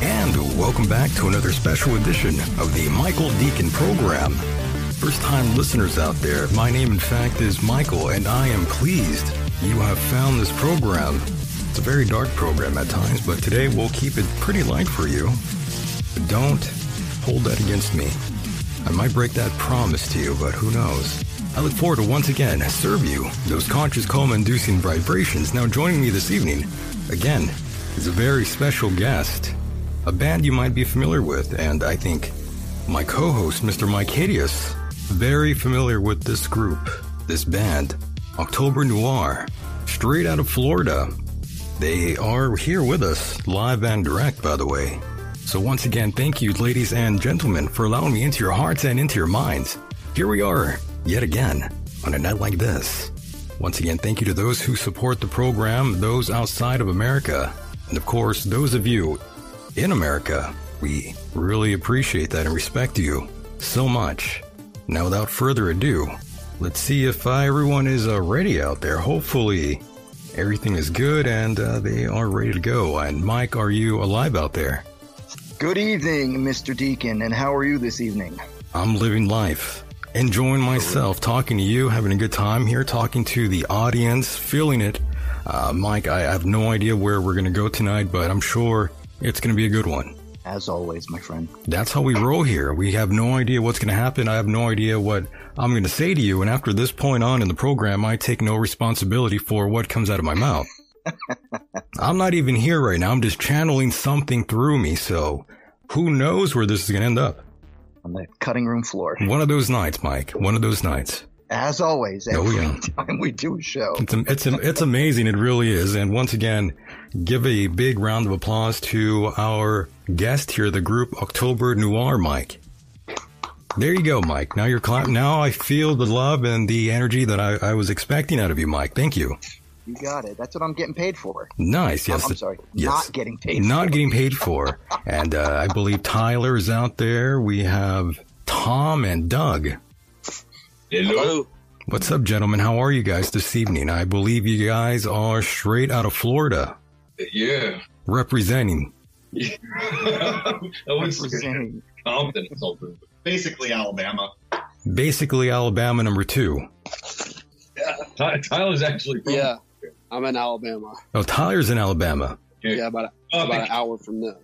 And welcome back to another special edition of the Michael Deacon program. First time listeners out there, my name in fact is Michael, and I am pleased you have found this program. It's a very dark program at times, but today we'll keep it pretty light for you. But don't hold that against me. I might break that promise to you, but who knows? I look forward to once again serve you those conscious coma inducing vibrations. Now, joining me this evening, again, is a very special guest, a band you might be familiar with, and I think my co host, Mr. Mike Hadius, very familiar with this group, this band, October Noir, straight out of Florida. They are here with us, live and direct, by the way. So, once again, thank you, ladies and gentlemen, for allowing me into your hearts and into your minds. Here we are, yet again, on a night like this. Once again, thank you to those who support the program, those outside of America, and of course, those of you in America. We really appreciate that and respect you so much. Now, without further ado, let's see if uh, everyone is uh, ready out there. Hopefully, everything is good and uh, they are ready to go. And Mike, are you alive out there? Good evening, Mr. Deacon, and how are you this evening? I'm living life, enjoying myself, talking to you, having a good time here, talking to the audience, feeling it. Uh, Mike, I have no idea where we're going to go tonight, but I'm sure it's going to be a good one. As always, my friend. That's how we roll here. We have no idea what's going to happen. I have no idea what I'm going to say to you. And after this point on in the program, I take no responsibility for what comes out of my mouth. I'm not even here right now. I'm just channeling something through me. So who knows where this is going to end up? On the cutting room floor. One of those nights, Mike. One of those nights. As always, Oh, every yeah. time we do a show. It's am- it's am- it's amazing. It really is. And once again, give a big round of applause to our guest here, the group October Noir, Mike. There you go, Mike. Now you're cla- now I feel the love and the energy that I, I was expecting out of you, Mike. Thank you. You got it. That's what I'm getting paid for. Nice. I'm- Yes. I'm, sorry. Yes. Not getting paid Not getting paid for. And uh, I believe Tyler is out there. We have Tom and Doug. Hello. What's up, gentlemen? How are you guys this evening? I believe you guys are straight out of Florida Yeah. representing I was for saying- Compton or something. basically Alabama. basically Alabama number two. Ty- Tyler's actually from Yeah, I'm in Alabama. Oh, Tyler's in Alabama. Yeah, about Oh, about an hour from them.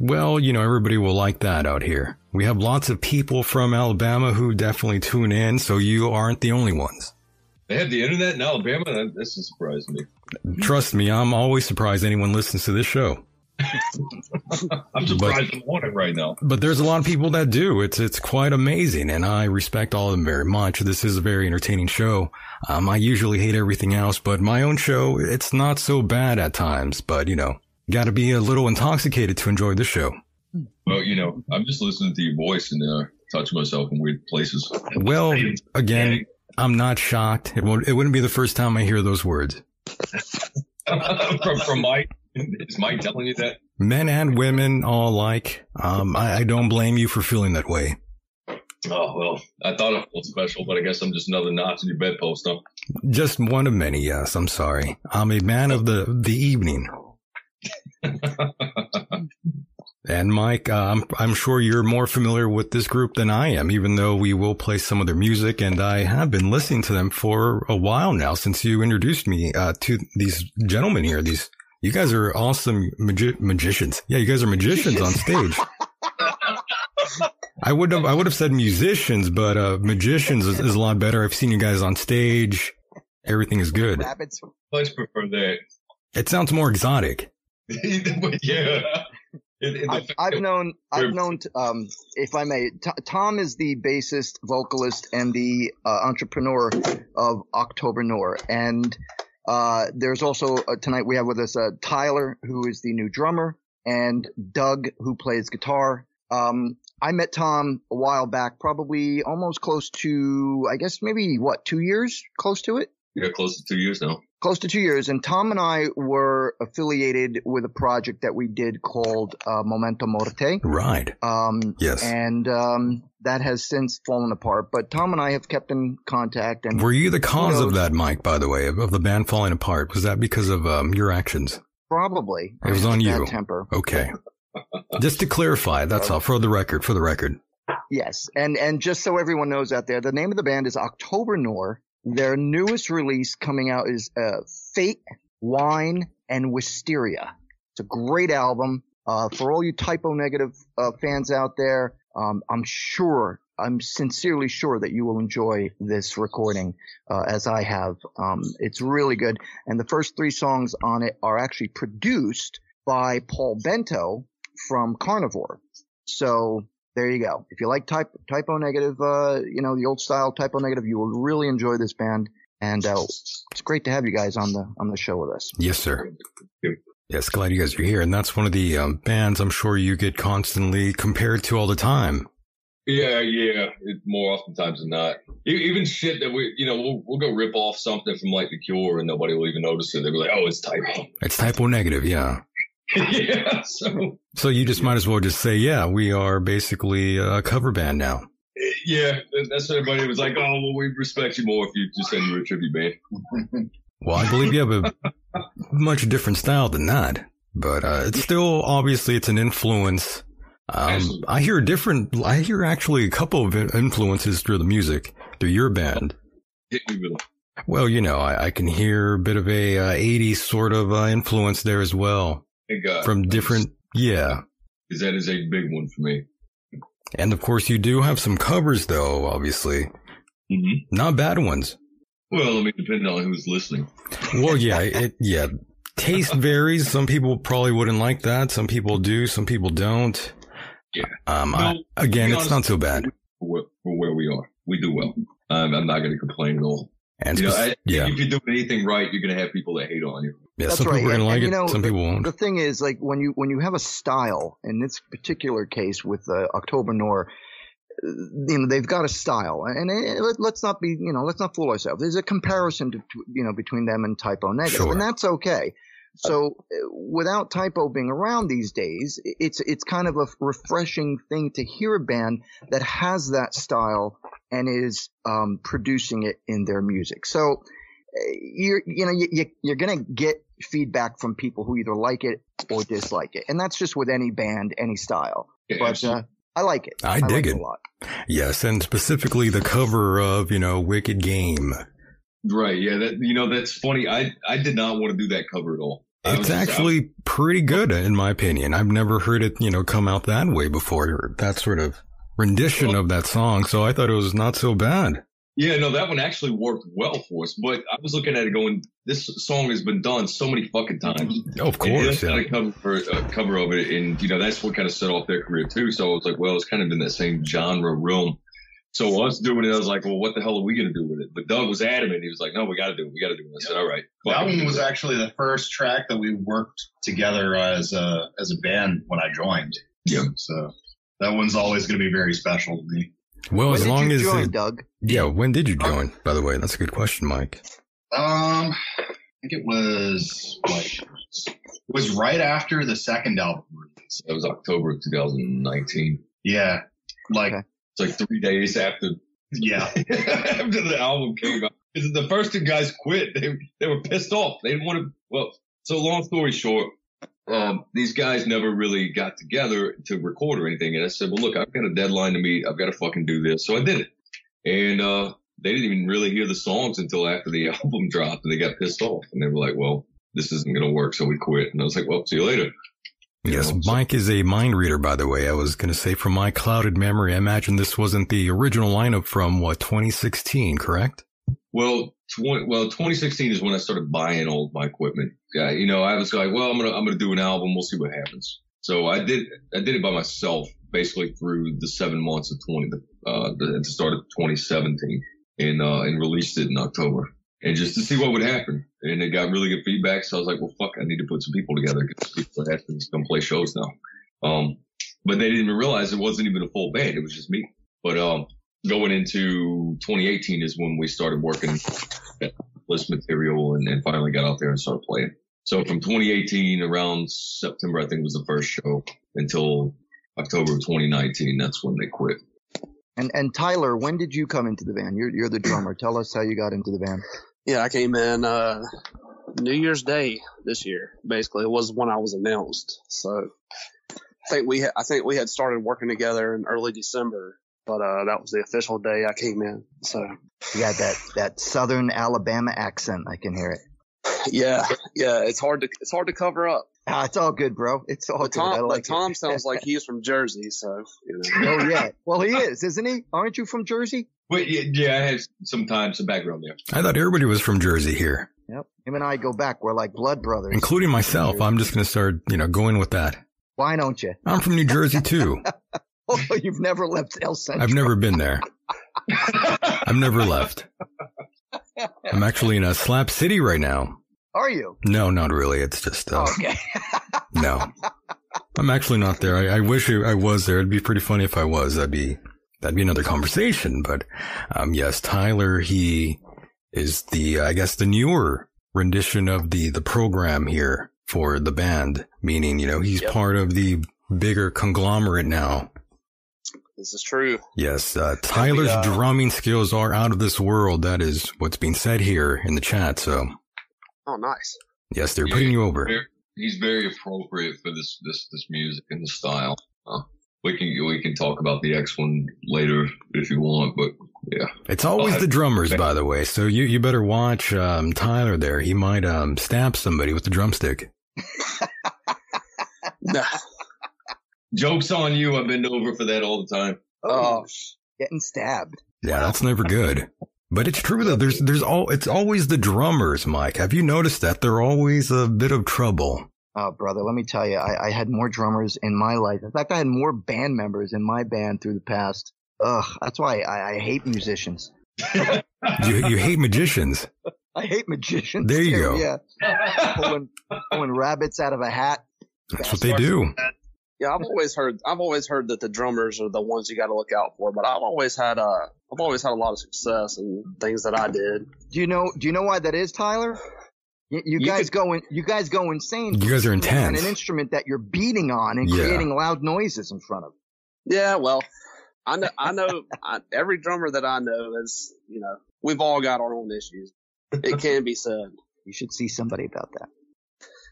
Well, you know, everybody will like that out here. We have lots of people from Alabama who definitely tune in, so you aren't the only ones. They have the internet in Alabama. That, this has surprised me. Trust me, I'm always surprised anyone listens to this show. I'm surprised I'm on it right now. But there's a lot of people that do. It's it's quite amazing, and I respect all of them very much. This is a very entertaining show. Um, I usually hate everything else, but my own show, it's not so bad at times. But you know, got to be a little intoxicated to enjoy this show. Well, you know, I'm just listening to your voice and uh, touch myself in weird places. Well, Yeah. again, I'm not shocked. It, won't, it wouldn't be the first time I hear those words. from, from Mike. Is Mike telling you that? Men and women all alike. Um, I, I don't blame you for feeling that way. Oh, well, I thought I was special, but I guess I'm just another notch in your bedpost. Huh? Just one of many. Yes, I'm sorry. I'm a man of the the evening. And Mike, uh, I'm I'm sure you're more familiar with this group than I am. Even though we will play some of their music, and I have been listening to them for a while now since you introduced me uh, to these gentlemen here. These you guys are awesome magi- magicians. Yeah, you guys are magicians on stage. I would have I would have said musicians, but uh, magicians is, is a lot better. I've seen you guys on stage. Everything is good. Rabbits. Much prefer that. It sounds more exotic. yeah. In- in the- I've, I've known, We're- I've known, um, if I may, T- Tom is the bassist, vocalist, and the uh, entrepreneur of October Noir. And uh, there's also uh, tonight we have with us uh, Tyler, who is the new drummer, and Doug, who plays guitar. Um, I met Tom a while back, probably almost close to, I guess maybe what, two years close to it? yeah, close to two years now. close to two years, and Tom and I were affiliated with a project that we did called uh, Momento Morte. Right. Um, Yes. And um, that has since fallen apart. But Tom and I have kept in contact, and Were you the cause of knows? that, Mike? By the way, of, of the band falling apart, was that because of um, your actions? probably It was on bad you. temper. Okay, Just to clarify, that's all for the record. For the record, Yes, and and just so everyone knows out there, the name of the band is October Nor. Their newest release coming out is uh, Fate, Wine, and Wisteria. It's a great album uh, for all you typo negative uh, fans out there. Um, I'm sure, I'm sincerely sure that you will enjoy this recording uh, as I have. Um, it's really good, and the first three songs on it are actually produced by Paul Bento from Carnivore. So there you go. If you like type typo negative, uh, you know the old style typo negative, you will really enjoy this band. And uh, it's great to have you guys on the on the show with us. yes, sir. Yes, glad you guys are here. And that's one of the um, bands I'm sure you get constantly compared to all the time. Yeah, yeah. It, more oftentimes than not. E- Even shit that we, you know, we'll, we'll go rip off something from like The Cure and nobody will even notice it. They'll be like, oh, it's typo. It's typo negative, yeah. yeah. So, So you just might as well just say, yeah, we are basically a cover band now. yeah, that- that's what everybody was like, oh, well, we respect you more if you just said you were a tribute band. Well, I believe you have a much different style than that, but uh, it's still obviously it's an influence. Um, Absolutely. I hear different. I hear actually a couple of influences through the music through your band. Hit me with it. Well, you know, I, I can hear a bit of a uh, '80s sort of uh, influence there as well Thank God. from different. Yeah, Because that is a big one for me. and of course you do have some covers though. Obviously, Mm-hmm. not bad ones. Well, I mean, depending on who's listening. Well, yeah, it, yeah. Taste varies. Some people probably wouldn't like that. Some people do. Some people don't. Yeah. Um. No, I- again, be it's honest- not so bad. For, where- for where we are, we do well. Um, I'm not going to complain at all. And you know, spec- I, yeah, if you do anything right, you're going to have people that hate on you. yeah. That's Some right, people are and- gonna like and you it. know, some people won't. The thing is, like when you when you have a style in this particular case with uh, October Nor, uh, you know they've got a style, and uh, let- let's not be you know let's not fool ourselves. There's a comparison to, you know between them and Typo Negative, Sure. and that's okay. So uh, without Typo being around these days, i- it's it's kind of a refreshing thing to hear a band that has that style and is um, producing it in their music. So you're you know you, you- you're gonna get feedback from people who either like it or dislike it, and that's just with any band, any style. Yeah, But absolutely. uh, I like it. I like dig a it. lot. Yes, and specifically the cover of you know Wicked Game. right, yeah, that you know that's funny. I I did not want to do that cover at all. I was It's just- I- actually pretty good in my opinion. I've never heard it you know come out that way before. or That sort of rendition of that song. So I thought it was not so bad. yeah, no, that one actually worked well for us. But I was looking at it going, this song has been done so many fucking times. Oh, Of And course, they yeah. done a cover, a cover of it, and you know that's what kind of set off their career too. So I was like, well, it's kind of in that same genre realm. So us doing it, I was like, well, what the hell are we gonna do with it? But Doug was adamant. He was like, no, we got to do it. We got to do it. I said, all right. That fuck it. one was actually the first track that we worked together as a as a band when I joined. Yeah. So that one's always going to be very special to me. Well, When as did long you as join, it- Doug, yeah. When did you join? By the way, that's a good question, Mike. Um, I think it was like it was right after the second album release. That was October of 2019. Yeah. Like Okay. It's like three days after yeah. after the album came out. 'Cause the first two guys quit. They they were pissed off. They didn't want to. Well, so long story short, um, these guys never really got together to record or anything. And I said, well, look, I've got a deadline to meet. I've got to fucking do this. So I did it. And uh, they didn't even really hear the songs until after the album dropped, and they got pissed off. And they were like, well, this isn't gonna work. So we quit. And I was like, well, see you later. Yes, know, so- Mike is a mind reader, by the way. I was going to say, from my clouded memory, I imagine this wasn't the original lineup from what 2016, correct? Well, tw- well, 2016 is when I started buying all my equipment. Yeah, you know, I was like, well, I'm gonna I'm gonna do an album. We'll see what happens. So I did I did it by myself basically through the seven months of 20 uh the, at the start of 2017 and uh and released it in October and just to see what would happen and it got really good feedback. So I was like, well, fuck, I need to put some people together because people are asking to come play shows now. Um, but they didn't even realize it wasn't even a full band. It was just me. But um, going into 2018 is when we started working list material and, and finally got out there and started playing. So from 2018 around September, I think was the first show until October of 2019. That's when they quit. and and Tyler, when did you come into the band? You're you're the drummer. Tell us how you got into the band. Yeah, I came in uh, New Year's Day this year. Basically, it was when I was announced. So think we ha- I think we had started working together in early December, but uh, that was the official day I came in. So You got that that Southern Alabama accent. I can hear it. yeah, yeah, it's hard to it's hard to cover up. Ah, it's all good, bro. It's all But good. I Tom, like but it. Tom sounds like he's from Jersey, so you know. Oh yeah. Well, he is, isn't he? Aren't you from Jersey? But yeah, yeah, I had some time, some background there. I thought everybody was from Jersey here, Yep. Him and I go back. We're like blood brothers. including myself. I'm just going to start, you know, going with that. Why don't you? I'm from New Jersey too. Oh, you've never left El Centro. I've never been there. I've never left. I'm actually in a slap city right now. Are you? No, not really. It's just uh, okay. no. I'm actually not there. I, I wish I was there. It'd be pretty funny if I was. That'd be that'd be another conversation. But um, yes, Tyler, he is the I guess the newer rendition of the the program here for the band. Meaning, you know, he's Yep. part of the bigger conglomerate now. This is true. Yes, uh, Tyler's uh, drumming skills are out of this world. That is what's being said here in the chat. So, Oh, nice. yes, they're Yeah. putting you over. Very- He's very appropriate for this this this music and the style. Uh, we can we can talk about the X one later if you want, but It's always Oh, the drummers, okay. by the way. So you you better watch um, Tyler there. He might um, stab somebody with the drumstick. Nah. jokes on you. I've been over for that all the time. Oh, getting stabbed. Yeah, that's never good. But it's true though. There's there's all it's always the drummers, Mike. Have you noticed that they're always a bit of trouble? Oh, brother, let me tell you, I, I had more drummers in my life. In fact, I had more band members in my band through the past. Ugh, that's why I, I hate musicians. You you hate magicians. I hate magicians. There you too, go. Yeah, pulling, pulling rabbits out of a hat. That's what they do. Yeah, I've always heard I've always heard that the drummers are the ones you got to look out for, but I've always had uh I've always had a lot of success in things that I did. Do you know? Do you know why that is, Tyler? You, you You guys go in, You guys go insane. You guys are on intense. an instrument that you're beating on and Yeah. creating loud noises in front of. Yeah, well, I know I know I, every drummer that I know is you know we've all got our own issues. It can be said. You should see somebody about that.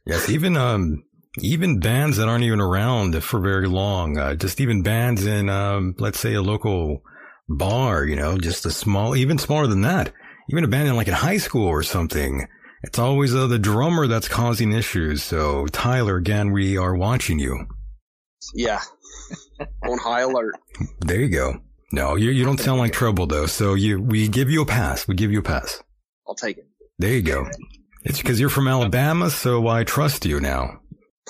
Yes, even um, even bands that aren't even around for very long, uh, just even bands in um, let's say a local bar, you know, just a small, even smaller than that, even a band in like in high school or something. It's always uh, the drummer that's causing issues. So Tyler, again, we are watching you. Yeah, on high alert. There you go. No, you you don't sound like trouble though. So you we give you a pass. We give you a pass. I'll take it. There you go. It's because you're from Alabama, so I trust you now.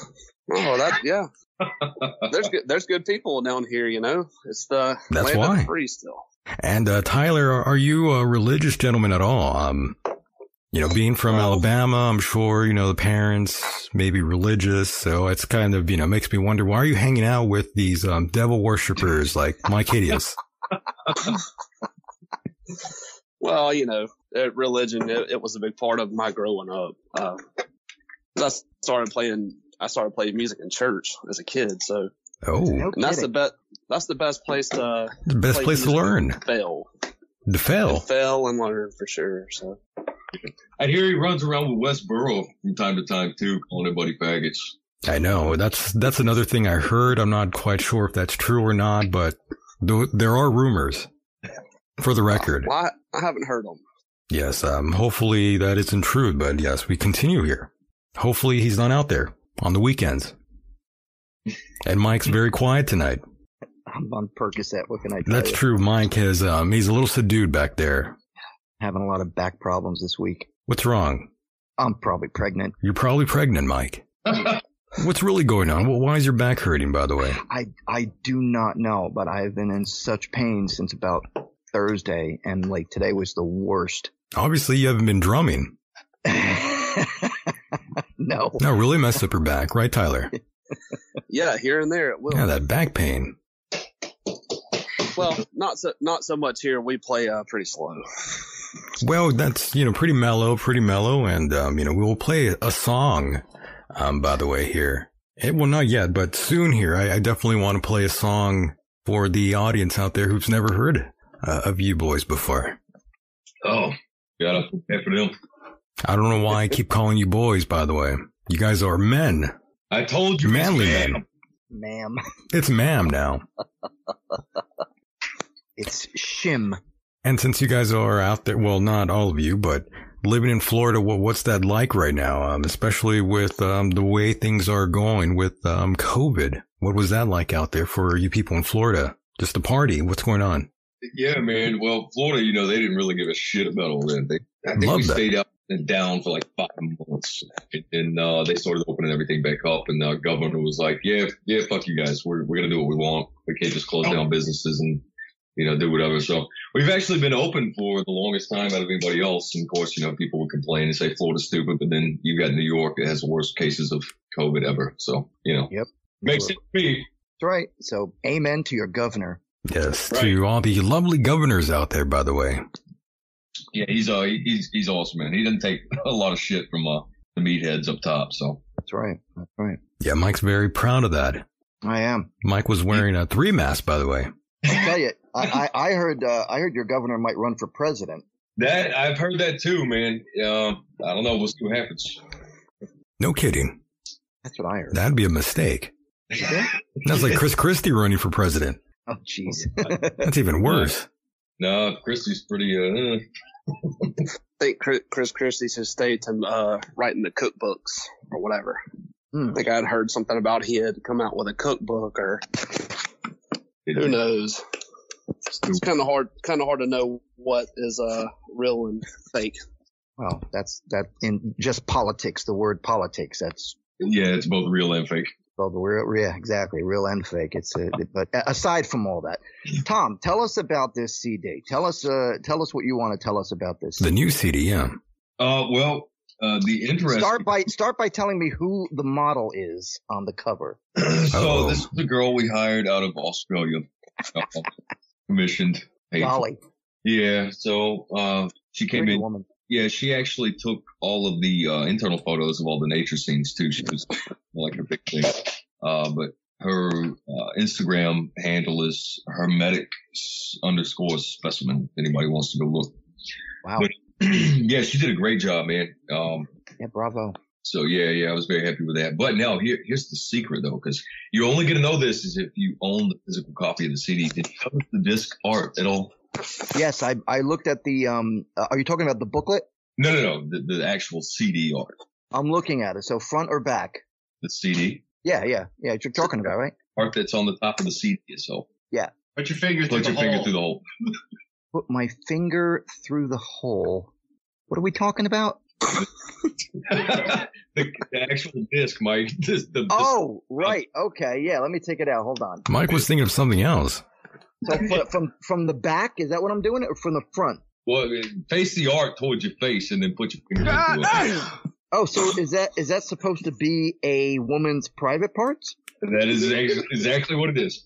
Oh, that yeah. There's good there's good people down here. You know, it's the That's land of why. the free still. And uh, Tyler, are, are you a religious gentleman at all? Um, you know, being from Alabama, I'm sure you know the parents may be religious, so it's kind of you know makes me wonder why are you hanging out with these um, devil worshippers like Mike Hideous? Well, you know, uh, religion, it, it was a big part of my growing up. Uh, 'cause I started playing, I started playing music in church as a kid. So Oh, No and that's the kidding. best, that's the best place to the best play place to music. learn fail, to fail. fail and learn for sure. So I hear he runs around with Westboro from time to time too, calling everybody faggots. I know that's that's another thing I heard. I'm not quite sure if that's true or not, but th- there are rumors. For the record, well, I, I haven't heard them. yes. Um, hopefully that isn't true, but yes, we continue here. Hopefully he's not out there on the weekends. And Mike's very quiet tonight. I'm on Percocet. What can I tell That's you? true. Mike has um, he's a little subdued back there. Having a lot of back problems this week. What's wrong? I'm probably pregnant. You're probably pregnant, Mike. What's really going on? Well, why is your back hurting, by the way? I I do not know, but I have been in such pain since about Thursday, and like today was the worst. Obviously, you haven't been drumming. no, No, really messed up your back, right, Tyler? Yeah, here and there it will. Yeah, that back pain. well, not so, not so much here. We play uh, pretty slow. Well, that's you know pretty mellow, pretty mellow, and um, you know we will play a song. Um, by the way, here it well not yet, but soon here. I, I definitely want to play a song for the audience out there who's never heard uh, of you boys before. Oh, Gotta prepare for them. I don't know why I keep calling you boys. By the way, you guys are men, I told you, manly man. men. ma'am. It's ma'am now. It's shim. And since you guys are out there, well, not all of you, but living in Florida, what, what's that like right now? Um, especially with um, the way things are going with um, COVID. What was that like out there for you people in Florida? Just a party. What's going on? Yeah, man. Well, Florida, you know, they didn't really give a shit about all that. They, I think Love we that. stayed out and down for like five months, and then uh, they started opening everything back up. And the governor was like, "Yeah, yeah, fuck you guys. We're we're gonna do what we want. We can't just close down businesses and you know do whatever." So we've actually been open for the longest time out of anybody else. And of course, you know, people would complain and say Florida's stupid, but then you've got New York that has the worst cases of COVID ever. So you know, makes sense to me. That's right. So, amen to your governor. Yes, Right. to all the lovely governors out there, by the way. Yeah, he's uh, he's he's awesome, man. He doesn't take a lot of shit from uh, the meatheads up top. So That's right. That's right. Yeah, Mike's very proud of that. I am. Mike was wearing a three mask, by the way. I tell you, I, I, I heard. Uh, I heard your governor might run for president. that I've heard that too, man. Uh, I don't know. We'll see what happens. No kidding. That's what I heard. That'd be a mistake. That's like Chris Christie running for president. Oh, jeez. That's even worse. no, Christie's pretty. Uh, I think Chris- Chris Christie should stay to uh, writing the cookbooks or whatever. Hmm. I think I'd heard something about he had come out with a cookbook or who it- knows. It's kind of hard, kind of hard to know what is uh, real and fake. well, that's that in just politics. The word politics. That's yeah, it's both real and fake. well, the real, yeah, exactly, real and fake. It's a, but aside from all that, Tom, tell us about this CD. Tell us, uh, tell us what you want to tell us about this. The new CD, yeah. Uh, well, uh, the interesting. Start by start by telling me who the model is on the cover. so Uh-oh. this is the girl we hired out of Australia, uh, commissioned. Golly, Yeah, so uh, she came pretty in. woman. Yeah, she actually took all of the uh, internal photos of all the nature scenes too. She was like a big thing. Uh, but her uh, Instagram handle is hermetic s- underscore specimen. if Anybody wants to go look? Wow. But- yeah, she did a great job, man. Um, Yeah, bravo. so yeah, yeah, I was very happy with that. But now here, here's the secret though, because you're only gonna know this is if you own the physical copy of the CD. Did you notice the disc art at all? Yes, I I looked at the um. Uh, are you talking about the booklet? No, no, no. The, the actual CD art, I'm looking at it. So front or back? the CD Yeah, yeah, yeah. You're talking about right? art that's on the top of the CD itself. Put your finger through Put the your hole. finger through the hole. Put my finger through the hole. What are we talking about? the, the actual disc, Mike. This, the, this- Oh, right. Okay. Yeah. Let me take it out. Hold on. Mike was thinking of something else. So fr- from from the back, is that what I'm doing, or from the front? well, face the art towards your face, and then put your finger Ah, through it. Oh, so is that is that supposed to be a woman's private parts? That is ex- exactly what it is.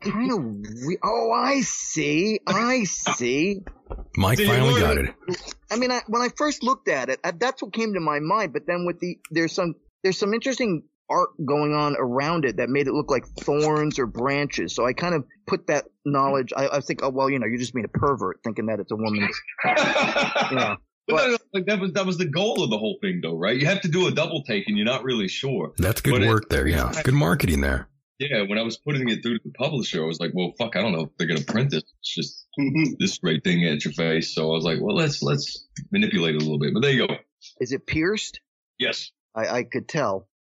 Kind of. We- oh, I see. I see. Mike Did you finally learn got it? it. I mean, I, when I first looked at it, I, that's what came to my mind. But then with the there's some there's some interesting art going on around it that made it look like thorns or branches. So I kind of put that knowledge. I, I think, oh well, you know, you're just being a pervert thinking that it's a woman's. ah! You know. But no, no, like that was that was the goal of the whole thing, though, right? You have to do a double take, and you're not really sure. That's But good it- work there. Yeah. Good marketing there. Yeah, when I was putting it through to the publisher, I was like, "Well, fuck, I don't know if they're gonna print this. It's just this right thing at your face." So I was like, "Well, let's let's manipulate it a little bit." But there you go. Is it pierced? Yes. I, I could tell.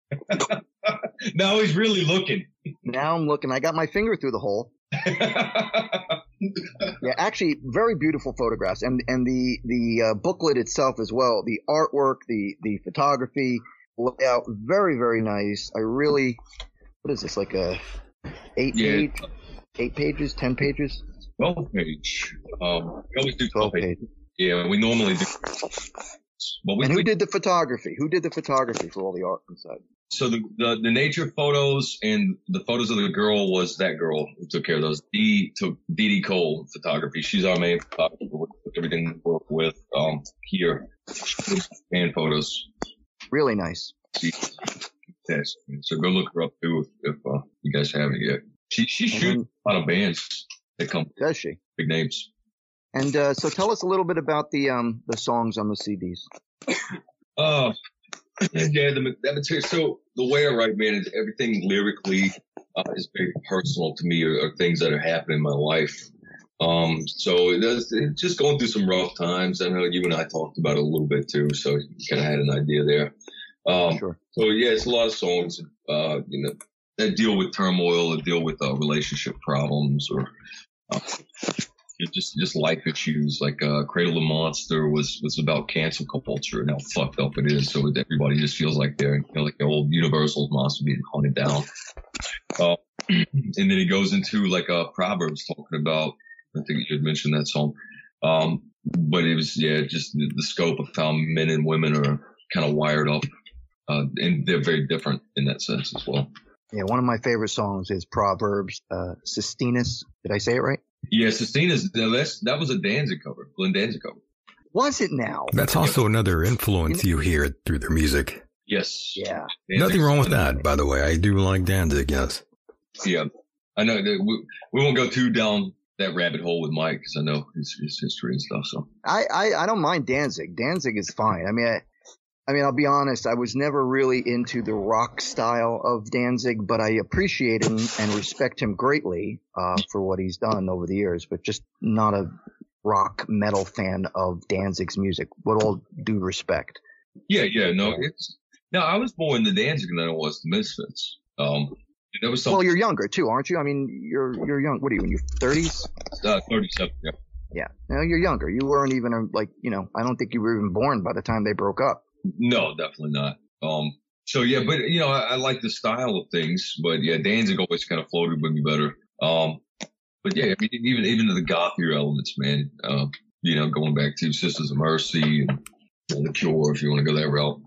Now he's really looking. Now I'm looking. I got my finger through the hole. Yeah, actually, very beautiful photographs, and and the the uh, booklet itself as well. The artwork, the the photography layout, very very nice. I really, what is this like a eight Yeah. page, eight pages, ten pages, 12 page. Um, we always do 12 twelve page. pages. Yeah, we normally do. But we And who think, did the photography? Who did the photography for all the art inside? so the, the the nature photos and the photos of the girl was that girl who took care of those. Dee took Dee Dee Cole photography. She's our main photographer. We took everything we work with um here and photos. Really nice. She, yes. So go look her up too if, if uh, you guys haven't yet. She she And shoots then, a lot of bands that come with does she? big names. And uh, so, tell us a little bit about the um the songs on the CDs. Oh, yeah, the, that material. So the way I write, man, is everything lyrically uh, is very personal to me, or, or things that are happening in my life. Um, so it does, it just going through some rough times. I know you and I talked about it a little bit too, so you kind of had an idea there. Um, Sure. so yeah, it's a lot of songs, uh, you know, that deal with turmoil or deal with uh, relationship problems or uh, just just life issues. Like uh, Cradle of Monster was was about cancel culture and how fucked up it is. So everybody just feels like they're you know, like the old Universal monster being hunted down. Uh, and then he goes into like uh, Proverbs talking about. I think you had mentioned that song. Um, but it was yeah, just the, the scope of how men and women are kind of wired up uh, and they're very different in that sense as well. Yeah, one of my favorite songs is Proverbs, uh, Sistinus. Did I say it right? Yeah, Sistina's now that's that was a Danzig cover, Glenn Danzig cover. Was it now? That's also another influence you hear through their music. Yes, Yeah. Danzig. Nothing wrong with that, by the way. I do like Danzig, yes. Yeah, I know that we, we won't go too down that rabbit hole with Mike because I know his, his history and stuff. So I, I, I don't mind Danzig. Danzig is fine. I mean, I, I mean, I'll be honest. I was never really into the rock style of Danzig, but I appreciate him and respect him greatly uh, for what he's done over the years. But just not a rock metal fan of Danzig's music. With all due respect. yeah, yeah, no, it's no. I was more into Danzig than I was to Misfits. Um, that was Well, something you're younger too, aren't you? I mean, you're you're young. What are you in your 30s? uh, thirty-seven. Yeah. Yeah. No, you're younger. You weren't even uh, like you know. I don't think you were even born by the time they broke up. No, definitely not. Um, so yeah, but you know, I, I like the style of things, but yeah, Danzig always kind of floated with me better. Um, but yeah, I mean, e-, even even to the gothier elements, man. Uh, you know, going back to Sisters of Mercy and, and The Cure, if you want to go that route.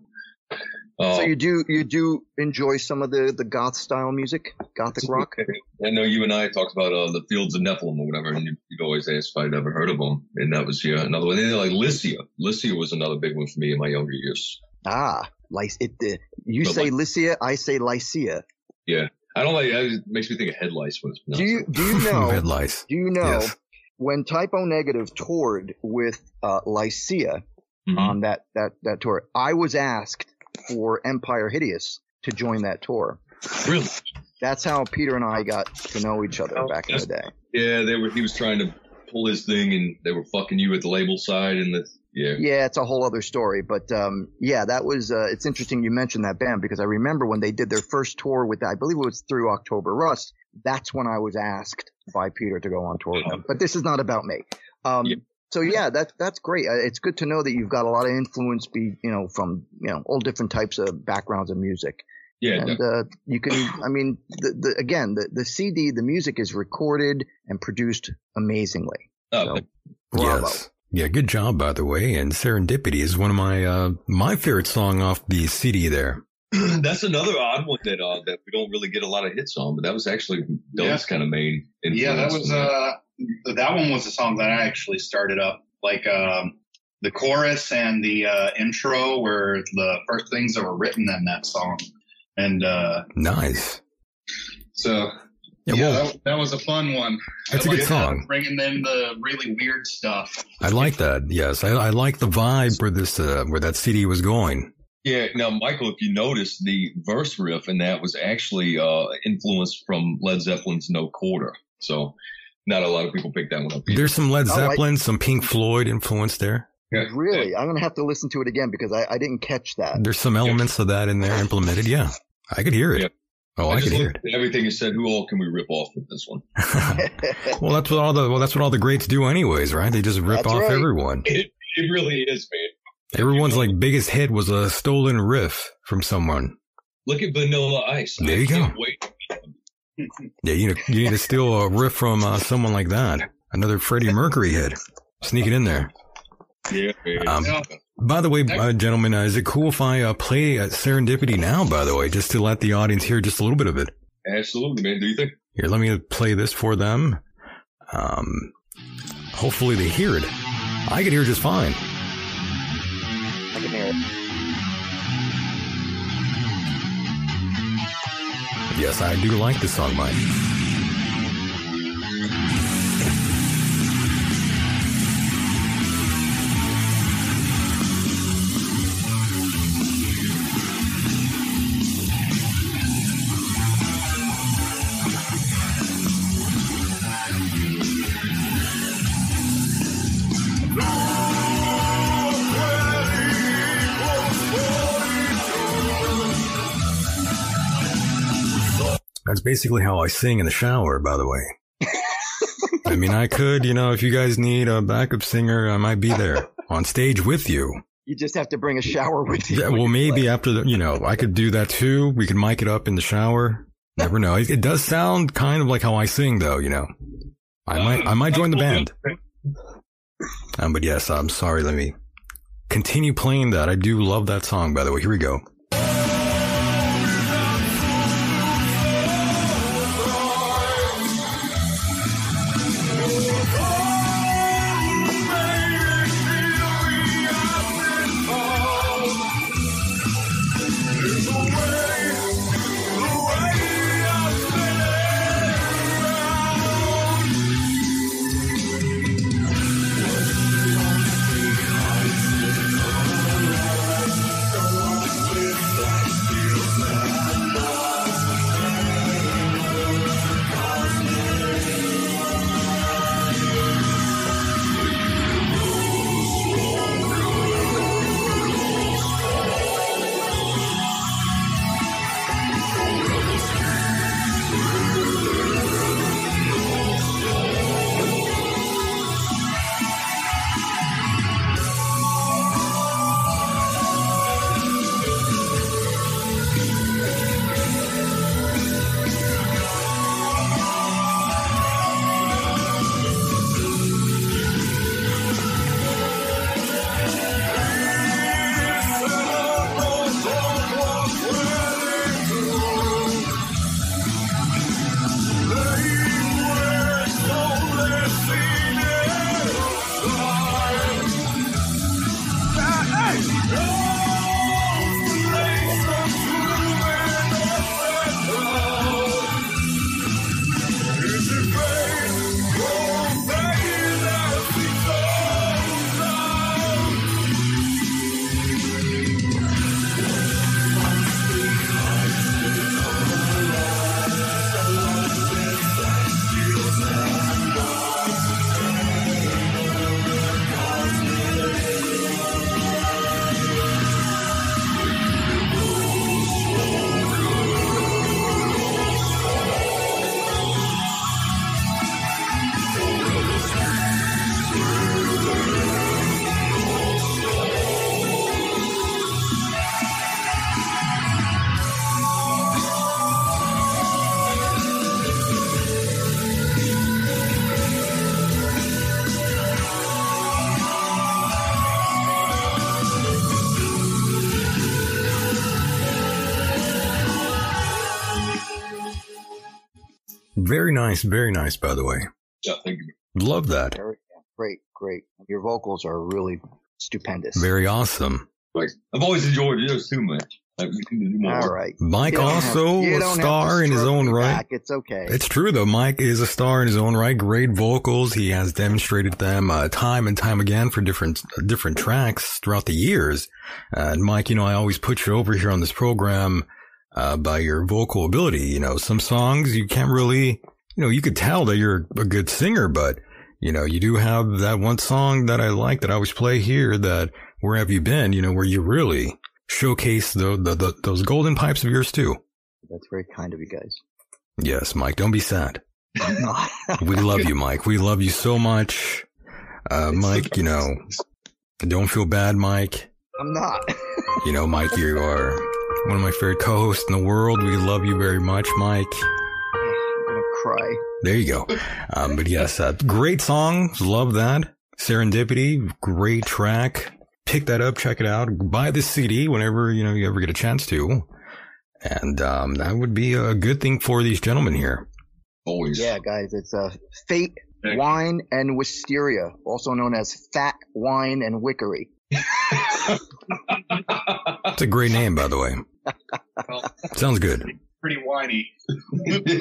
Um, so you do you do enjoy some of the the goth style music, gothic rock. I know you and I talked about uh, the Fields of Nephilim or whatever, and you- you'd always ask if I'd ever heard of them, and that was yeah another one. And then like Lycia, Lycia was another big one for me in my younger years. Ah, Lyc- it, uh, you But say like- Lycia, I say Lycia. I don't like it makes me think of head lice when it's Do pronounced. you do you know? Red lice. do you know Yes. when Typo Negative toured with uh, Lycia Mhm. on that that that tour? I was asked for Empire Hideous to join that tour. Really? That's how Peter and I got to know each other Oh, back in the yes. day. Yeah, they were. He was trying to pull his thing, and they were fucking you at the label side, and the yeah, Yeah, it's a whole other story, but um, yeah, that was. Uh, it's interesting you mentioned that band because I remember when they did their first tour with, I believe it was through October Rust. That's when I was asked by Peter to go on tour with them. But this is not about me. Um, Yeah. So yeah, that's that's great. Uh, It's good to know that you've got a lot of influence, be you know, from you know all different types of backgrounds of music, yeah. and uh, you can. I mean, the, the again, the the CD, the music is recorded and produced amazingly. no, so- Oh, Bravo. Yes. Yeah, good job, by the way. And Serendipity is one of my uh, my favorite song off the CD there. but that's another odd one that uh, that we don't really get a lot of hits on, but that was actually Doug's kind of main. Influence Yeah, that was uh that one was a song that I actually started up. Like um the chorus and the uh intro were the first things that were written in that song. And uh Nice. so Yeah, yeah, well, that, that was a fun one. that's a I good like song. Bringing in the really weird stuff. I like that. Yes, I, I like the vibe where this uh, where that CD was going. yeah. Now, Michael, if you notice, the verse riff in that was actually uh, influenced from Led Zeppelin's No Quarter. So, not a lot of people pick that one up. either. There's some Led Oh, I- Zeppelin, some Pink Floyd influence there. Yeah. Really, I'm gonna have to listen to it again because I, I didn't catch that. There's some elements of that in there implemented. Yeah, I could hear it. Yeah. Oh, I, I could just hear looked at everything you said. Who all can we rip off with this one? it. well, that's what all the well, that's what all the greats do, anyways, right? They just rip That's off right. everyone. It really is, man. Everyone's like biggest hit was a stolen riff from someone. Look at Vanilla Ice. There you I go. can't Wait Yeah, you need, you need to steal a riff from uh, someone like that. Another Freddie Mercury hit. Sneak it in there. Yeah, man. Um, Yeah. By the way, uh, gentlemen, uh, is it cool if I uh, play uh, Serendipity now, by the way, just to let the audience hear just a little bit of it? absolutely, man. Do you think? Here, let me play this for them. Um, hopefully they hear it. I can hear just fine. I can hear it. Yes, I do like this song, Mike. basically how I sing in the shower, by the way. I mean, I could, you know, if you guys need a backup singer, I might be there on stage with you. You just have to bring a shower with you. Yeah, when well, you maybe play. after the, you know, I could do that too. We could mic it up in the shower. Never know. It, it does sound kind of like how I sing, though. You know, I might, I might join the band. Um, but yes, I'm sorry. Let me continue playing that. I do love that song, by the way. Here we go. Very nice, very nice, by the way. Yeah, thank you. Love that. Very- yeah, great, great. Your vocals are really stupendous. Very awesome. Like, I've always enjoyed yours too much. Like, we can do more. All right. Mike You don't have- also you a don't have to star in his stroke own me right. back. It's okay. It's true though. Mike is a star in his own right. Great vocals. He has demonstrated them uh, time and time again for different different tracks throughout the years. Uh, and Mike, you know, I always put you over here on this program uh, by your vocal ability. You know, some songs you can't really, you know, you could tell that you're a good singer, but you know, you do have that one song that I like that I always play here. That where have you been? You know, where you really showcase the, the, the those golden pipes of yours too. That's very kind of you guys. Yes, Mike, don't be sad. We love you, Mike. We love you so much. Uh, Mike, you know, don't feel bad, Mike. I'm not. You know, Mike, you are one of my favorite co hosts in the world. We love you very much, Mike. I'm gonna cry. There you go. Um, but yes, uh, great song. Love that. Serendipity, great track. Pick that up, check it out. Buy the CD whenever, you know, you ever get a chance to. And, um, that would be a good thing for these gentlemen here. Always. Yeah, guys, it's uh, Fate Thank you. Wine and Wisteria, also known as Fat Wine and Wickery. It's a great name, by the way. Sounds good. Pretty whiny.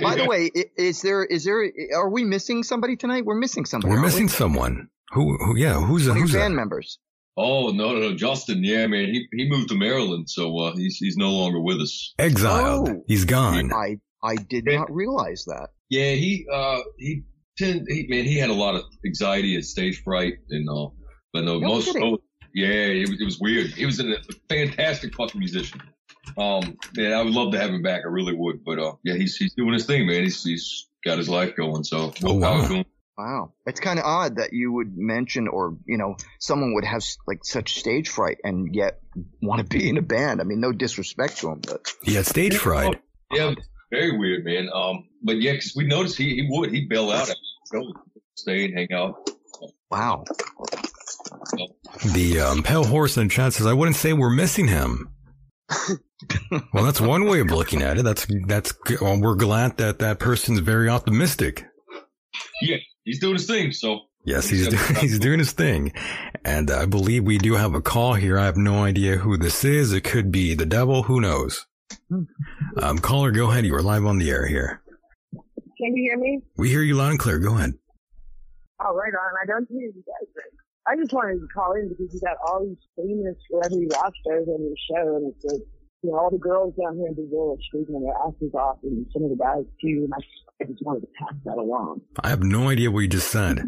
By the way, i- is there is there are we missing somebody tonight? We're missing somebody. We're aren't missing we? someone. Who, who? Yeah, who's One of who's your band that? members. Oh no, no, no, Justin. Yeah, man, he he moved to Maryland, so uh, he's he's no longer with us. Exiled. Oh. He's gone. I I did Yeah. not realize that. Yeah, he uh he tend he, man he had a lot of anxiety and stage fright and all. But no, No most kidding. oh, yeah, it was, it was weird. He was a fantastic fucking musician. Um, yeah, I would love to have him back. I really would. But uh, yeah, he's he's doing his thing, man. He's he's got his life going. So Oh, we'll wow. power to him. Wow, it's kind of odd that you would mention, or you know, someone would have s- like such stage fright and yet want to be in a band. I mean, no disrespect to him, but Yeah, stage fright. Yeah, very weird, man. Um, but yeah, 'cause we noticed he, he would he'd bail out, after the show, stay and hang out. wow, The um, pale horse in chat says, "I wouldn't say we're missing him." well, that's one way of looking at it. That's that's. g- Well, we're glad that that person's very optimistic. He's doing his thing. So Yes, he's do- he's doing his thing, and I believe we do have a call here. I have no idea who this is. It could be the devil. Who knows? Um, caller, go ahead. You are live on the air here. Can you hear me? We hear you loud and clear. Go ahead. Oh, right on. I don't hear you guys. I just wanted to call in because you got all these famous celebrity rock stars on your show, and it's like, you know, all the girls down here in Brazil are sleeping their asses off, and some of the guys too. And I just, I just wanted to pass that along. I have no idea what you just said.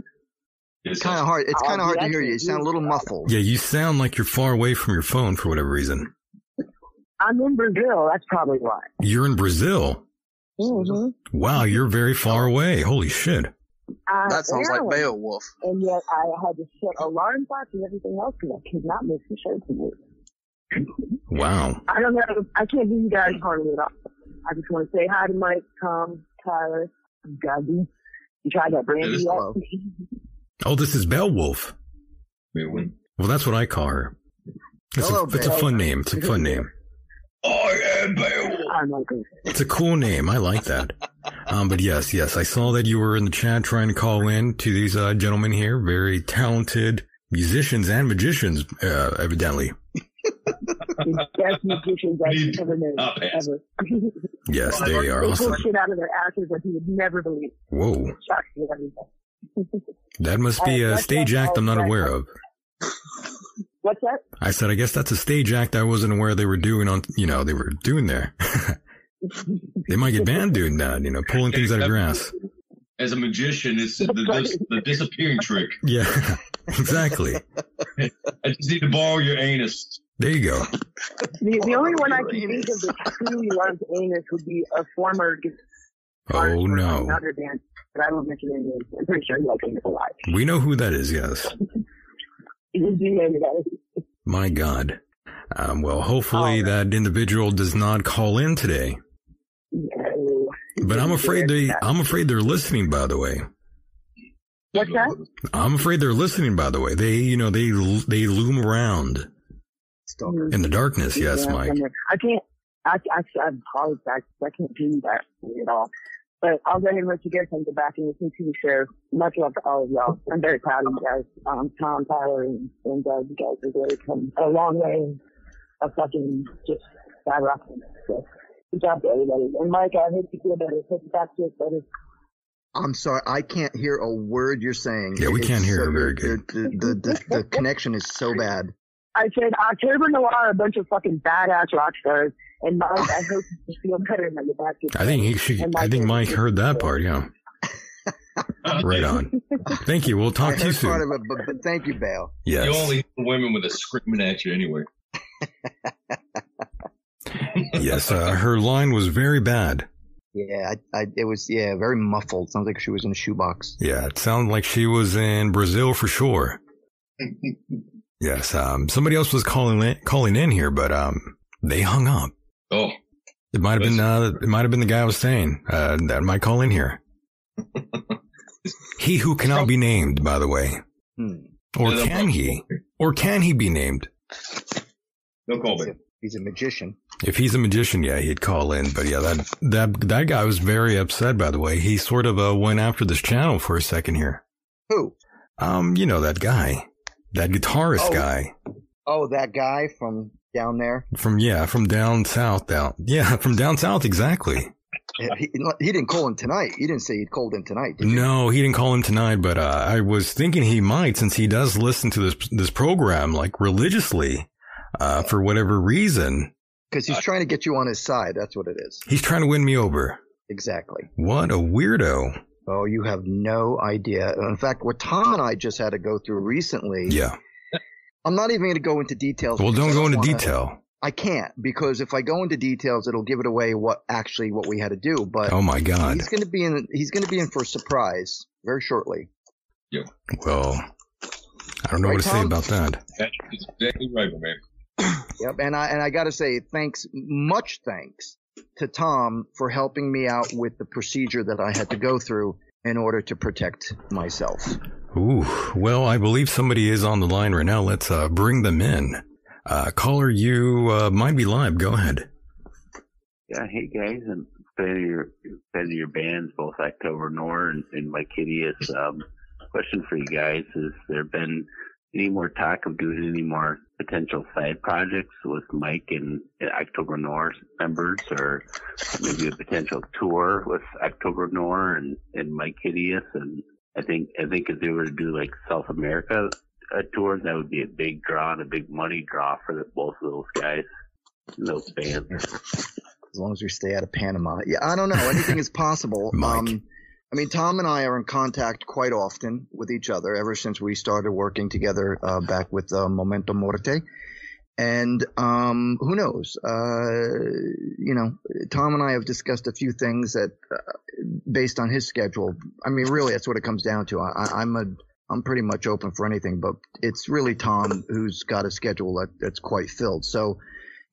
it's kind of hard. It's Oh, kind of hard to yeah, hear you. You sound a little yeah. muffled. Yeah, you sound like you're far away from your phone for whatever reason. I'm in Brazil. That's probably why. You're in Brazil. Mm-hmm. Wow, you're very far away. Holy shit. I That sounds like am. Beowulf. Uh, And yet I had to set alarm clocks and everything else because I could not miss the show tonight. Wow. I don't know. I can't do you guys hardly at all. I just want to say hi to Mike, Tom, Tyler, Gabby. You tried that It brandy is yet? hello. Oh, this is Beowulf. man, when- Well, that's what I call her. It's, Hello, a, it's a Beowulf. fun name. It's a fun name. I am Beowulf. I'm like, It's a cool name. I like that. Um, but yes, yes, I saw that you were in the chat trying to call in to these uh, gentlemen here. Very talented musicians and magicians, uh, evidently. the best musicians I've ever known. I'll pass. Ever. Yes, they are they pull awesome. shit out of their asses that you would never believe. Whoa. Shocks me every day. That must be Oh, a stage act I'm not aware of. What's that? I said, I guess that's a stage act I wasn't aware they were doing on, you know, they were doing there. they might get banned doing that, you know, pulling things out of your ass. As a magician, it's the, the, the disappearing trick. Yeah, exactly. I just need to borrow your anus. There you go. The, the only one I can think of that truly loves anus would be a former guitarist Oh for no. another band, but I won't mention their names. I'm pretty sure you like anus a lot. We know who that is, yes. You do know that. My God. Um, well, hopefully Oh. that individual does not call in today. No. But I'm afraid they, I'm afraid they're listening, by the way. What's that? I'm afraid they're listening, by the way. They, you know, they, they loom around Stalker. in the darkness. Yes, Yeah, Mike. I'm like, I can't. I, I, I apologize. I can't do that for you at all. But I'll go ahead and let you guys and go back and listen to the show. Much love to all of y'all. I'm very proud of you guys. Um, Tom, Tyler, and, and uh, you guys have really come a long way of fucking just skyrocketing. So, good job to everybody. And Mike, I hope you feel better. Hope you back to it better. I'm sorry, I can't hear a word you're saying. Yeah, we can't hear so- very good. The, the, the, the connection is so bad. I said, October Noir are a bunch of fucking badass rock stars. And Mike, I hope you feel better and that you're back to it. I think he should, I think Mike heard that part. Yeah. Right on. Thank you. We'll I talk to you heard part soon. of it, but, but thank you, Bale. You Yes. only hit women with a screaming at you anyway. Yes. Uh, her line was very bad. Yeah, I, I, it was yeah very muffled. Sounds like she was in a shoebox. Yeah, it sounded like she was in Brazil for sure. yes, um, somebody else was calling in, calling in here, but um, they hung up. Oh, It might have been uh, it might have been the guy I was saying uh, that might call in here. he who cannot be named, by the way, Hmm. or can he? Or can he be named? no call back. He's a magician. If he's a magician, yeah, he'd call in. But yeah, that that that guy was very upset. By the way, he sort of uh, went after this channel for a second here. Who? Um, you know that guy, that guitarist Oh. guy. Oh, that guy from down there. From yeah, from down south, down yeah, from down south exactly. Yeah, He, he didn't call in tonight. He didn't say he'd called in tonight. Did you? No, he didn't call him tonight, but uh, I was thinking he might since he does listen to this this program like religiously. Uh, for whatever reason, Because he's trying to get you on his side. That's what it is. he's trying to win me over. Exactly. What a weirdo! Oh, you have no idea. In fact, what Tom and I just had to go through recently. Yeah. I'm not even going to go into details. Well, because don't I go into wanna- detail. I can't because if I go into details, it'll give it away what actually what we had to do. But Oh my God. he's going to be in. He's going to be in for a surprise very shortly. Well, I don't know Right, what to say Tom? about that. That's exactly right, my man. Yep. And I and I got to say thanks, much thanks to Tom for helping me out with the procedure that I had to go through in order to protect myself. Ooh, well, I believe somebody is on the line right now. Let's uh, bring them in. Uh, caller, you uh, might be live. Go ahead. Yeah, hey guys, and fan of your fan of your bands, both October Nor and, and My Kitty. Is um, question for you guys: Has there been any more talk of doing any more potential side projects with Mike and, and October Nor members, or maybe a potential tour with October Nor and and Mike Hideous? And I think I think if they were to do like South America a tour, that would be a big draw and a big money draw for the, both of those guys, and those bands. as long as we stay out of Panama. Yeah, I don't know. Anything is possible. Mike. Um, I mean, Tom and I are in contact quite often with each other ever since we started working together uh, back with uh, Momento Morte. And um, who knows? Uh, you know, Tom and I have discussed a few things that, uh, based on his schedule, I mean, really, that's what it comes down to. I, I- I'm a, I'm pretty much open for anything, but it's really Tom who's got a schedule that, that's quite filled. So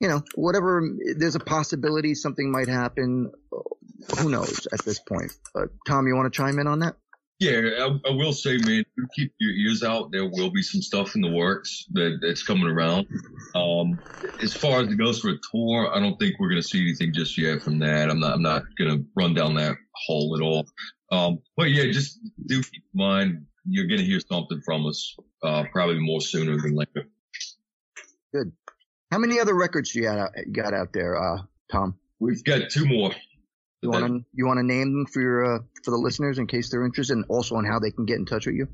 you know, whatever, there's a possibility something might happen. Who knows at this point? Uh, Tom, you want to chime in on that? Yeah, I, I will say, man, do keep your ears out. There will be some stuff in the works that, that's coming around. Um, as far as it goes for a tour, I don't think we're going to see anything just yet from that. I'm not, I'm not going to run down that hole at all. Um, but yeah, just do keep in mind you're going to hear something from us, uh, probably more sooner than later. How many other records do you got out, you got out there, uh, Tom? We've got two more. You want to you want to name them for your uh, for the listeners in case they're interested, and also on how they can get in touch with you.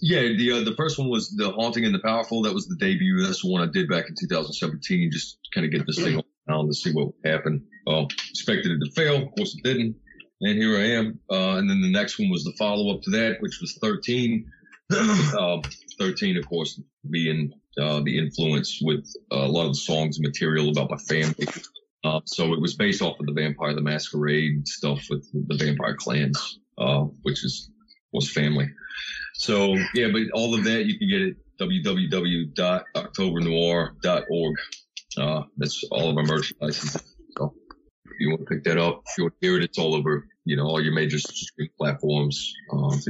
Yeah, the uh, the first one was the haunting and the powerful. That was the debut. That's the one I did back in 2017. Just kind of get this thing on to see what would happen. Um, expected it to fail, of course it didn't, and here I am. Uh, and then the next one was the follow up to that, which was 13. uh, 13, of course, being uh, the influence with uh, a lot of the songs and material about my family. Uh, so it was based off of the Vampire the Masquerade stuff with the Vampire clans, uh, which is was family. So yeah, but all of that you can get at www.octobernoir.org. Uh, that's all of our merchandise. So if you want to pick that up, if you want to hear it, it's all over, you know, all your major streaming platforms. Um,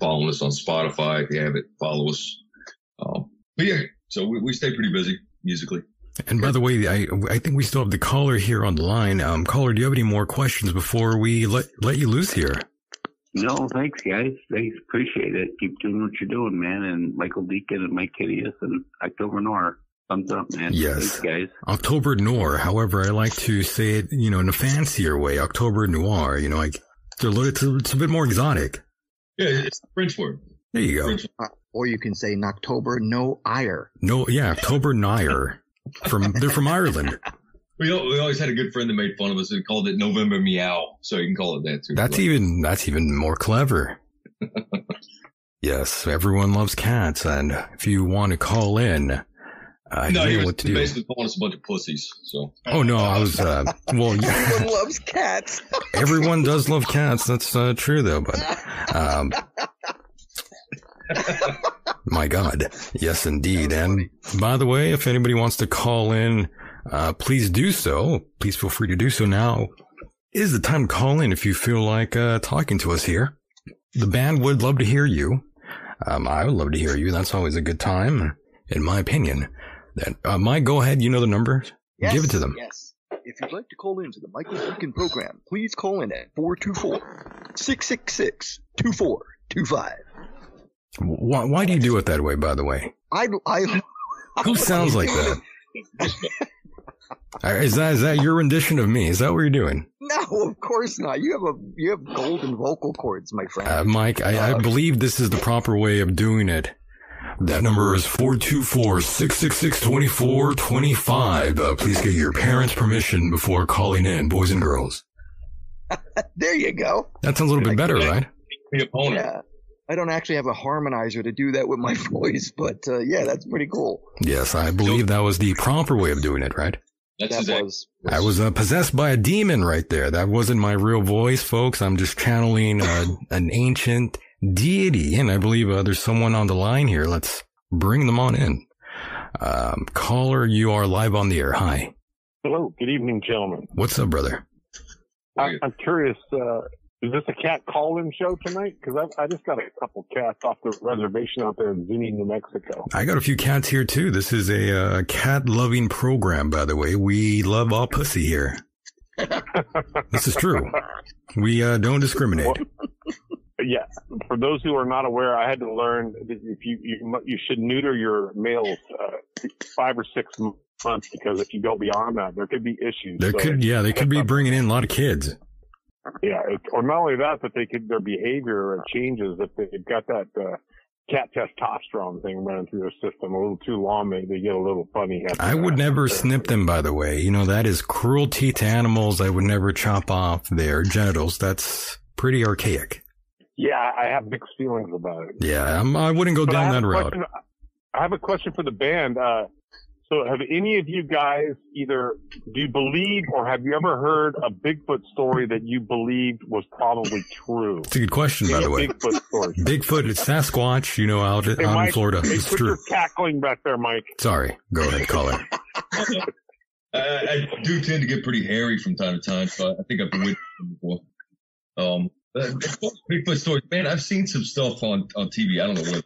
following us on Spotify. If you have it, follow us. Um, but yeah, so we, we stay pretty busy musically. And by the way, I I think we still have the caller here on the line. Um, caller, do you have any more questions before we let let you loose here? No, thanks, guys. Thanks, appreciate it. Keep doing what you're doing, man. And Michael Deacon and Mike Hideous and October Noir. Thumbs up, man. Yes. Thanks, guys. October Noir. However, I like to say it, you know, in a fancier way. October Noir. You know, like they're a little, it's, a, it's a bit more exotic. Yeah, it's the French word. There you go. French. Uh, Or you can say Noctober No Ire. No, yeah, October Nair. From they're from Ireland. We, al- we always had a good friend that made fun of us and called it November Meow. So you can call it that too. That's even that's even more clever. yes, everyone loves cats, and if you want to call in, I no, know he was what to do. basically calling us a bunch of pussies. So Oh no, I was uh, well. yeah. Everyone loves cats. Everyone does love cats. That's uh, true, though. But um, my God, yes, indeed. And by the way, if anybody wants to call in, uh, please do so. Please feel free to do so now. Is the time to call in if you feel like uh, talking to us here. The band would love to hear you. Um, I would love to hear you. That's always a good time, in my opinion. That uh, Mike, go ahead. You know the number. Give it to them. Yes. If you'd like to call in to the Michael Deacon program, please call in at 424 666 2425. Why, why do you do it that way? By the way. I, I, Who sounds like that? Uh, Is that is that your rendition of me? Is that what you're doing, No, of course not. You have a you have golden vocal cords, my friend. uh, Mike? I, I believe this is the proper way of doing it. That number is 424-666-2425. Uh, please get your parents' permission before calling in, boys and girls. there you go. That sounds a little bit better, right? the opponent. Yeah. I don't actually have a harmonizer to do that with my voice, but uh, yeah, that's pretty cool. Yes, I believe that was the proper way of doing it, right? That's That exactly. was I was uh, possessed by a demon right there. That wasn't my real voice, folks. I'm just channeling uh, an ancient deity, and I believe uh, there's someone on the line here. Let's bring them on in. Um, caller, you are live on the air. Hi, Hello. Good evening, gentlemen. what's up, brother? I, I'm curious. Uh, is this a cat call-in show tonight? Because I, I just got a couple cats off the reservation out there in Zuni, New Mexico. I got a few cats here too. This is a uh, cat-loving program, by the way. We love all pussy here. this is true. We uh, don't discriminate. But yeah. For those who are not aware, I had to learn that if you you, mu- you should neuter your males uh, five or six m- months because if you go beyond that, there could be issues. There So, could, yeah, they could be bringing in a lot of kids. yeah, it, or not only that, but they could their behavior changes if they've got that. Uh, Cat testosterone thing running through their system a little too long, they, they get a little funny. after I would that. never So- snip them, by the way. You know, that is cruelty to animals. I would never chop off their genitals. That's pretty archaic. Yeah, I have mixed feelings about it. Yeah, I'm, I wouldn't go But I down have that a route. question- I have a question for the band. Uh, so, have any of you guys either do you believe or have you ever heard a Bigfoot story that you believed was probably true? It's a good question, by Any the way. Bigfoot story. Bigfoot, it's Sasquatch, you know, out, Hey, out in Mike, Florida. hey, It's quit true. your cackling back there, Mike. Sorry. Go ahead, caller. I, I do tend to get pretty hairy from time to time, so I think I've witnessed them before. Um, but Bigfoot stories, man. I've seen some stuff on on TV. I don't know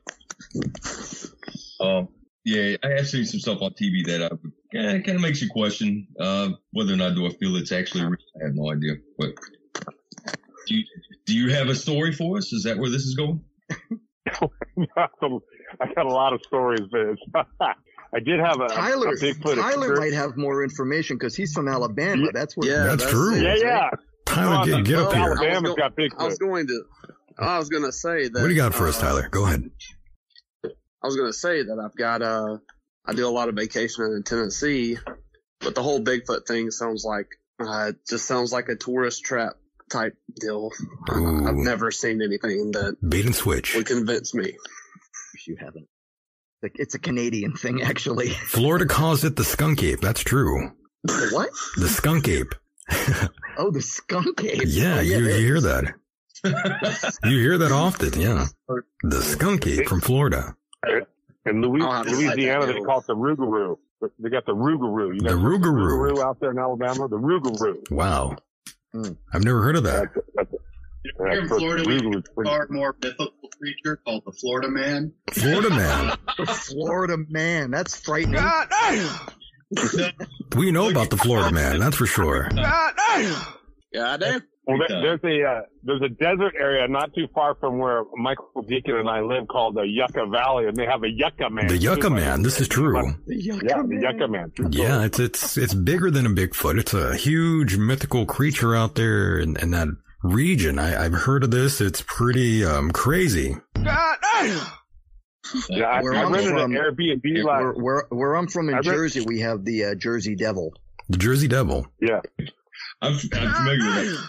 what. Um, yeah, I have seen some stuff on TV that I kind of, kind of makes you question uh, whether or not do I feel it's actually real. I have no idea. But do you, do you have a story for us? Is that where this is going? I got a lot of stories, but it's, I did have a, uh, a Tyler. Bigfoot Tyler experience. might have more information because he's from Alabama. Yeah. That's where. Yeah, That's true. it. Yeah, yeah. Tyler, get, get up Well, here. I was Alabama's go- got I Bigfoot. was going to. I was gonna say that. What do you got for us, uh, Tyler? Go ahead. I was gonna say that I've got uh I do a lot of vacationing in Tennessee, but the whole Bigfoot thing sounds like uh it just sounds like a tourist trap type deal. Ooh. I've never seen anything that Bait and switch. would convince me. If you haven't. Like, It's a Canadian thing, actually. Florida calls it the skunk ape. That's true. what? The skunk ape. Oh, the skunk ape. Yeah, Oh, you, you they- hear that. You hear that often, yeah. The skunk ape from Florida. In Louis- I'll have to write Louisiana, that they down. call it the Rougarou. They got the Rougarou. You The got Rougarou. Rougarou out there in Alabama. The Rougarou. Wow. Hmm. Mm. I've never heard of that. That's, that's, that's Here in first Florida, we have Rougarou's a pretty- far more mythical creature called the Florida Man. Florida man. Florida man. That's frightening. We know about the Florida man, that's for sure. Yeah, I do. Well, there- there's a uh, there's a desert area not too far from where Michael Deacon and I live called the Yucca Valley, and they have a Yucca Man. The Yucca man, this is true. The yucca Yeah, the man. Yucca Man. Yeah, it's it's it's bigger than a Bigfoot. It's a huge mythical creature out there in, in that region. I, I've heard of this. It's pretty um crazy. Yeah, I, Where I I'm rented from- eh, an Airbnb Where, last. where, where I'm from in I read- Jersey, we have the uh, Jersey Devil. The Jersey Devil. I'm, I'm familiar with that.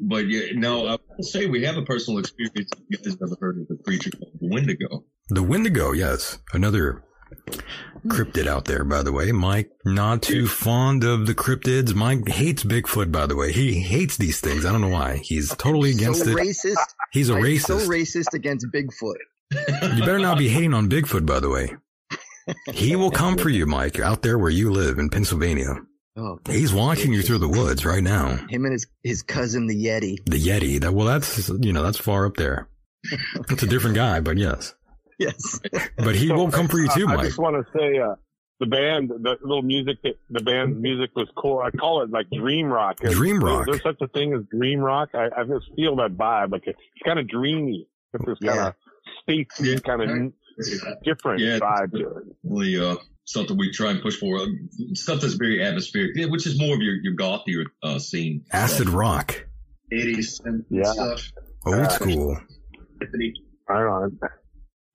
But yeah, no, I will say we have a personal experience. You guys never heard of the creature called the Wendigo. The Wendigo, yes. Another cryptid out there, by the way. Mike not too fond of the cryptids. Mike hates Bigfoot, by the way. He hates these things. I don't know why. He's totally against so it. racist. He's a I'm racist. So racist against Bigfoot. You better not be hating on Bigfoot, by the way. He will come for you, Mike, out there where you live in Pennsylvania. Oh, He's watching you through the woods right now. him and his his cousin the Yeti. The Yeti. That well, that's you know that's far up there. That's a different guy, but yes, Yes. but he So, will come for you too, I, I Mike. just want to say uh, the band, the little music, that, the band's music was cool. I call it like dream rock. It's- Dream rock. There's such a thing as dream rock. I, I just feel that vibe. Like it's kind of dreamy. It's this kind of spacey, Yeah. kind of different Yeah. vibe to it. Really, uh, stuff that we try and push for, uh, stuff that's very atmospheric, yeah, which is more of your your gothier uh, scene. Acid rock, 80s and Yeah. stuff. old school. I don't know.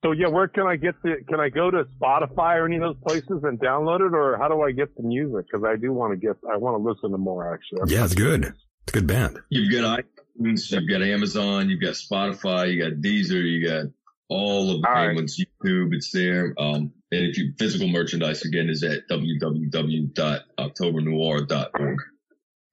So yeah, where can I get the? Can I go to Spotify or any of those places and download it, or how do I get the music? Because I do want to get, I want to listen to more actually. Yeah, it's good. It's a good band. You've got So you've got Amazon, you've got Spotify, you got Deezer, you got all of the All right. payments, YouTube, it's there. Um, and if you physical merchandise again is at www.octobernoir.org.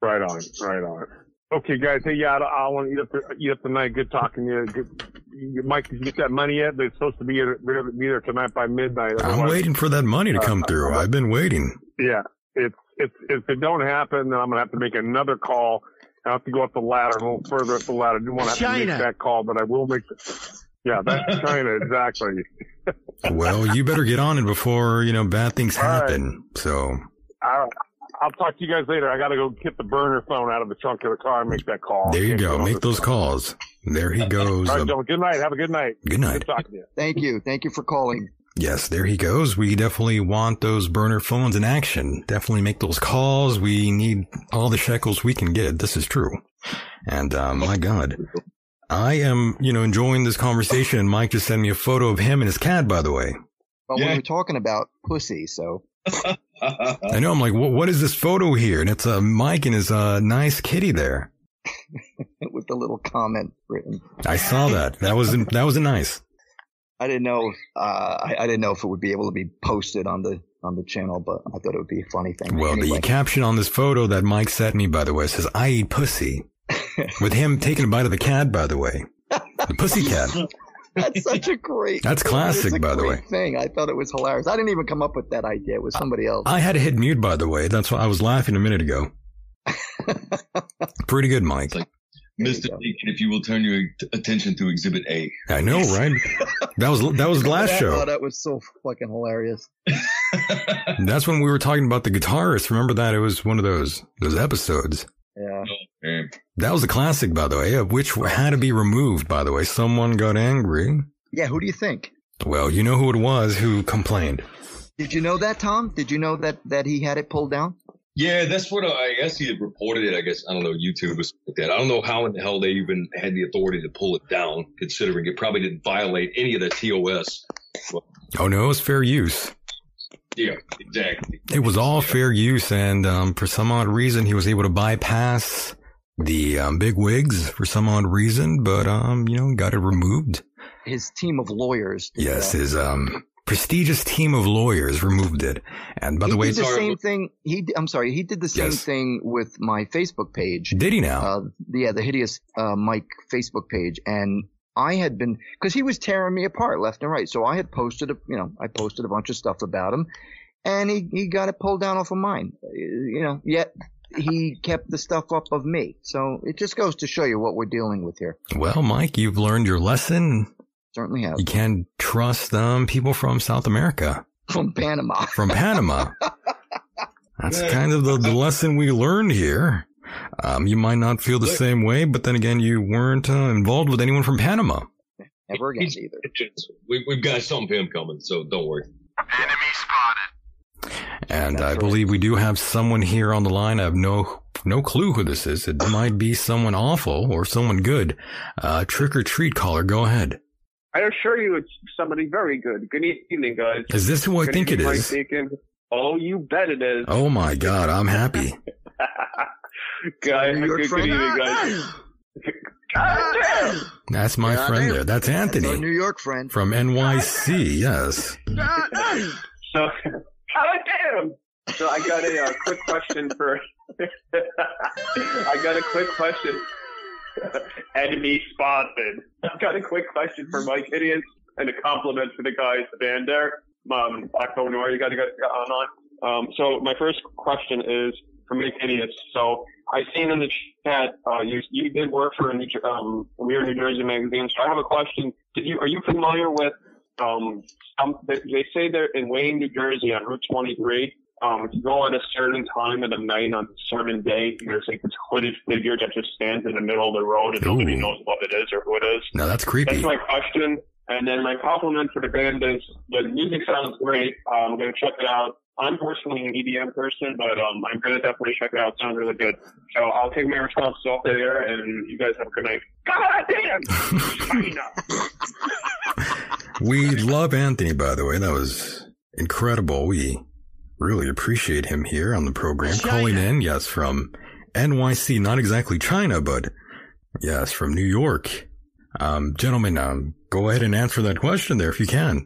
Right on, right on. Okay, guys. Hey, yeah, I, I want to eat up the, eat up the night. Good talking to you. Good, you- Mike, did you get that money yet? They're supposed to be there, be there tonight by midnight. I'm Otherwise- waiting for that money to come through. I've been waiting. Yeah, it's it's if it don't happen, then I'm gonna have to make another call. I have to go up the ladder a little further up the ladder. I do want to have to China. make that call, but I will make. Yeah, that's China exactly. Well, you better get on it before, you know, bad things All right. happen. So, All right. I'll talk to you guys later. I got to go get the burner phone out of the trunk of the car and make that call. there you Can't get go. on Make this those phone. calls. There he goes. All right, The- gentlemen. Good night. Have a good night. Good night. Good talking to you. Thank you. Thank you for calling. Yes, there he goes. We definitely want those burner phones in action. Definitely make those calls. We need all the shekels we can get. This is true. And uh, my God, I am, you know, enjoying this conversation. And Mike just sent me a photo of him and his cat, by the way. But Yeah. we were talking about pussy, so I know. I'm like, what, what is this photo here? And it's uh, Mike and his uh, nice kitty there. with the little comment written, I saw that. That was that was nice. I didn't know. Uh, I, I didn't know if it would be able to be posted on the on the channel, but I thought it would be a funny thing. Well, anyway, the caption on this photo that Mike sent me, by the way, says, "I eat pussy," with him taking a bite of the cat, by the way, the pussy cat. that's such a great. That's it's classic, a by the great way. Thing I thought it was hilarious. I didn't even come up with that idea. It was somebody else. I had to hit mute, by the way. That's why I was laughing a minute ago. Pretty good, Mike. Mr. go. Deacon, if you will turn your attention to Exhibit A. I know, right? That was that was last I show. thought that was so fucking hilarious. That's when we were talking about the guitarist. Remember that? It was one of those those episodes. Yeah. And That was a classic, by the way, of which had to be removed. By the way, someone got angry. Yeah. Who do you think? Well, you know who it was who complained. Did you know that, Tom? Did you know that that he had it pulled down? Yeah, that's what I, I guess he had reported it. I guess I don't know YouTube or something like that. I don't know how in the hell they even had the authority to pull it down, considering it probably didn't violate any of the TOS. Oh no, it was fair use. Yeah, exactly. It was all fair use, and um, for some odd reason, he was able to bypass the um, big wigs for some odd reason. But um, you know, got it removed. His team of lawyers. did Yes, that. his um prestigious team of lawyers removed it. And by the he way, did the sorry, same what- thing. He, d- I'm sorry, he did the same Yes. thing with my Facebook page. did he now? Uh, yeah, the hideous uh, Mike Facebook page, and I had been because he was tearing me apart left and right. So I had posted, a, you know, I posted a bunch of stuff about him, and he he got it pulled down off of mine. Uh, You know, yet he kept the stuff up of me. So it just goes to show you what we're dealing with here. well, Mike, you've learned your lesson. Certainly have You can trust um people from South America, from Panama. from Panama. That's kind of the, the lesson we learned here. Um, you might not feel the same way, but then again, you weren't uh, involved with anyone from Panama. Never again either. We, we've got some him coming, so don't worry. And That's I right. believe we do have someone here on the line. I have no no clue who this is. It might be someone awful or someone good. Uh, trick or treat caller, go ahead. I assure you, it's somebody very good. Good evening, guys. Is this who I Good think it evening, Mike is? Deacon. Oh, you bet it is. Oh my god, I'm happy. guys, New York good, good friend? evening, guys. God damn! That's my Yeah, friend damn. there. That's That's our New Anthony York friend. from NYC. Yes. So, God damn! So I got a uh, quick question for. I got a quick question. Enemy spotted. I've got a quick question for Mike Hideous and a compliment for the guys, the band there. Um, October Noir, you got to get on on. Um, so my first question is for Mike Hideous. So I seen in the chat uh, you you did work for a New, Jer- um, Weird New Jersey magazine. So I have a question. Did you are you familiar with um, um, they, they say they're in Wayne, New Jersey on Route 23. Um, if you go at a certain time of the night on a certain day, there's like this hooded figure that just stands in the middle of the road and nobody Ooh. knows what it is or who it is. Now that's That's creepy. my question. And then my compliment for the band is the music sounds great. Um, I'm going to check it out. I'm personally an EDM person, but um, I'm going to definitely check it out. Sounds really good. So I'll take my response off the air, and you guys have a good night. God damn! China. We love Anthony, by the way. That was incredible. We really appreciate him here on the program. China. Calling in, yes, from NYC, not exactly China, but Yes, from New York. Um, gentlemen, um, go ahead and answer that question there if you can.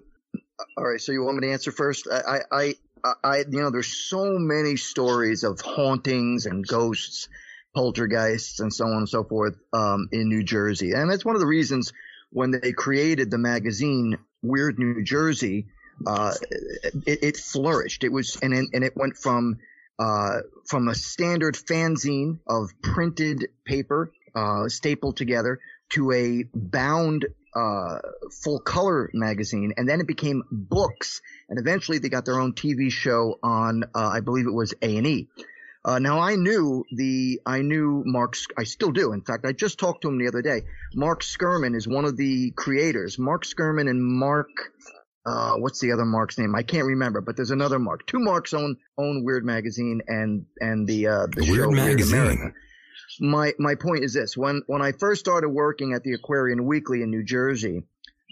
All right. So you want me to answer first? I, I, I- I, you know, there's so many stories of hauntings and ghosts, poltergeists, and so on and so forth um, in New Jersey, and that's one of the reasons when they created the magazine Weird New Jersey, uh, it, it flourished. It was and it- and it went from uh, from a standard fanzine of printed paper uh, stapled together to a bound uh, full color magazine, and then it became books, and eventually they got their own TV show on, uh, I believe it was A and E. Uh, now I knew the, I knew Mark, Sk- I still do. In fact, I just talked to him the other day. Mark Skirman is one of the creators. Mark Skirman and Mark, uh, what's the other Mark's name? I can't remember, but there's another Mark. Two Marks own own Weird Magazine and and the uh, the show Weird America magazine. my my point is this when when I first started working at the Aquarian Weekly in New Jersey,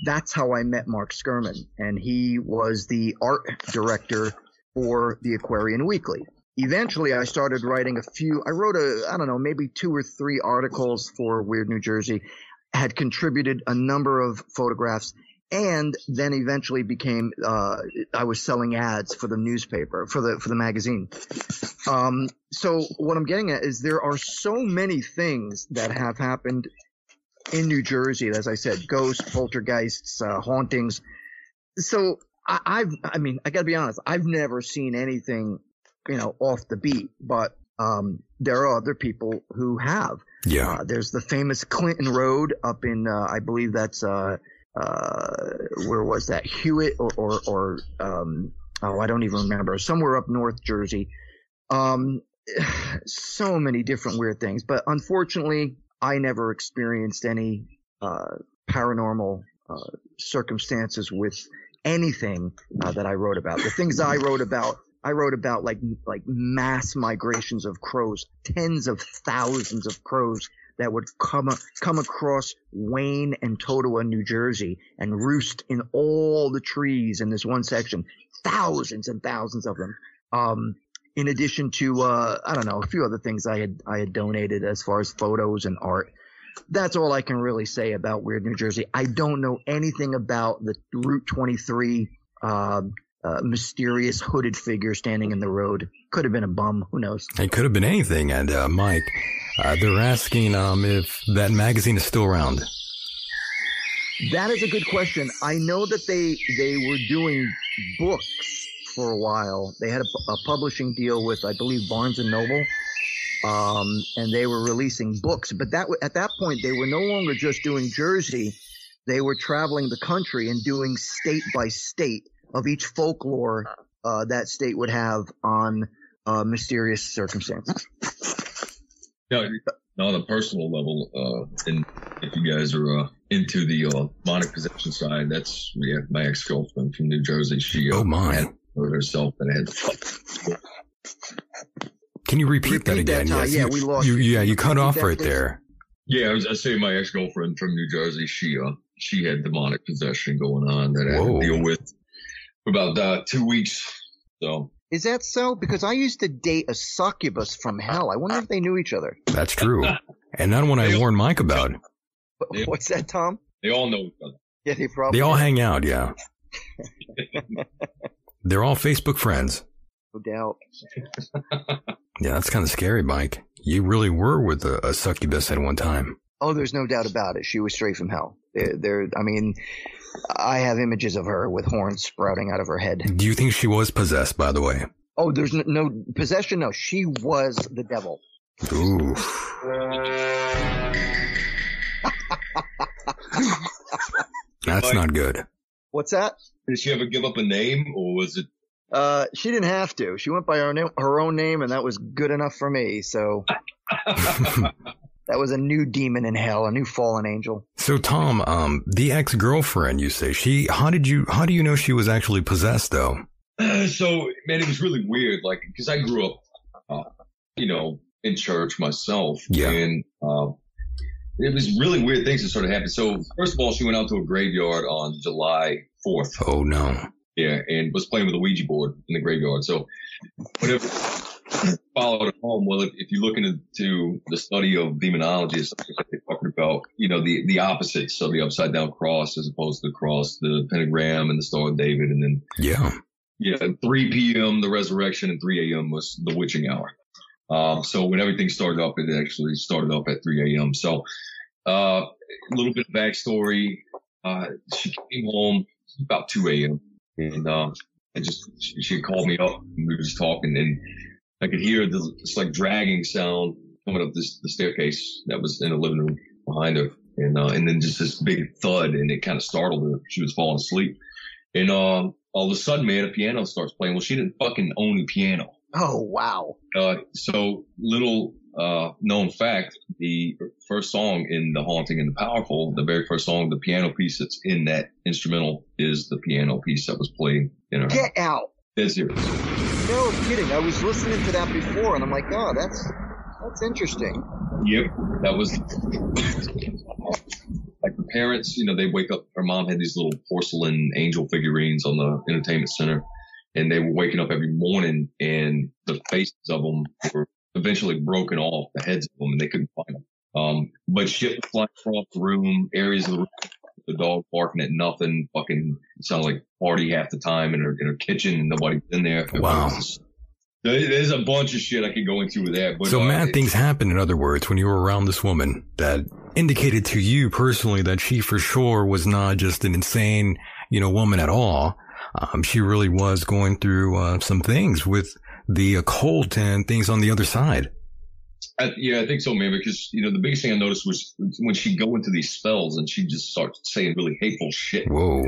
that's how I met Mark Skirman, and he was the art director for the Aquarian Weekly. Eventually, I started writing a few. I wrote a I don't know maybe two or three articles for Weird New Jersey, had contributed a number of photographs. And then eventually became uh, I was selling ads for the newspaper for the for the magazine. Um, so what I'm getting at is there are so many things that have happened in New Jersey, as I said, ghosts, poltergeists, uh, hauntings. So I, I've, I mean, I gotta be honest, I've never seen anything, you know, off the beat, but, um, there are other people who have. Yeah. Uh, there's the famous Clinton Road up in, uh, I believe that's, uh, uh, where was that? Hewitt or, or, or, um, oh, I don't even remember. Somewhere up North Jersey. Um, so many different weird things, but unfortunately, I never experienced any, uh, paranormal, uh, circumstances with anything uh, that I wrote about. The things I wrote about, I wrote about like like mass migrations of crows, tens of thousands of crows that would come a- come across Wayne and Totowa, New Jersey, and roost in all the trees in this one section, thousands and thousands of them. Um, in addition to uh, I don't know a few other things I had I had donated as far as photos and art that's all I can really say about Weird New Jersey. I don't know anything about the Route 23 uh, uh, mysterious hooded figure standing in the road. Could have been a bum. Who knows? It could have been anything. And uh, Mike, uh, they're asking um, if that magazine is still around. That is a good question. I know that they they were doing books for a while. They had a, a publishing deal with, I believe, Barnes and Noble, um, and they were releasing books. But that wa- at that point, they were no longer just doing Jersey; they were traveling the country and doing state by state of each folklore uh, that state would have on uh, mysterious circumstances. Now, now on a personal level, uh, and if you guys are uh, into the uh, demonic possession side, that's yeah, my ex girlfriend from New Jersey. She uh, Oh, my. hurt herself and had Can you repeat, that Repeat that, again? Ty. yes. Yeah, you, we lost you- you. Yeah, you cut Repeat off that, right please. there. Yeah, I was. I say my ex girlfriend from New Jersey. She uh, she had demonic possession going on that I had Whoa. to deal with for about uh, two weeks. So Is that so? Because I used to date a succubus from hell. I wonder if they knew each other. That's true. And not one I warned Mike about. Yeah. What's that, Tom? they all know each other. Yeah, they probably. They all hang out, yeah. They're all Facebook friends. No doubt. Yeah, that's kind of scary, Mike. You really were with a, a succubus at one time. Oh, there's no doubt about it. She was straight from hell. There, there. I mean, I have images of her with horns sprouting out of her head. Do you think she was possessed, by the way? Oh, there's no, no possession. No, she was the devil. Ooh. That's not good. What's that? Did she ever give up a name, or was it? Uh, she didn't have to. She went by her, na- her own name, and that was good enough for me. So that was a new demon in hell, a new fallen angel. so Tom, um, the ex-girlfriend you say, she how did you how do you know she was actually possessed though? so man, it was really weird. Like because I grew up, uh, you know, in church myself, Yeah. and uh, it was really weird things that started happening. So first of all, she went out to a graveyard on July fourth. Oh no. Yeah, and was playing with a Ouija board in the graveyard. So whatever followed at home. Well, if, if you look into the study of demonology, it's like they talking about, you know, the, the opposites. So the upside down cross as opposed to the cross, the pentagram and the Star of David. And then, Yeah. yeah, 3 p.m., the resurrection and 3 a.m. was the witching hour. Um, so when everything started up, it actually started up at 3 a.m. So, uh, a little bit of backstory. Uh, she came home about 2 a.m. and, um, I just, she, she called me up and we were just talking and I could hear this, this like dragging sound coming up this, the staircase that was in the living room behind her. And, uh, and then just this big thud and it kind of startled her. She was falling asleep. And, um, all of a sudden, man, a piano starts playing. Well, she didn't fucking own a piano. Oh wow. Uh, so little uh, known fact, the first song in The Haunting and the Powerful, the very first song, the piano piece that's in that instrumental is the piano piece that was played in her house. Get out. That's it. No kidding. I was listening to that before, and I'm like, oh, that's that's interesting. Yep, that was like the parents. You know, they wake up. Her mom had these little porcelain angel figurines on the entertainment center, and they were waking up every morning, and the faces of them were eventually broken off, the heads of them, and they couldn't find them. Um, but shit was flying across the room, areas of the room, the dog barking at nothing, fucking it sounded like party half the time in her in her kitchen, and nobody's in there. Wow. There- There's a bunch of shit I could go into with that, but So uh, mad it- things happened, in other words, when you were around this woman that indicated to you personally that she for sure was not just an insane, you know, woman at all. Um, she really was going through uh, some things with the occult and things on the other side. I, yeah, I think so, man. Because you know, the biggest thing I noticed was when she'd go into these spells and she'd just start saying really hateful shit. Whoa.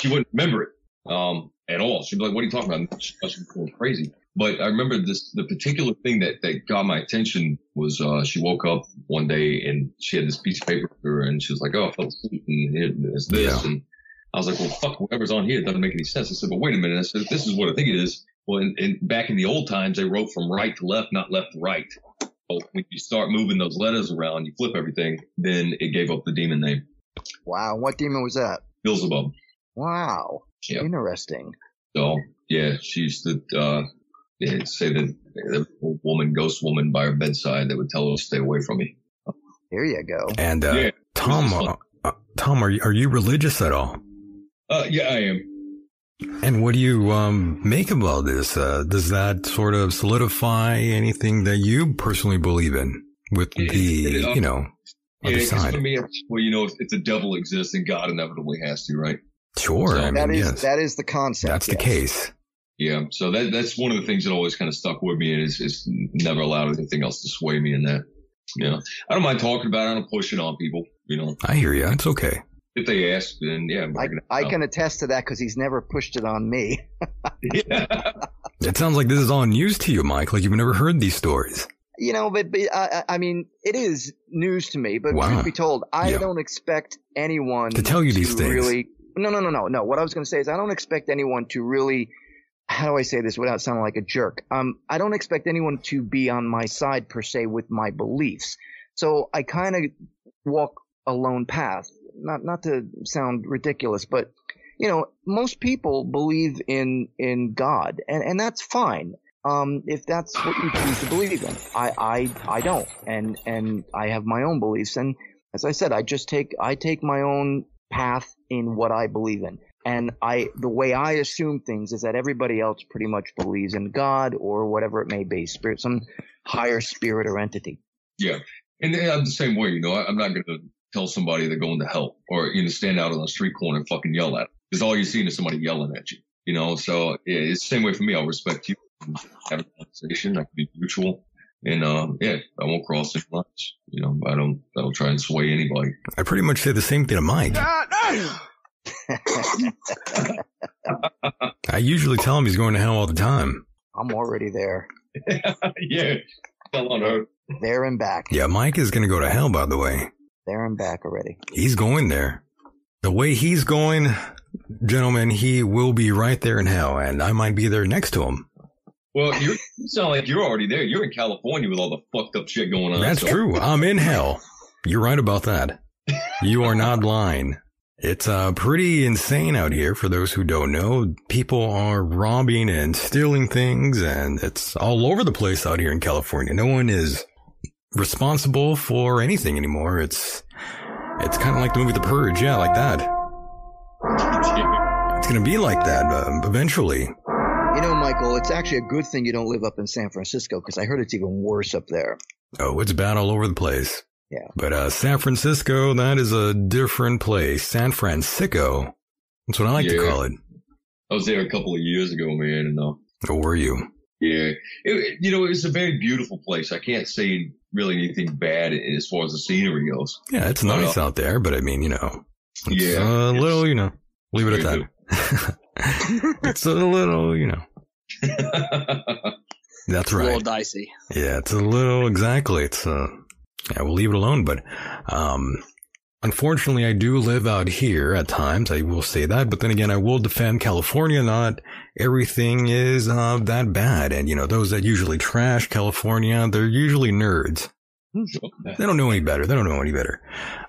She wouldn't remember it um, at all. She'd be like, "What are you talking about?" She must be going crazy. But I remember this. The particular thing that that got my attention was uh, she woke up one day and she had this piece of paper to her, and she was like, "Oh, I fell asleep and here- there's this." And I was like, "Well, fuck, whatever's on here doesn't make any sense." I said, "But wait a minute." I said, "This is what I think it is." Well, and, and back in the old times, they wrote from right to left, not left to right. Well, when you start moving those letters around, you flip everything, then it gave up the demon name, Wow. What demon was that? Beelzebub. Wow. Yeah. Interesting. So, yeah, she used to uh, yeah, say that the woman, ghost woman by her bedside that would tell her to stay away from me. There you go. And uh, Yeah. Tom, uh, uh, Tom, are you, are you religious at all? Uh, yeah, I am. And what do you um, make about this? Uh, does that sort of solidify anything that you personally believe in with It- the, it, uh, you know, Yeah, other 'cause side? for me, it's, well, you know, if, if the devil exists, then God inevitably has to, right? Sure. So I mean, That is yes, that is the concept. that's the yes. case. Yeah. So that that's one of the things that always kind of stuck with me is is never allowed anything else to sway me in that. Yeah. I don't mind talking about it. I don't push it on people. You know, I hear you. It's okay. if they ask, then yeah. I, I can attest to that because he's never pushed it on me. Yeah. It sounds like this is all news to you, Mike. Like you've never heard these stories. You know, but, but I, I I mean, it is news to me. But Wow. truth be told, I Yeah. don't expect anyone To tell you these things. Really, no, no, no, no, no. What I was going to say is, I don't expect anyone to really. How do I say this without sounding like a jerk? Um, I don't expect anyone to be on my side per se with my beliefs. So I kind of walk a lone path. Not not to sound ridiculous, but you know, most people believe in in God, and and that's fine. Um, if that's what you choose to believe in, I I I don't, and and I have my own beliefs, and as I said, I just take I take my own path in what I believe in. And I the way I assume things is that everybody else pretty much believes in God or whatever it may be, spirit some higher spirit or entity. And then I'm the same way. You know, I, I'm not going to tell somebody they're going to hell or you know stand out on the street corner and fucking yell at them because all you're seeing is somebody yelling at you. You know, so yeah, it's the same way for me. I'll respect you. and Have a conversation. I can be mutual. And uh, yeah, I won't cross any lines. You know, I don't. I don't try and sway anybody. I pretty much say the same thing to Mike. I usually tell him he's going to hell all the time. I'm already there. yeah, fell on her. There and back. Yeah, Mike is going to go to hell, by the way. There and back already. He's going there. The way he's going, gentlemen, he will be right there in hell, and I might be there next to him. Well, you're, you sound like you're already there. You're in California with all the fucked up shit going on. That's so- true. I'm in hell. You're right about that. You are not lying. It's uh, pretty insane out here. For those who don't know, people are robbing and stealing things, and it's all over the place out here in California. No one is responsible for anything anymore. It's it's kind of like the movie The Purge, yeah, like that. It's gonna be like that uh, eventually. You know, Michael, it's actually a good thing you don't live up in San Francisco because I heard it's even worse up there. Oh, it's bad all over the place. Yeah. But uh, San Francisco, that is a different place. San Francisco. That's what I like to Yeah. call it. I was there a couple of years ago, man, and uh, Or were you? Yeah, it, you know, it's a very beautiful place. I can't say really anything bad as far as the scenery goes. Uh, Yeah, it's Well, nice out there, but I mean, you know, it's Yeah, a it's- little, you know, leave it at Very that. it's a little, you know, that's a right. little dicey. Yeah, it's a little exactly. It's uh, yeah, we'll leave it alone. But um, unfortunately, I do live out here at times. I will say that, but then again, I will defend California. Not everything is uh, that bad, and you know those that usually trash California, they're usually nerds. They don't know any better. They don't know any better.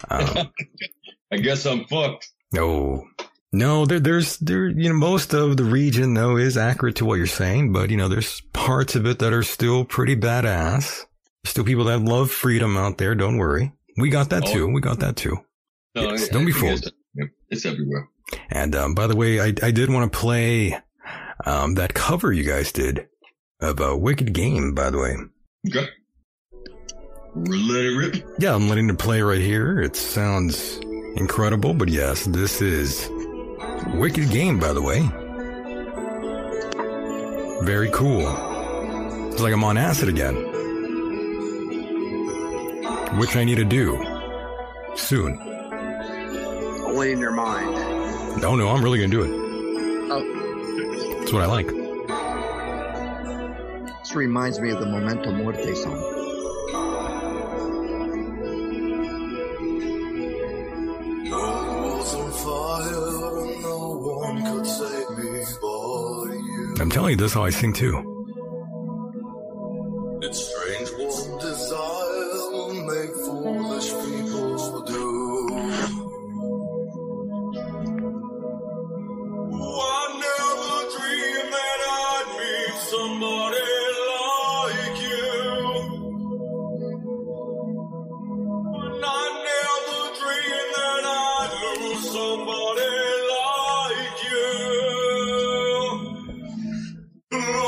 Um, I guess I'm fucked. no. No, there, there's there. You know, most of the region though is accurate to what you're saying, but you know, there's parts of it that are still pretty badass. Still, people that love freedom out there. Don't worry, we got that Oh. too. We got that too. Yes, don't be think fooled. Uh, It's, yeah, it's everywhere. And um, by the way, I I did want to play um, that cover you guys did of a wicked game. By the way, Okay. Let it rip. yeah, I'm letting it play right here. It sounds incredible, but yes, this is wicked game. By the way, very cool. It's like I'm on acid again, which I need to do soon. Only in your mind. Oh, No, no, I'm really gonna do it. That's what I like. This reminds me of the Memento Muerte song. was on fire, no one could save me but you. I'm telling you, that's how I sing too. It's strange what desire will make foolish people do. I never dreamed that I'd meet somebody like you. And I never dreamed that I'd lose somebody like you. No,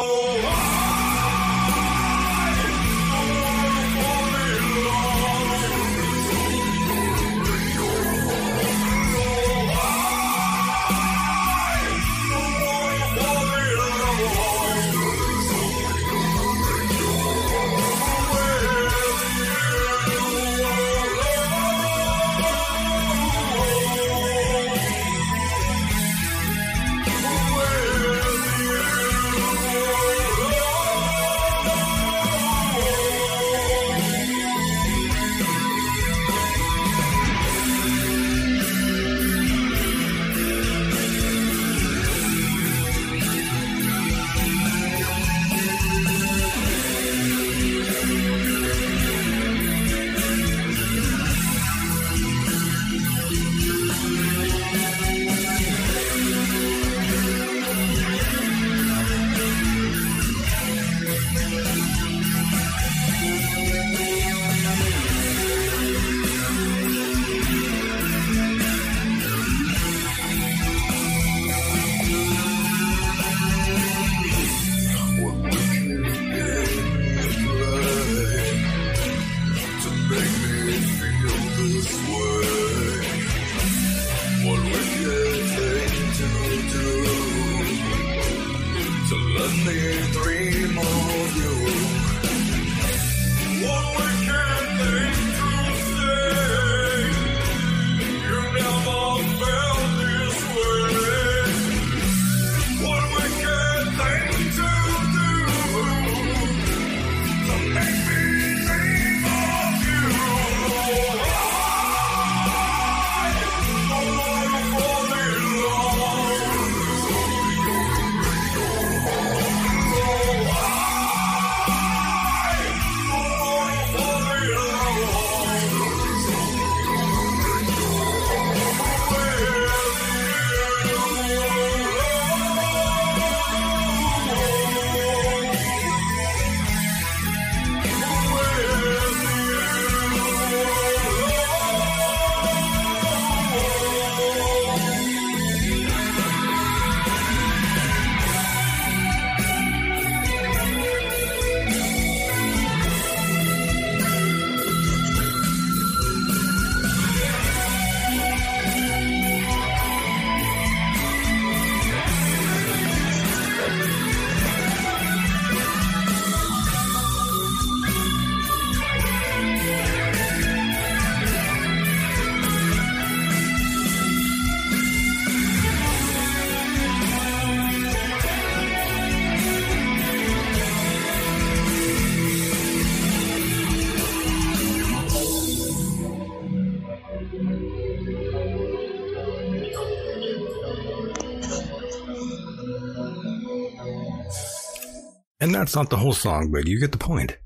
And that's not the whole song, but you get the point.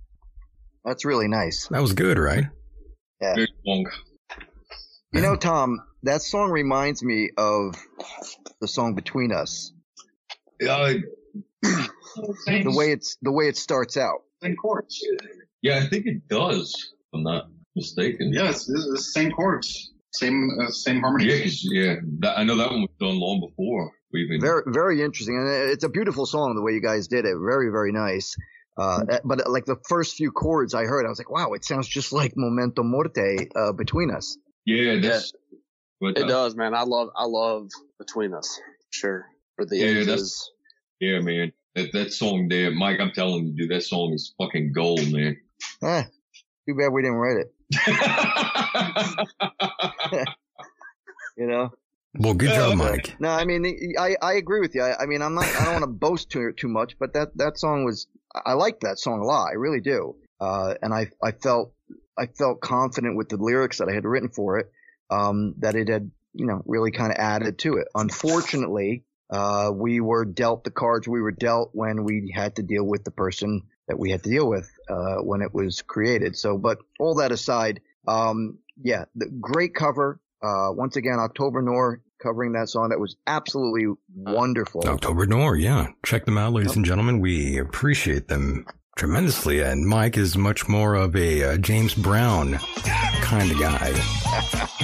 That's really nice. That was good, right? Yeah. You know, Tom, that song reminds me of the song Between Us. the way it's the way it starts out. Same chords. Yeah, I think it does. if I'm not mistaken. Yes, it's the same chords, same uh, same harmony. Yeah, 'cause- yeah. That, I know that one was done long before we even. Very very interesting, and it's a beautiful song the way you guys did it. Very very nice. Uh, that- but like the first few chords I heard, I was like, wow, it sounds just like Momento Morte uh, Between Us. yeah, that's. but, It uh, does, man. I love I love Between Us. Sure. For the Yeah, ages. that's- Yeah, man. That that song there, Mike. I'm telling you, dude, that song is fucking gold, man. Eh, too bad we didn't write it. You know. Well, good Uh, job, Mike. No, I mean, I, I agree with you. I, I mean, I'm not, I don't want to boast too, too much, but that, that song was, I like that song a lot. I really do. Uh, and I, I felt, I felt confident with the lyrics that I had written for it, um, that it had, you know, really kind of added to it. Unfortunately, uh, we were dealt the cards we were dealt when we had to deal with the person that we had to deal with, uh, when it was created. So, but all that aside, um, yeah, the great cover. Uh, once again, October Nor covering that song. That was absolutely Uh, wonderful. October Noir, yeah. Check them out, ladies and gentlemen. We appreciate them tremendously. And Mike is much more of a uh, James Brown kind of guy.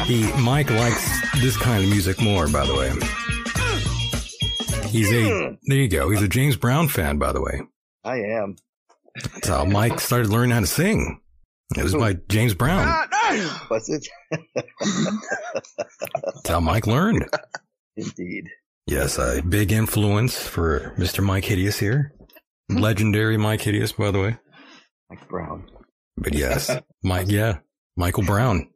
He Mike likes this kind of music more, by the way. He's a there you go. He's a James Brown fan, by the way. I am. That's how Mike started learning how to sing. It was by James Brown. Was it? That's how Mike learned. Indeed. Yes, a big influence for Mr. Mike Hideous here. Legendary Mike Hideous, by the way. Mike Brown. But yes, Mike, yeah, Michael Brown.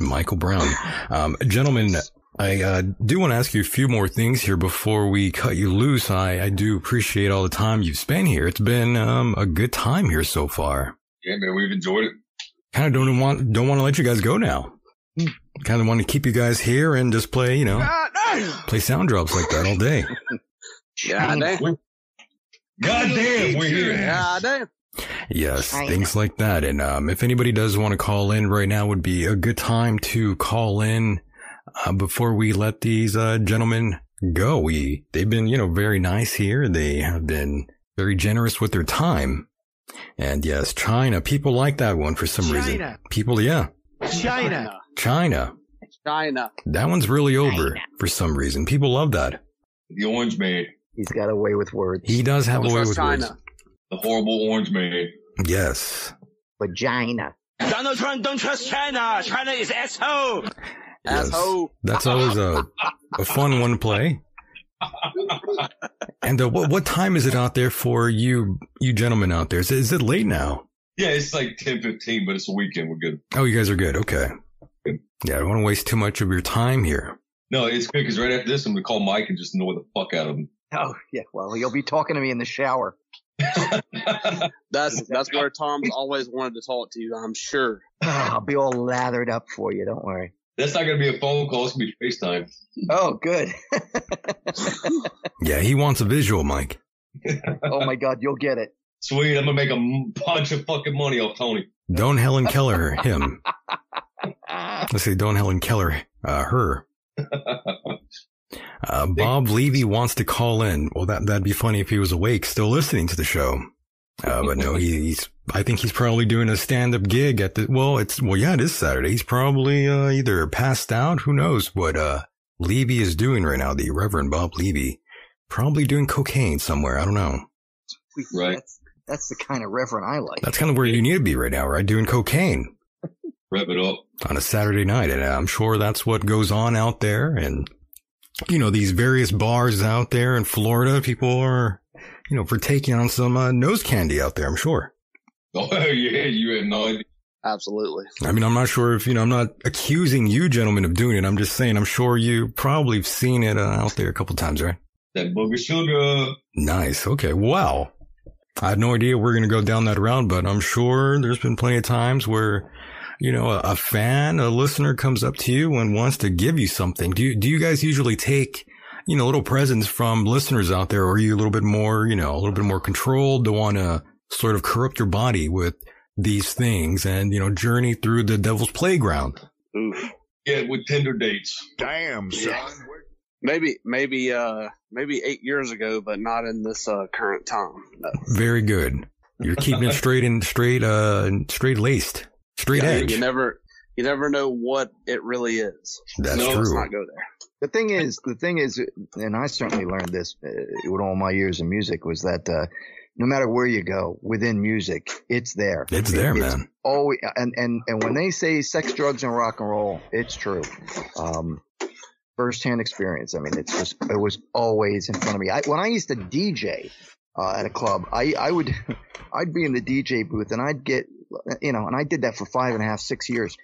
Michael Brown. Um, gentlemen, I uh, do want to ask you a few more things here before we cut you loose. I, I do appreciate all the time you've spent here. It's been um, a good time here so far. yeah, man. We've enjoyed it. Kind of don't want don't want to let you guys go now. Hmm. Kind of want to keep you guys here and just play, you Ah! know, Ah, play sound drops like that all day. God damn. God damn, we're here. God damn. Yes, Right. things like that. And um, if anybody does want to call in right now, would be a good time to call in uh, before we let these uh, gentlemen go. We they've been you know very nice here. They have been very generous with their time. And yes, China people like that one for some reason. China. People, yeah, China. China. China. That one's really over for some reason. People love that. The orange man, He's got a way with words. He does have a way with China. words. the horrible orange man. Yes, Vagina. Donald Trump don't trust China. China is asshole. Yes. Asshole. That's always a, a fun one to play. And uh, what what time is it out there for you you gentlemen out there? Is it, is it late now? Yeah, it's like 10, 15, but it's a weekend. We're good. Oh, you guys are good. Okay. Yeah, I don't want to waste too much of your time here. No, it's good because right after this, I'm gonna call Mike and just annoy the fuck out of him. Oh, yeah. Well, you'll be talking to me in the shower. That's that's where Tom's always wanted to talk to you, I'm sure. Ah, I'll be all lathered up for you. Don't worry. That's not gonna be a phone call. It's gonna be FaceTime. Oh, good. Yeah, he wants a visual, Mike. oh, my God. You'll get it. Sweet, I'm gonna make a m- bunch of fucking money off Tony. Don't Helen Keller him. Ah, Let's say don't Helen Keller uh, her. Uh, Bob Levy wants to call in. Well, that that'd be funny if he was awake, still listening to the show. Uh, but no, he, he's. I think he's probably doing a stand-up gig at the. Well, it's well, yeah, it is Saturday. He's probably uh, either passed out. Who knows what uh, Levy is doing right now? The Reverend Bob Levy, probably doing cocaine somewhere. I don't know. we- Right. That's, that's the kind of reverend I like. That's kind of where you need to be right now, right? Doing cocaine. Wrap it up. on a Saturday night. And I'm sure that's what goes on out there. And, you know, these various bars out there in Florida, people are, you know, partaking on some uh, nose candy out there, I'm sure. Oh yeah, you have no idea. Absolutely. I mean, I'm not sure if, you know, I'm not accusing you gentlemen of doing it. I'm just saying, I'm sure you probably have seen it uh, out there a couple times, right? That booger sugar. Nice. Okay. Wow. I had no idea we are going to go down that route, but I'm sure there's been plenty of times where, you know, a, a fan, a listener comes up to you and wants to give you something. Do you, do you guys usually take you know, little presence from listeners out there? Or are you a little bit more, you know, a little bit more controlled? Don't want to sort of corrupt your body with these things and, you know, journey through the devil's playground. Oof. Yeah, with Tinder dates. Damn, son. Maybe, maybe, uh, maybe eight years ago, but not in this uh, current time. No. Very good. You're keeping it straight and straight, uh, straight laced, straight Yeah, edge. You never, you never know what it really is. That's so Let's true. not go there. The thing is, the thing is, and I certainly learned this uh, with all my years in music was that uh, no matter where you go within music, it's there. It's there, It's man. Always, and and and when they say sex, drugs, and rock and roll, it's true. Um, firsthand experience. I mean, it's just it was always in front of me. I, when I used to DJ uh, at a club, I I would I'd be in the DJ booth and I'd get you know, and I did that for five and a half six years.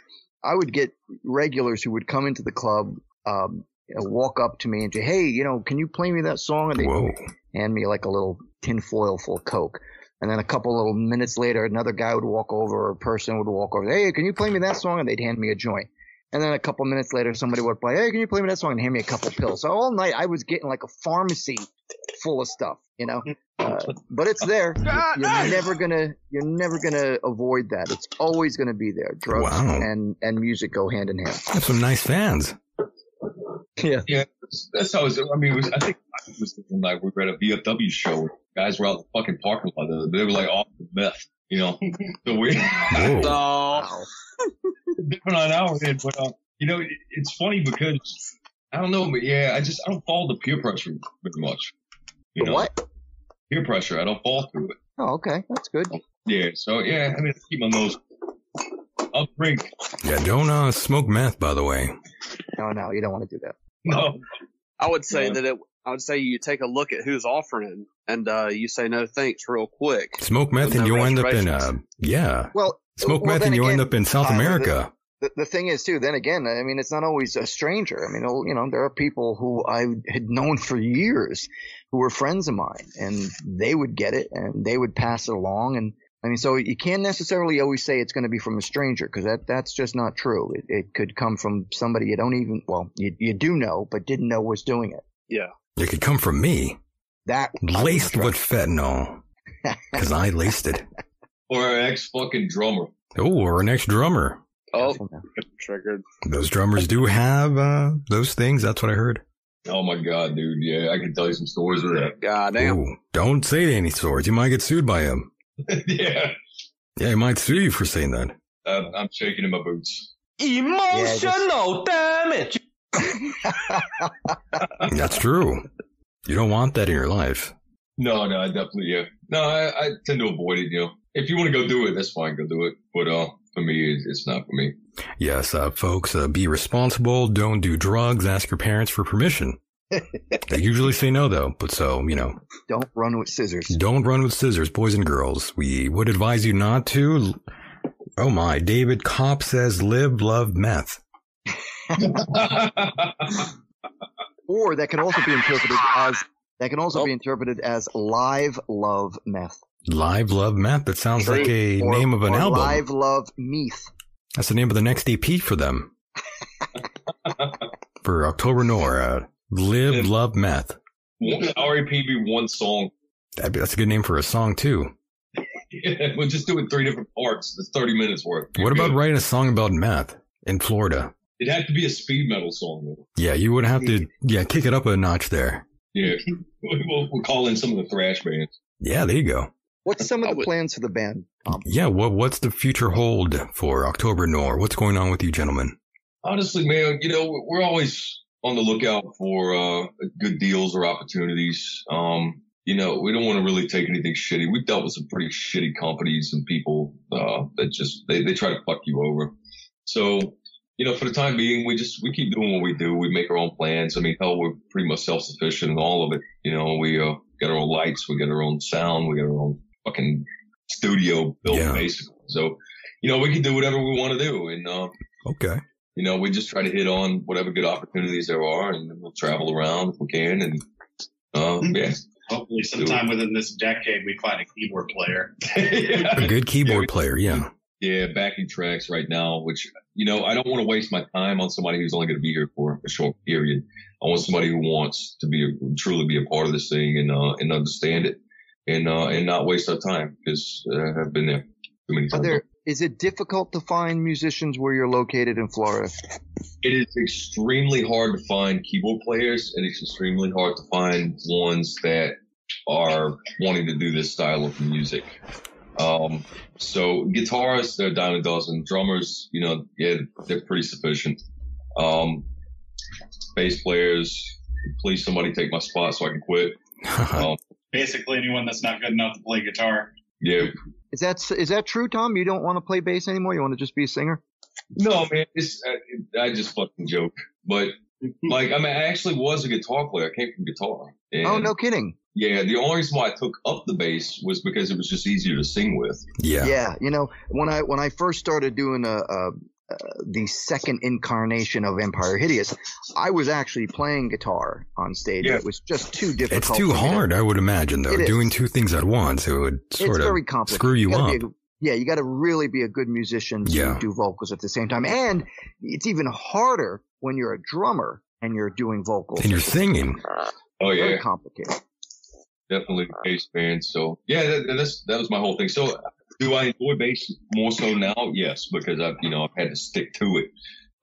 I would get regulars who would come into the club, um, you know, walk up to me and say, "Hey, you know, can you play me that song?" And they Whoa. hand me like a little tinfoil full of coke. And then a couple little minutes later, another guy would walk over, or a person would walk over. Hey, can you play me that song? And they'd hand me a joint. And then a couple minutes later, somebody would play, "Hey, can you play me that song?" and hand me a couple pills. So all night, I was getting like a pharmacy full of stuff, you know. Uh, but it's there. You're never gonna, you're never gonna avoid that. It's always gonna be there. Drugs Wow. and and music go hand in hand. I have some nice fans. Yeah. Yeah, that's- that's how it was. I mean, it was, I think it was the one night we were at a VFW show. Guys were out in the fucking parking lot. They- They were like off the meth, you know. So we Whoa. So different on our end, but uh, you know, it, it's funny because I don't know, but yeah, I just I don't fall to peer pressure very much. You know, What? peer pressure? I don't fall through it. Oh, okay, that's good. Yeah, so yeah, I mean, I keep my nose. I'll drink. Yeah, don't uh, smoke meth, by the way. No, no, you don't want to do that. No, I would say Yeah. that it. I would say you take a look at who's offering, and uh, you say no thanks real quick. Smoke meth With and no you'll end up in, uh, reservations. yeah. Well, Smoke well, meth then and you'll end again, up in South Tyler, America. the, the thing is too then again i mean it's not always a stranger i mean oh, you know there are people who i had known for years who were friends of mine and they would get it and they would pass it along and i mean so you can't necessarily always say it's going to be from a stranger because that that's just not true it, it could come from somebody you don't even well you, you do know but didn't know was doing it It could come from me, that laced with fentanyl, because I laced it. or an ex fucking drummer. Oh, or an ex drummer. Oh, triggered. Those drummers do have uh, those things. That's what I heard. Oh my god, dude. Yeah, I can tell you some stories with that. God damn. Ooh, don't say any swords. You might get sued by him. yeah, Yeah, he might sue you for saying that. I'm, I'm shaking in my boots. Emotional damage. That's true. You don't want that in your life. No, no, I definitely yeah. No, I, I tend to avoid it. You know, if you want to go do it, that's fine. Go do it. But uh, for me, it's, it's not for me. Yes, uh, folks, uh, be responsible. Don't do drugs. Ask your parents for permission. they usually say no, though. But so, you know, don't run with scissors Don't run with scissors, boys and girls. We would advise you not to. Oh my, David Kopp says live, love, meth. or that can also be interpreted as that can also be interpreted as live love meth Live, love, meth. That sounds like a or- name of an or album. live love meth That's the name of the next EP for them. for October Nora. Live, love, meth. R.A.P. be E one song. That'd be, that's a good name for a song, too. we'll just do it three different parts. That's 30 minutes worth. What about writing a song about meth in Florida? It'd have to be a speed metal song. though. Yeah, you would have to, yeah, kick it up a notch there. Yeah, we'll, we'll call in some of the thrash bands. Yeah, there you go. What's some of I the would- plans for the band? Yeah, what what's the future hold for October Nor? What's going on with you gentlemen? Honestly, man, you know, we're always on the lookout for uh, good deals or opportunities. Um, you know, we don't want to really take anything shitty. We've dealt with some pretty shitty companies and people uh, that just they, they try to fuck you over. So, you know, for the time being, we just we keep doing what we do. We make our own plans. I mean, hell, we're pretty much self sufficient in all of it. You know, we uh, got our own lights, we got our own sound, we got our own fucking studio built Yeah. basically. So, you know, we can do whatever we want to do, and uh, Okay. you know, we just try to hit on whatever good opportunities there are and we'll travel around if we can. And, uh, yeah. Hmm. Hopefully, sometime within this decade, we find a keyboard player. A yeah. good keyboard player, yeah. Yeah, backing tracks right now, which, you know, I don't want to waste my time on somebody who's only going to be here for a short period. I want somebody who wants to be truly be a part of this thing and, uh, and understand it and, uh, and not waste our time because uh, I've been there too many Are times. there, is it difficult to find musicians where you're located in Florida? It is extremely hard to find keyboard players and it's extremely hard to find ones that are wanting to do this style of music. Um, so guitarists, they're a dime a dozen. Drummers, you know, yeah, they're pretty sufficient. Um, bass players, please somebody take my spot so I can quit. Um, Basically, anyone that's not good enough to play guitar. yeah, Is that is that true, Tom? You don't want to play bass anymore. You want to just be a singer? No, man, it's I, I just fucking joke. But like, I mean, I actually was a guitar player. I came from guitar. And Oh, no kidding. Yeah, the only reason why I took up the bass was because it was just easier to sing with. Yeah. You know, when I when I first started doing uh uh uh, the second incarnation of Empire Hideous, I was actually playing guitar on stage. Yeah. It was just too difficult. It's too for me to- hard, I would imagine, though. It is. Doing two things at once, it would sort it's of very complicated. screw you gotta up. be a- yeah, you got to really be a good musician to Yeah. do vocals at the same time, and it's even harder when you're a drummer and you're doing vocals. and you're singing. Oh Very yeah, complicated. definitely bass man. So yeah, that, that's that was my whole thing. So do I enjoy bass more so now? Yes, because I've you know I've had to stick to it.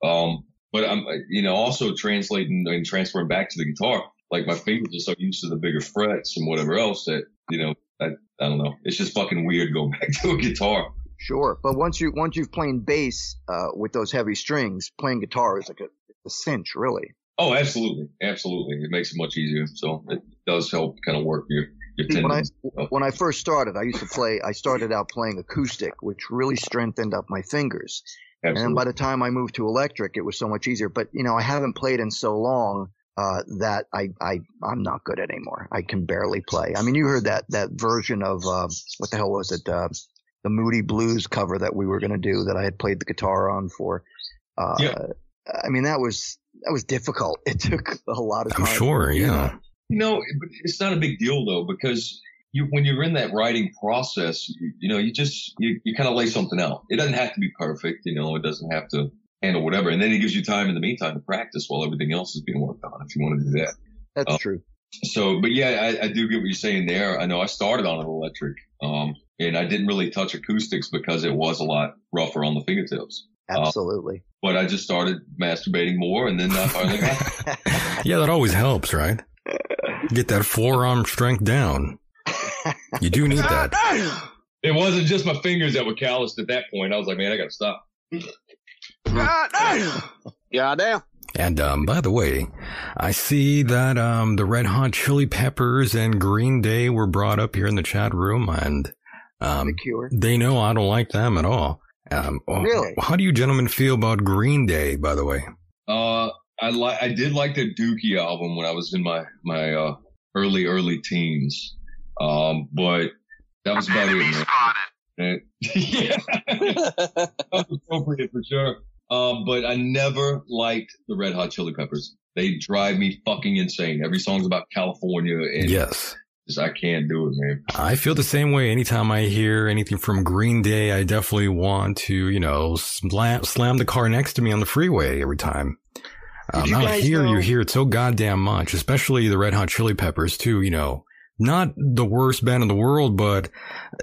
Um, but I'm uh, you know also translating and transferring back to the guitar. Like my fingers are so used to the bigger frets and whatever else that you know I I don't know. It's just fucking weird going back to a guitar. Sure, but once you once you've played bass uh, with those heavy strings, playing guitar is like a, a cinch, really. Oh, absolutely, absolutely. It makes it much easier. So it does help kind of work your your When I tendons. Oh. when I first started, I used to play. I started out playing acoustic, which really strengthened up my fingers. And then Absolutely. by the time I moved to electric, it was so much easier. But you know, I haven't played in so long uh, that I I I'm not good anymore. I can barely play. I mean, you heard that that version of uh, what the hell was it? Uh, the Moody Blues cover that we were going to do that I had played the guitar on for. Uh, Yeah. I mean, that was that was difficult. It took a lot of I'm time. Oh, sure, you yeah. know? You know, it- but it's not a big deal though, because you, when you're in that writing process, you, you know, you just, you, you kind of lay something out. It doesn't have to be perfect. You know, it doesn't have to handle whatever. And then it gives you time in the meantime to practice while everything else is being worked on if you want to do that. That's Oh. true. So, but yeah, I, I do get what you're saying there. I know I started on an electric, um, and I didn't really touch acoustics because it was a lot rougher on the fingertips. Um, Absolutely. But I just started masturbating more, and then I finally mastered. Yeah, that always helps, right? Get that forearm strength down. You do need that. It wasn't just my fingers that were calloused at that point. I was like, man, I gotta stop. Goddamn. And um, by the way, I see that um, the Red Hot Chili Peppers and Green Day were brought up here in the chat room, and the um, cure. they know I don't like them at all. Um, oh, Really? How do you gentlemen feel about Green Day? By the way, Uh, I like I did like the Dookie album when I was in my my uh, early early teens. Um, but that was about it. Man. yeah, That was appropriate for sure. Um, but I never liked the Red Hot Chili Peppers. They drive me fucking insane. Every song's about California, and yes, just, I can't do it, man. I feel the same way. Anytime I hear anything from Green Day, I definitely want to, you know, slam, slam the car next to me on the freeway every time. Did Um, you out guys here, know- you hear it so goddamn much, especially the Red Hot Chili Peppers, too. You know, not the worst band in the world, but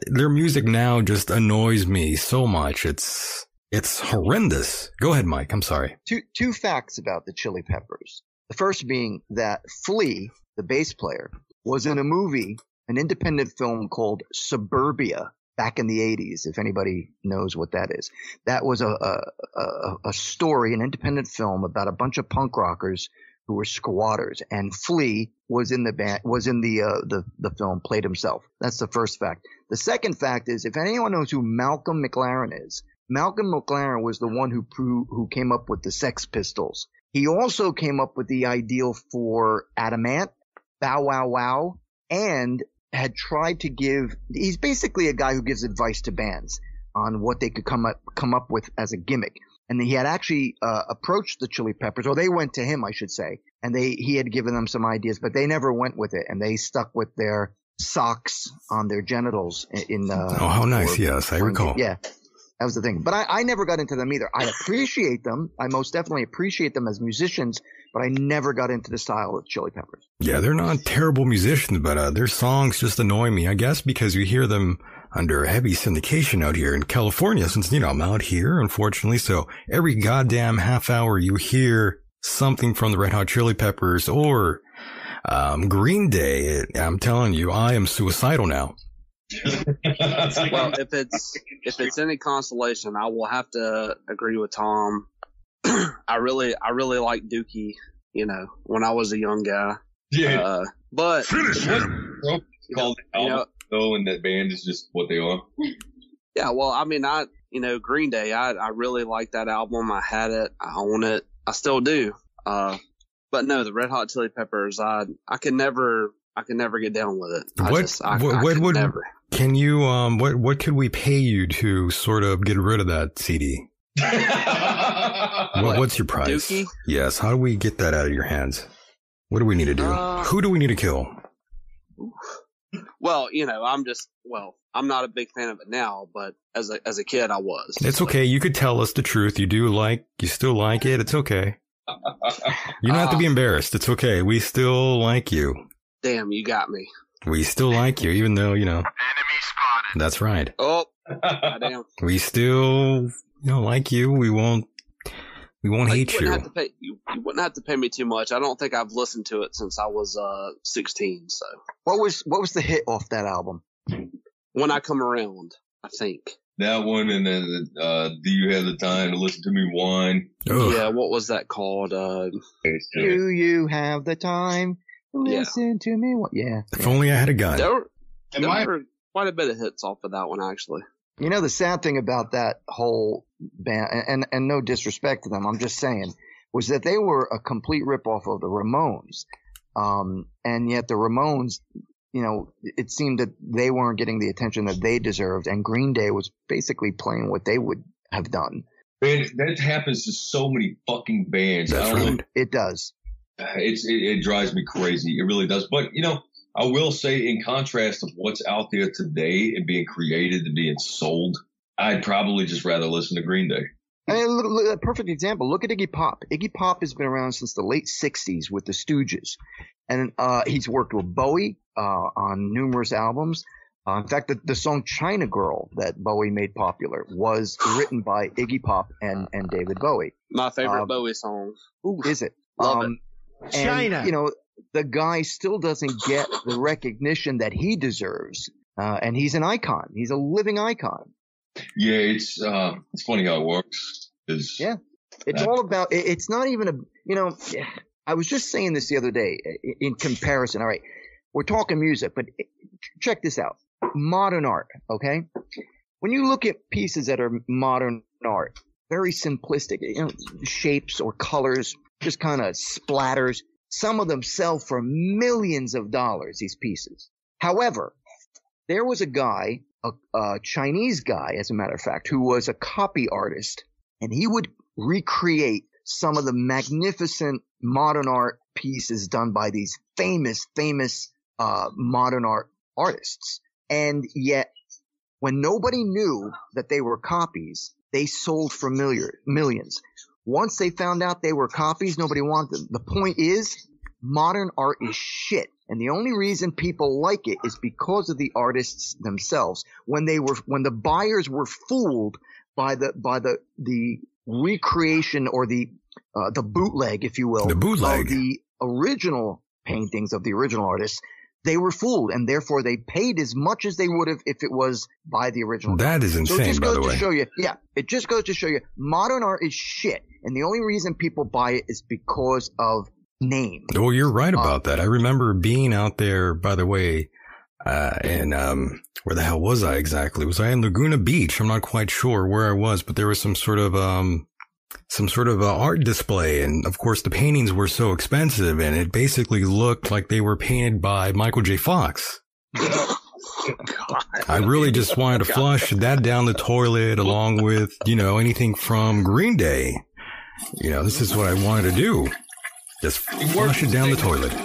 their music now just annoys me so much. It's it's horrendous. Go ahead, Mike. I'm sorry. two two facts about the Chili Peppers. The first being that Flea, the bass player, was in a movie, an independent film called Suburbia back in the 80s. If anybody knows what that is, that was a a, a, a story, an independent film about a bunch of punk rockers who were squatters, and Flea was in the band, was in the uh, the the film, played himself. That's the first fact. The second fact is, if anyone knows who Malcolm McLaren is, Malcolm McLaren was the one who pro- who came up with the Sex Pistols. He also came up with the ideal for Adamant, Bow Wow Wow, and had tried to give. He's basically a guy who gives advice to bands on what they could come up come up with as a gimmick. And he had actually uh, approached the Chili Peppers, or they went to him, I should say, and they he had given them some ideas, but they never went with it, and they stuck with their socks on their genitals in. in uh, Oh, how nice. or- Yes, I on- recall. Yeah. That was the thing. But I, I never got into them either. I appreciate them. I most definitely appreciate them as musicians, but I never got into the style of Chili Peppers. Yeah, they're not terrible musicians, but uh, their songs just annoy me. I guess because you hear them under heavy syndication out here in California, since you know I'm out here, unfortunately. So every goddamn half hour, you hear something from the Red Hot Chili Peppers or um, Green Day. I'm telling you, I am suicidal now. well, if it's if it's any consolation, I will have to agree with Tom. I really I really like Dookie. You know, when I was a young guy. Yeah. Uh, but Finish him. Called the You know- album, though, and that band is just what they are. Yeah, well, I mean, I you know Green Day, I I really like that album. I had it, I own it, I still do. Uh, but no, the Red Hot Chili Peppers, I I can never I can never get down with it. I What- just, I, what- I what could would- never. Can you um what what could we pay you to sort of get rid of that CD? What, What, what's your price? Dookie? Yes, how do we get that out of your hands? What do we need to do? Uh, Who do we need to kill? Well, you know, I'm just well, I'm not a big fan of it now, but as a as a kid, I was. It's okay. You could tell us the truth. You do like, you still like it. It's okay. You don't have Uh, to be embarrassed. It's okay. We still like you. Damn, you got me. We still like you, even though, you know. That's right. Oh, goddamn. We still, you know, like you. We won't, we won't Like, hate you you. wouldn't have to pay you, you wouldn't have to pay me too much. I don't think I've listened to it since I was uh 16. So What was what was the hit off that album? when I come around, I think. That one, and then uh, do you have the time to listen to me whine? Ugh. Yeah, what was that called? Uh, Do you have the time to Yeah. listen to me? What? Yeah. If only I had a gun. there were, Am there I- were quite a bit of hits off of that one actually. You know the sad thing about that whole band, and and, and no disrespect to them, I'm just saying, was that they were a complete ripoff of the Ramones, um, and yet the Ramones, you know, it seemed that they weren't getting the attention that they deserved, and Green Day was basically playing what they would have done. Man, that happens to so many fucking bands. I That's don't know right. It does. it's it, it drives me crazy. It really does. But you know, I will say, in contrast of what's out there today and being created and being sold, I'd probably just rather listen to Green Day. I mean, look, look, a perfect example. Look at Iggy Pop. Iggy Pop has been around since the late '60s with the Stooges, and uh, he's worked with Bowie uh, on numerous albums. Uh, in fact, the, the song "China Girl" that Bowie made popular was written by Iggy Pop and and David Bowie. My favorite Um, Bowie song. Is it? Um, Love it. and, China. You know, the guy still doesn't get the recognition that he deserves, uh, and he's an icon. He's a living icon. Yeah, it's uh, it's funny how it works. 'cause- Yeah. It's That- all about. it- It's not even a. You know, I was just saying this the other day i- in comparison. All right, we're talking music, but it- check this out: modern art. Okay, when you look at pieces that are modern art, very simplistic, you know, shapes or colors, just kind of splatters. Some of them sell for millions of dollars. These pieces. However, there was a guy, a, a Chinese guy, as a matter of fact, who was a copy artist, and he would recreate some of the magnificent modern art pieces done by these famous, famous uh, modern art artists. And yet, when nobody knew that they were copies, they sold for million, millions. Once they found out they were copies, nobody wanted them. The point is, modern art is shit. And the only reason people like it is because of the artists themselves. When they were, when the buyers were fooled by the, by the, the recreation or the, uh, the bootleg, if you will, The bootleg. of the original paintings of the original artists, they were fooled and therefore they paid as much as they would have if it was by the original. That is So it insane, just by goes the to way. show you, yeah, it just goes to show you modern art is shit, and the only reason people buy it is because of name. Well, you're right about that. I remember being out there, by the way, uh, and um, where the hell was I exactly? Was I in Laguna Beach? I'm not quite sure where I was, but there was some sort of um, some sort of uh, art display, and of course the paintings were so expensive, and it basically looked like they were painted by Michael J. Fox. I really just wanted to flush that down the toilet, along with you know anything from Green Day. You know, this is what I wanted to do. Just flush it down the toilet.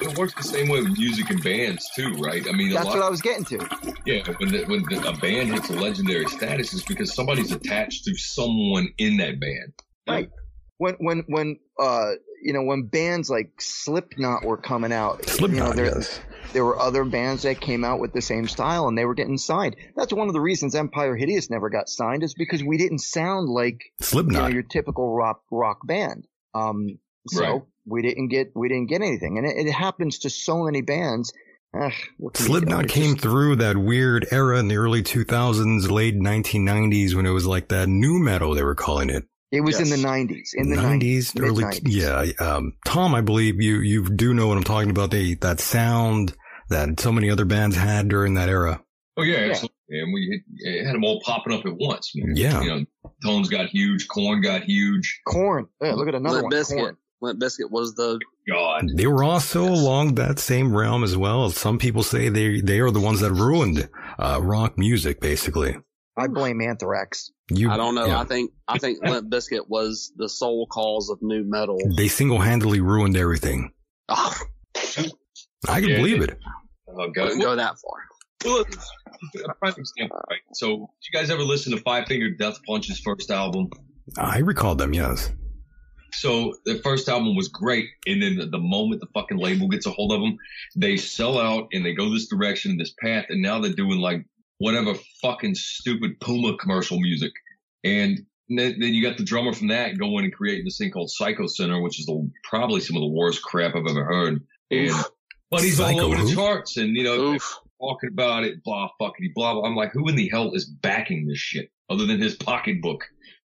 It works the same way with music and bands too, right? I mean, a That's lot, what I was getting to. yeah. When the, when the, a band hits a legendary status, it's because somebody's attached to someone in that band. Right. When when when uh you know when bands like Slipknot were coming out, you know Slipknot, there yes. there were other bands that came out with the same style and they were getting signed. That's one of the reasons Empire Hideous never got signed is because we didn't sound like you know, Slipknot. your typical rock rock band. Um, so Right. we didn't get we didn't get anything, and it, it happens to so many bands. Ugh, what can you do? Slipknot It's came just- through that weird era in the early 2000s, late 1990s, when it was like that new metal they were calling it. It was in Yes. the nineties. In the nineties, early mid-90s. yeah. Um, Tom, I believe you you do know what I'm talking about. They that sound that so many other bands had during that era. Oh yeah, absolutely. And we it had them all popping up at once. Man. Yeah. You know, Tones got huge, Corn got huge. Corn. Yeah, look at another one. Limp Bizkit. Corn. Limp Biscuit was the God. They were also Yes. along that same realm as well. Some people say they they are the ones that ruined uh, rock music, basically. I blame Anthrax. You, I don't know. yeah. I think I think Limp Biscuit was the sole cause of new metal. they single handedly ruined everything. Ah, I can Yeah, believe it. Oh God. wouldn't go that far. Well, look, a prime example, right? So, did you guys ever listen to Five Finger Death Punch's first album? I recall them. Yes. So, the first album was great, and then the, the moment the fucking label gets a hold of them, they sell out and they go this direction, this path, and now they're doing like whatever fucking stupid Puma commercial music. And then, then you got the drummer from that going and creating this thing called Psycho Center, which is the, probably some of the worst crap I've ever heard. And, but he's Psycho all over the who? charts, and you know, Oof. talking about it, blah, fuckity, blah, blah. I'm like, who in the hell is backing this shit other than his pocketbook?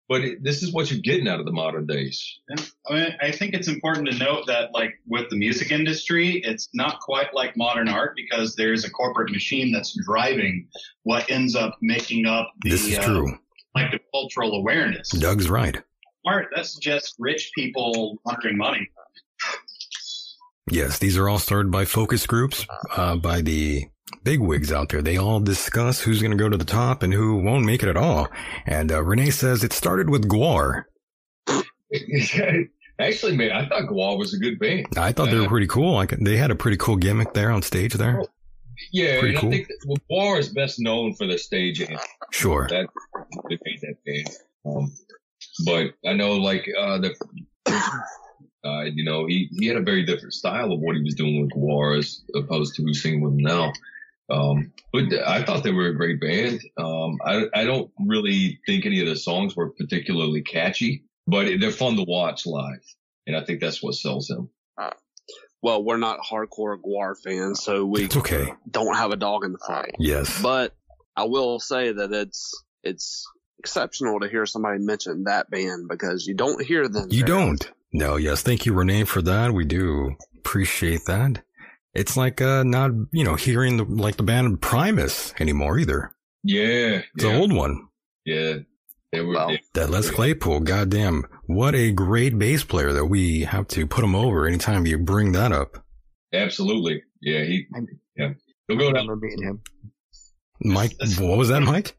But it, this is what you're getting out of the modern days. I mean, I think it's important to note that, like with the music industry, it's not quite like modern art because there's a corporate machine that's driving what ends up making up the This is uh, true. like the cultural awareness. Doug's right. Art that's just rich people laundering money. Yes, these are all started by focus groups, Uh-huh. uh, by the bigwigs out there. They all discuss who's going to go to the top and who won't make it at all. And uh, Renee says it started with Guar. Actually, man, I thought Gual was a good band. I thought they Uh-huh. were pretty cool. Like they had a pretty cool gimmick there on stage there. Yeah, Pretty and cool. I think that, well, Guar is best known for their stage anthem. Sure. That they made that band. Um, but I know, like uh, the, uh, you know, he, he had a very different style of what he was doing with Guar as opposed to who's singing with him now. Um, but I thought they were a great band. Um, I, I don't really think any of the songs were particularly catchy, but they're fun to watch live. And I think that's what sells them. Well, we're not hardcore Guar fans, so we It's okay. don't have a dog in the fight. Yes. But I will say that it's it's exceptional to hear somebody mention that band because you don't hear them. You very don't. No, yes. Thank you, Renee, for that. We do appreciate that. It's like uh, not, you know, hearing the, like the band Primus anymore either. Yeah. It's an Yeah. old one. yeah. They were, Wow. That Les Claypool, goddamn, what a great bass player that we have to put him over anytime you bring that up. absolutely. Yeah. He, I'm- yeah. He'll go I down. remember meeting him. Mike, what was that, Mike?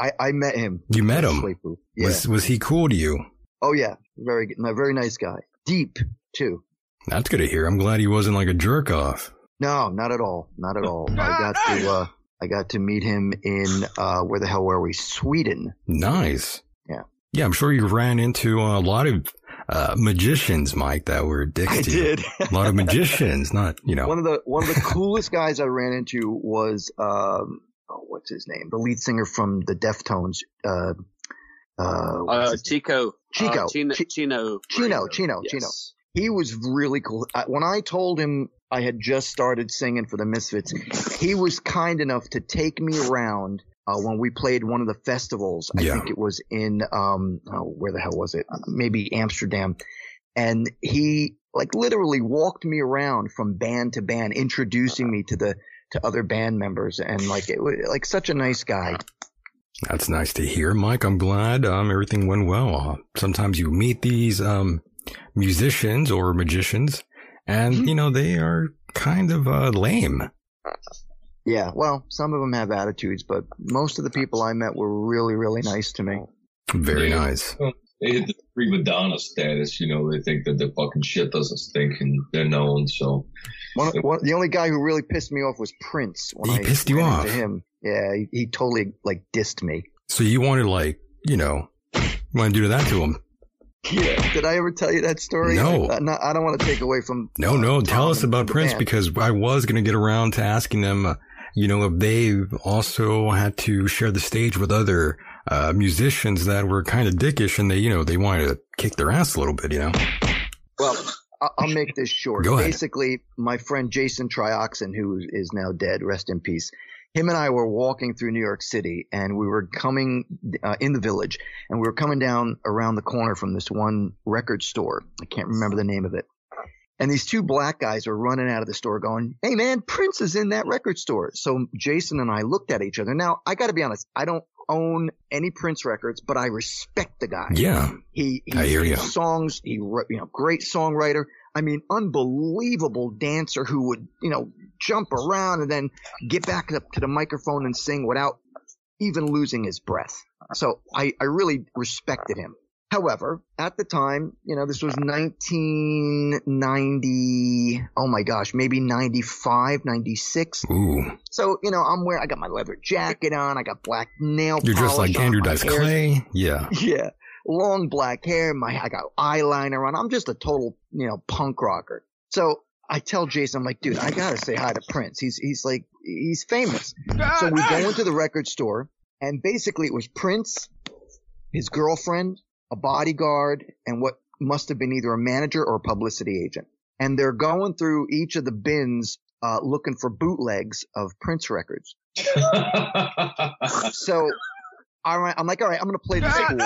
I, I met him. You met him. Sleepy. Yeah. Was was he cool to you? oh yeah. Very good. no, Very nice guy. Deep too. That's good to hear. I'm glad he wasn't like a jerk off. No, not at all. Not at all. I got to uh, I got to meet him in uh, where the hell were we? Sweden. Nice. Yeah. Yeah, I'm sure you ran into uh, a lot of uh, magicians, Mike, that were dicks I to you. did. A lot of magicians, not, you know. One of the one of the coolest guys I ran into was um oh, what's his name? The lead singer from the Deftones. Uh, uh, good. what's Uh, his- Chico. Chico. Uh, Chino. Chi- Chino. Chino, Rizzo. Chino, Yes. Chino. he was really cool. I, when I told him I had just started singing for the Misfits, he was kind enough to take me around. Uh, when we played one of the festivals, I Yeah. think it was in um, oh, where the hell was it? Maybe Amsterdam, and he like literally walked me around from band to band, introducing me to the to other band members, and like it was like such a nice guy. That's nice to hear, Mike. I'm glad um, everything went well. Sometimes you meet these um, musicians or magicians, and you know they are kind of uh, lame. Yeah, well, some of them have attitudes, but most of the people I met were really, really nice to me. Very Yeah. nice. They hit the prima donna status, you know. They think that their fucking shit doesn't stink and they're known. So One, one, the only guy who really pissed me off was Prince. When He I pissed you ran into off? Him, yeah, he, he totally like dissed me. So you wanted like, you know, you want to do that to him? Yeah. Did I ever tell you that story? No. Uh, no, I don't want to take away from. No, no. Tell us about the Prince band. because I was going to get around to asking them, uh, you know, if they also had to share the stage with other uh, musicians that were kind of dickish and they, you know, they wanted to kick their ass a little bit, you know. Well, I- I'll make this short. Go ahead. Basically, my friend Jason Trioxin, who is now dead, rest in peace. Him and I were walking through New York City, and we were coming uh, in the village, and we were coming down around the corner from this one record store. I can't remember the name of it. And these two black guys were running out of the store going, Hey man, Prince is in that record store. So Jason and I looked at each other. Now I gotta be honest, I don't own any Prince records, but I respect the guy. Yeah. He, he I hear ya. songs, he wrote, you know, great songwriter. I mean, unbelievable dancer who would, you know, jump around and then get back up to the microphone and sing without even losing his breath. So I, I really respected him. However, at the time, you know, this was 1990, oh my gosh, maybe 95, 96. Ooh, So, you know, I'm wearing, I got my leather jacket on, I got black nail you're polish dressed like on, Andrew my Dice hair's Clay. Yeah. yeah, long black hair. My I got eyeliner on. I'm just a total you know punk rocker. So I tell Jason, I'm like, dude, I gotta say hi to Prince. He's he's like he's famous. So we go into the record store, and basically it was Prince, his girlfriend, a bodyguard, and what must have been either a manager or a publicity agent. And they're going through each of the bins uh, looking for bootlegs of Prince records. So, all right, I'm like, all right, I'm gonna play this cool. Funny,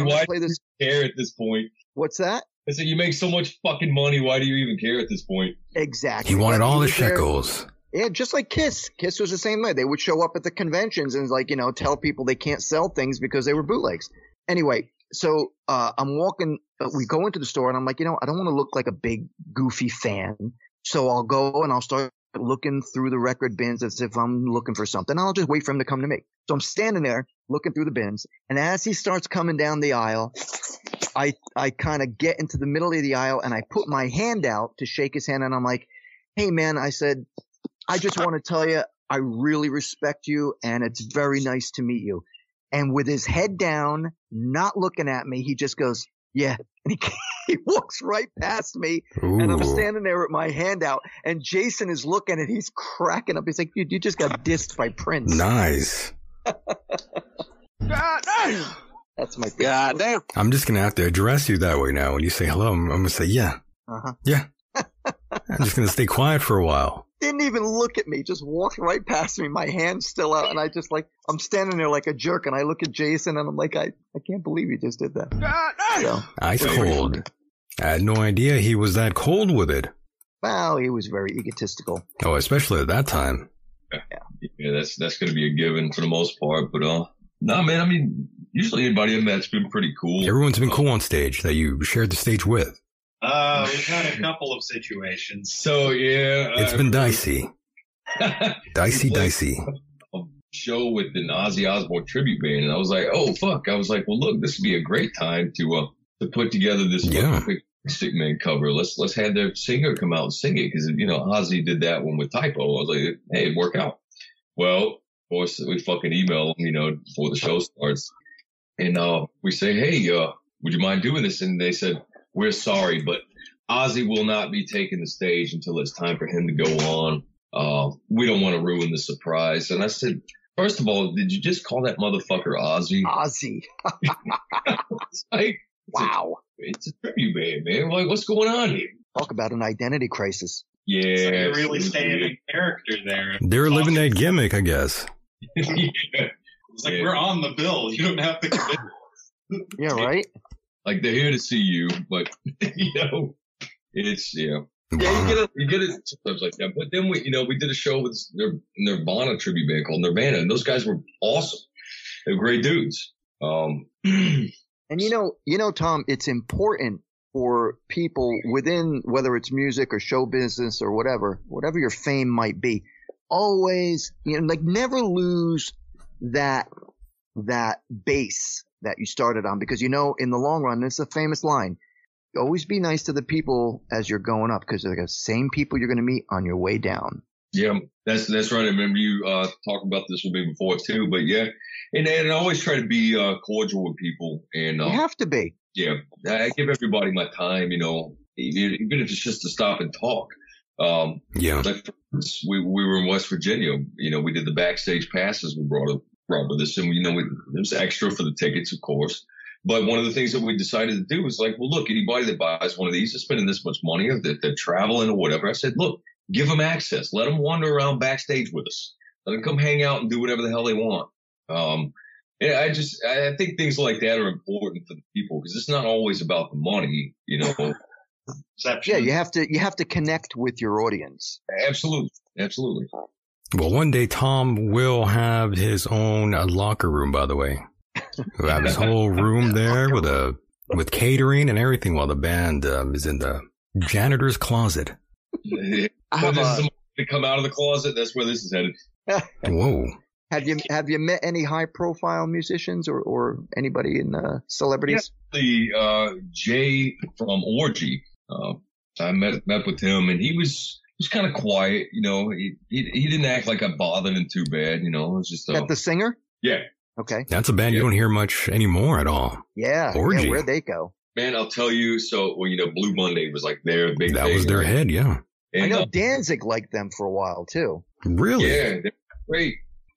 I'm gonna why do play this. you care at this point? What's that? I said, you make so much fucking money. Why do you even care at this point? Exactly. He wanted But all the was there- shekels. Yeah, just like Kiss. Kiss was the same way. They would show up at the conventions and like, you know, tell people they can't sell things because they were bootlegs. Anyway, so uh, I'm walking. Uh, we go into the store and I'm like, you know, I don't want to look like a big goofy fan, so I'll go and I'll start looking through the record bins as if I'm looking for something. I'll just wait for him to come to me. So I'm standing there looking through the bins, and as he starts coming down the aisle, I I kind of get into the middle of the aisle and I put my hand out to shake his hand, and I'm like, "Hey, man," I said, "I just want to tell you I really respect you, and it's very nice to meet you." And with his head down, not looking at me, he just goes, "Yeah," and he, he walks right past me, and I'm Ooh. standing there with my hand out, and Jason is looking, and he's cracking up. He's like, "Dude, you just got dissed by Prince." Nice. That's my God damn. I'm just going to have to address you that way now. When you say hello, I'm, I'm going to say, yeah. Uh-huh. I'm just going to stay quiet for a while. didn't even look at me, just walked right past me, my hand still out, and I just like I'm standing there like a jerk, and I look at Jason, and I'm like, I, I can't believe he just did that. So, Ice cold. I had no idea he was that cold with it. wow, he was very egotistical. Oh, especially at that time. Yeah, that's that's gonna be a given for the most part. But uh, nah, man. I mean, usually anybody I met's been pretty cool. Everyone's been cool on stage that you shared the stage with. Uh, we've had a couple of situations. So yeah, It's I- been dicey. Dicey, dicey. a show with an Ozzy Osbourne tribute band, and I was like, oh fuck! I was like, well, look, this would be a great time to uh to put together this Yeah. fucking Stick Man cover. Let's let's have their singer come out and sing it because you know Ozzy did that one with Typo. I was like, hey, it worked out. Well, of course, we fucking email them, you know, before the show starts, and uh, we say, hey, uh, would you mind doing this? And they said, we're sorry, but Ozzy will not be taking the stage until it's time for him to go on. Uh, we don't want to ruin the surprise. And I said, first of all, did you just call that motherfucker Ozzy? Ozzy, It's like, wow, it's a tribute band, man. Like, what's going on here? talk about an identity crisis. Yeah. So you're really it's staying weird. in character there. They're living that gimmick, I guess. Yeah. It's like we're on the bill. You don't have to commit. Yeah, right. Like, they're here to see you, but, you know, it's, yeah. Yeah, you Wow. get it. You get it sometimes like that. But then we, you know, we did a show with Nir- Nirvana tribute band called Nirvana, and those guys were awesome. They were great dudes. Um, And you know, you know, Tom, it's important for people within whether it's music or show business or whatever, whatever your fame might be, always, you know, like never lose that that base that you started on because you know in the long run, it's a famous line. always be nice to the people as you're going up because they're the same people you're going to meet on your way down. Yeah, that's that's right. I remember you uh, talking about this with me before too, but yeah, and and I always try to be uh, cordial with people, and uh, You have to be. yeah, I I give everybody my time, you know, even, even if it's just to stop and talk. Um, Yeah. like for instance, we we were in West Virginia, you know, we did the backstage passes. We brought up brought with us, and you know, we, it was extra for the tickets, of course. But one of the things that we decided to do was like, well, look, anybody that buys one of these is spending this much money, or that they're traveling or whatever. I said, look, give them access, let them wander around backstage with us, let them come hang out and do whatever the hell they want. Um, yeah, I just I I think things like that are important for the people because it's not always about the money, you know. Yeah, you have to you have to connect with your audience. absolutely, absolutely. Well, one day Tom will have his own uh, locker room. By the way, he'll have his whole room there with a with catering and everything, while the band um, is in the janitor's closet. I have this a- is someone to come out of the closet. That's where this is headed. Whoa! Have you have you met any high profile musicians or, or anybody in uh, celebrities? The uh, Jay from Orgy, uh, I met met with him, and he was he was kind of quiet. You know, he, he he didn't act like I bothered him too bad. You know, it was just uh, That the singer? yeah. Okay. That's a band you don't hear much anymore at all. Yeah. Orgy. Yeah, where they go. Man, I'll tell you. So, well, you know, Blue Monday was like their big That thing. was their head, yeah. I And, know uh, Danzig liked them for a while too. Really? Yeah, they're great.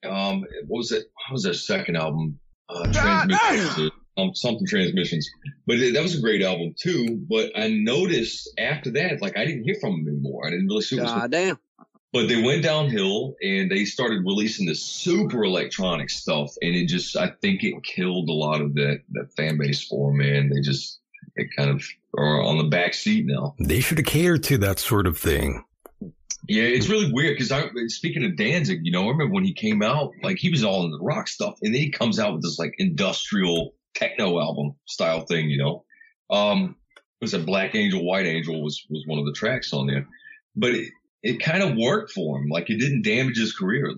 Um, what was it? What was their second album? Uh, Transmissions. Um, something Transmissions. But it- that was a great album too. But I noticed after that, like I didn't hear from them anymore. I didn't really see what's God damn. but they went downhill and they started releasing this super electronic stuff and it just i think it killed a lot of that that fan base for them man they just they kind of are on the back seat now They should have catered to that sort of thing. yeah it's really weird because i speaking of danzig you know i remember when he came out like he was all in the rock stuff and then he comes out with this like industrial techno album style thing you know um it was a black angel white angel was was one of the tracks on there but it, it kind of worked for him. Like it didn't damage his career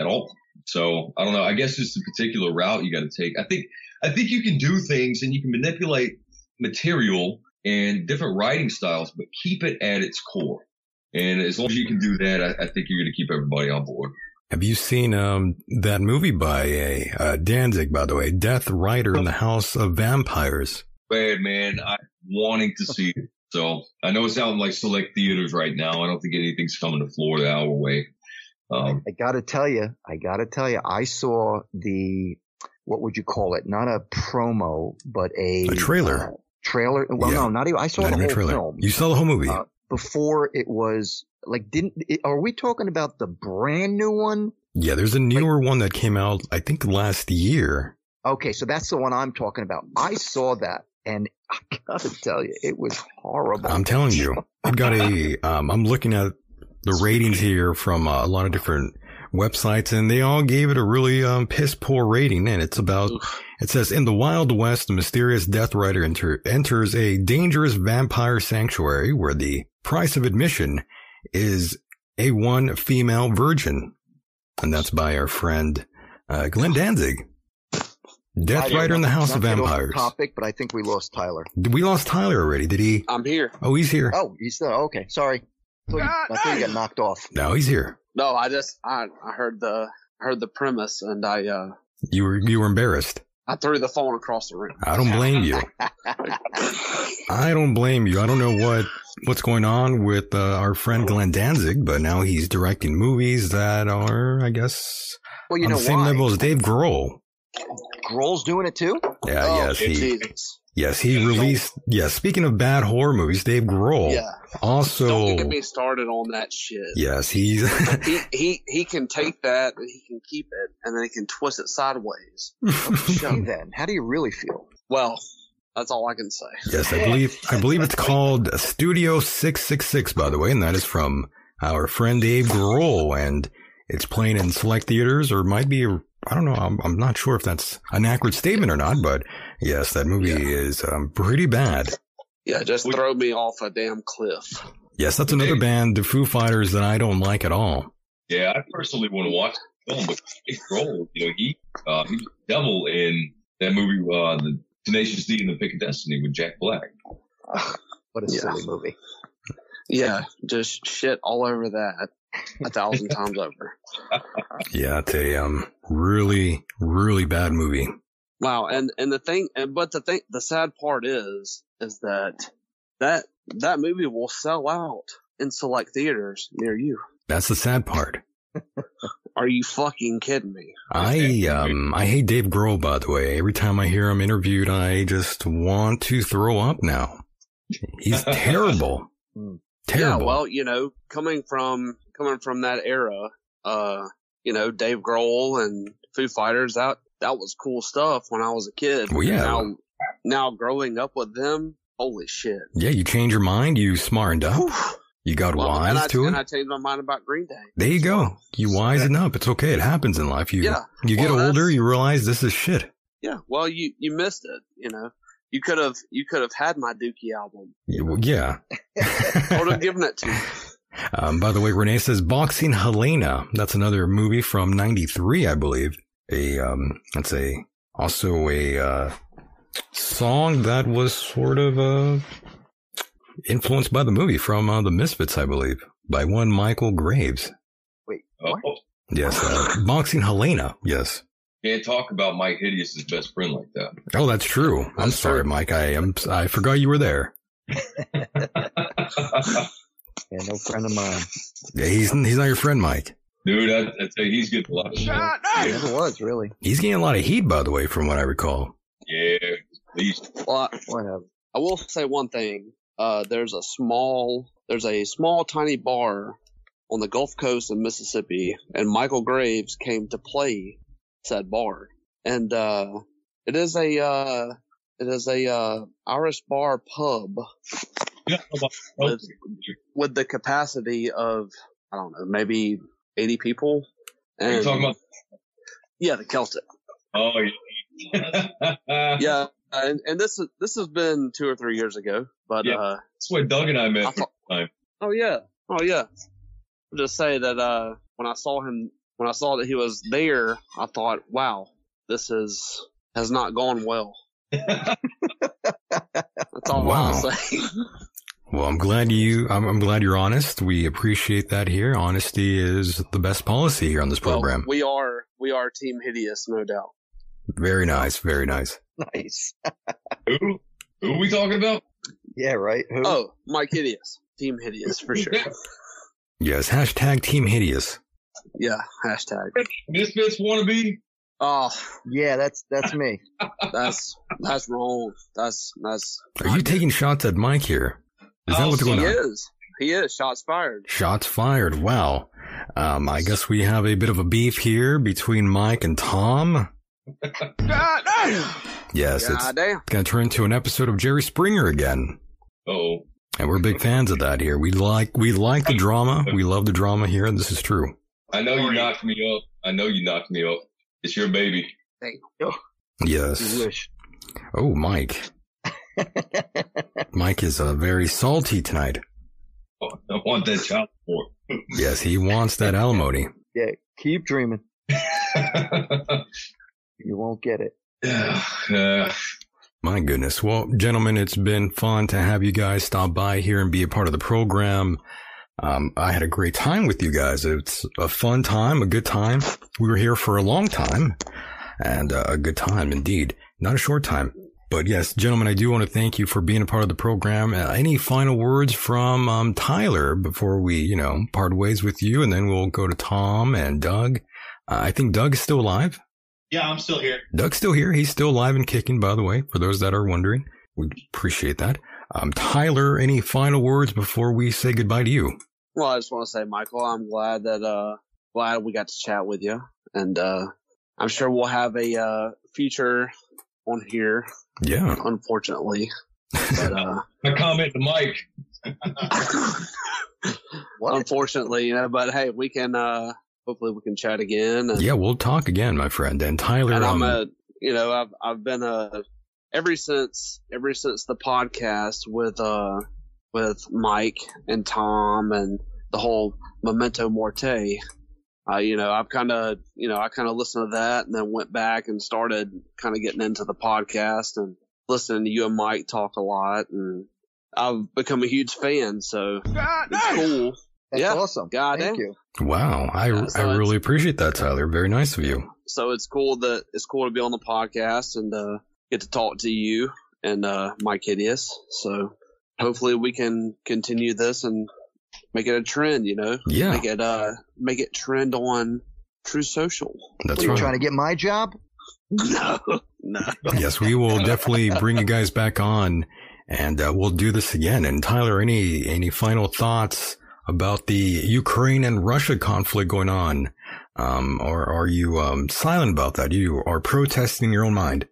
at all. So I don't know. I guess it's the particular route you got to take. I think I think you can do things and you can manipulate material and different writing styles, but keep it at its core. And as long as you can do that, I, I think you're going to keep everybody on board. Have you seen um that movie by a uh, Danzig, by the way, Death Rider in the House of Vampires? Bad man, I'm wanting to see it. So I know it's out in like select theaters right now. I don't think anything's coming to Florida our way. Um, I gotta tell you, I gotta tell you, I saw the what would you call it? Not a promo, but a, A trailer. uh, trailer. Well, Yeah. no, not even. I saw Not the even a whole trailer. film You saw the whole movie. Uh, before it was like. Didn't it, are we talking about the brand new one? yeah, there's a newer one that came out, I think, last year. Okay, so that's the one I'm talking about. I saw that, and I gotta tell you, it was horrible. I'm telling you, I've got a. Um, I'm looking at the ratings here from uh, a lot of different websites, and they all gave it a really um, piss poor rating. And it's about. It says in the Wild West, the mysterious Death Rider enter- enters a dangerous vampire sanctuary where the price of admission is a one female virgin, and that's by our friend uh, Glenn Danzig. Death I Rider in the don't- House not of to get off the Vampires. Topic, but I think we lost Tyler. We lost Tyler already. Did he? I'm here. Oh, he's here. Oh, he's still okay. Sorry, I thought Ah, you, I thought you got knocked off. Now he's here. No, I just I I heard the I heard the premise and I uh You were you were embarrassed. I threw the phone across the room. I don't blame you. I don't blame you. I don't know what what's going on with uh, our friend Glenn Danzig, but now he's directing movies that are, I guess, Well, you on know the same why? level as Dave Grohl. ah. Grohl's doing it too. Yeah, Oh, yes, he, Jesus. yes, he released. Yeah, speaking of bad horror movies, Dave Grohl Yeah. also. Don't get me started on that shit. Oh. Yes, he's. He he he can take that and he can keep it and then he can twist it sideways. Gee, then how do you really feel? Well, that's all I can say. Yes, I believe I believe it's called Studio Six Six Six, by the way, and that is from our friend Dave Grohl, and it's playing in select theaters, or might be I don't know. I'm, I'm not sure if that's an accurate statement or not, but yes, that movie is um, pretty bad. Yeah, just We- throw me off a damn cliff. Yes, that's another band, the Foo Fighters, that I don't like at all. Yeah, I personally want to watch the film, but Dave Grohl, you know, he uh, he was the devil in that movie, uh, the Tenacious D and the Pick of Destiny with Jack Black. What a Yeah. silly movie. Yeah, just shit all over that a thousand times over. Yeah, it's a um, really, really bad movie. Wow, and and the thing, and but the thing, the sad part is, is that that that movie will sell out in select theaters near you. That's the sad part. Are you fucking kidding me? I um I hate Dave Grohl by the way. Every time I hear him interviewed, I just want to throw up now. He's terrible. Hmm. terrible. Yeah, well, you know, coming from coming from that era, uh, you know, Dave Grohl and Foo Fighters, that that was cool stuff when I was a kid. Well, yeah. Now, now growing up with them, holy shit. yeah, you change your mind, you smartened up, you got Well, wise and I, to it. And I changed my mind about Green Day. there you go. You wisen up. It's okay. It happens in life. You Yeah. you get Well, that's- older, you realize this is shit. Yeah. Well, you you missed it. You know, you could have you could have had my Dookie album. You- Yeah. I would have given it to you. Um, by the way, Renee says Boxing Helena. That's another movie from '93, I believe. A um, that's a also a uh, song that was sort of uh, influenced by the movie from uh, the Misfits, I believe, by one Michael Graves. Oh, Yes, uh, Boxing Helena. Yes. can't talk about Mike Hideous's best friend like that. Oh, that's true. I'm sorry, Mike. I am. I forgot you were there. Yeah, no friend of mine. Yeah, he's he's not your friend, Mike. Dude, I, I tell you, he's getting a lot of shit. It never was really. He's getting a lot of heat, by the way, from what I recall. Yeah, please. Well, I, Whatever. I will say one thing. Uh, there's a small there's a small tiny bar on the Gulf Coast of Mississippi, and Michael Graves came to play said bar, and uh, it is a uh, it is a uh, Irish bar pub with with the capacity of I don't know maybe eighty people. Are you And talking about? yeah, the Celtic. Oh, yeah. That's yeah, and, and this is this has been two or three years ago, but Yeah. uh, where Doug and I I met. thought, oh yeah, oh yeah. I'll just say that uh, when I saw him, when I saw that he was there, I thought, wow, this is has not gone well. That's all I'm Wow. gonna say. Well, I'm glad you. I'm, I'm glad you're honest. We appreciate that here. Honesty is the best policy here on this Well, program. we are we are Team Hideous, no doubt. very nice. Very nice. Nice. Who? Who are we talking about? Yeah, right. Who? Oh, Mike Hideous, Team Hideous for sure. Yes. Hashtag Team Hideous. Yeah, hashtag. Misfits wannabe? Oh, Yeah, that's that's me. that's that's wrong. That's that's. Are you taking shots at Mike here? Is that Oh, what's so going he on? is. He is. Shots fired. Shots fired. Wow. Um, I guess we have a bit of a beef here between Mike and Tom. Yes, it's God damn. going to turn into an episode of Jerry Springer again, Oh, and we're big fans of that here. We like we like the drama. We love the drama here. This is true. I know you Sorry. knocked me up. I know you knocked me up. It's your baby. Yes. You wish. Oh, Mike. Mike is uh, very salty tonight. Oh, I want that child support. Yes, he wants that alimony. Keep dreaming. yeah. You won't get it. Uh, My goodness. Well, gentlemen, it's been fun to have you guys stop by here and be a part of the program. Um, I had a great time with you guys. It's a fun time, a good time. We were here for a long time and uh, a good time indeed, not a short time. But yes, gentlemen, I do want to thank you for being a part of the program. Uh, any final words from um, Tyler before we, you know, part ways with you, and then we'll go to Tom and Doug. Uh, I think Doug's still alive. Yeah, I'm still here. Doug's still here. He's still alive and kicking, by the way, for those that are wondering. We appreciate that. Um, Tyler, any final words before we say goodbye to you? Well, I just want to say, Michael, I'm glad that uh glad we got to chat with you, and uh I'm sure we'll have a uh feature on here. Yeah. Unfortunately, but uh, my comment to Mike. What? unfortunately, you know. But hey, we can uh hopefully we can chat again. And, Yeah, we'll talk again, my friend. And Tyler, and um, I'm a you know I've I've been a ever since ever since the podcast with uh with Mike and Tom and the whole Memento Morte. Uh, you know, I've kind of, you know, I kind of listened to that and then went back and started kind of getting into the podcast and listening to you and Mike talk a lot. And I've become a huge fan. So it's cool. That's yeah. awesome. God Thank damn. you. Wow, I, so I it's- really appreciate that, Tyler. Very nice of you. So it's cool that it's cool to be on the podcast and uh, get to talk to you and uh, Mike Hideous. So hopefully we can continue this and make it a trend. You know, Yeah, make it uh, make it trend on True Social. that's What, you right. trying to get my job? No, no. yes, we will definitely bring you guys back on, and uh, we'll do this again. And Tyler, any any final thoughts about the Ukraine and Russia conflict going on, um, or are you um, silent about that? You are protesting your own mind.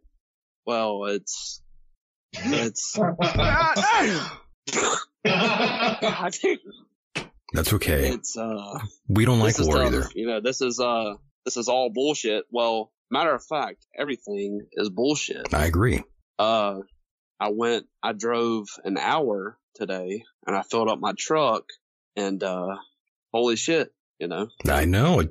Well, Oh, it's it's God, That's okay. it's uh. We don't like This is war tough. either. You know, this is uh, this is all bullshit. Well, matter of fact, everything is bullshit. I agree. Uh, I went, I drove an hour today, and I filled up my truck, and uh, holy shit, you know. I know.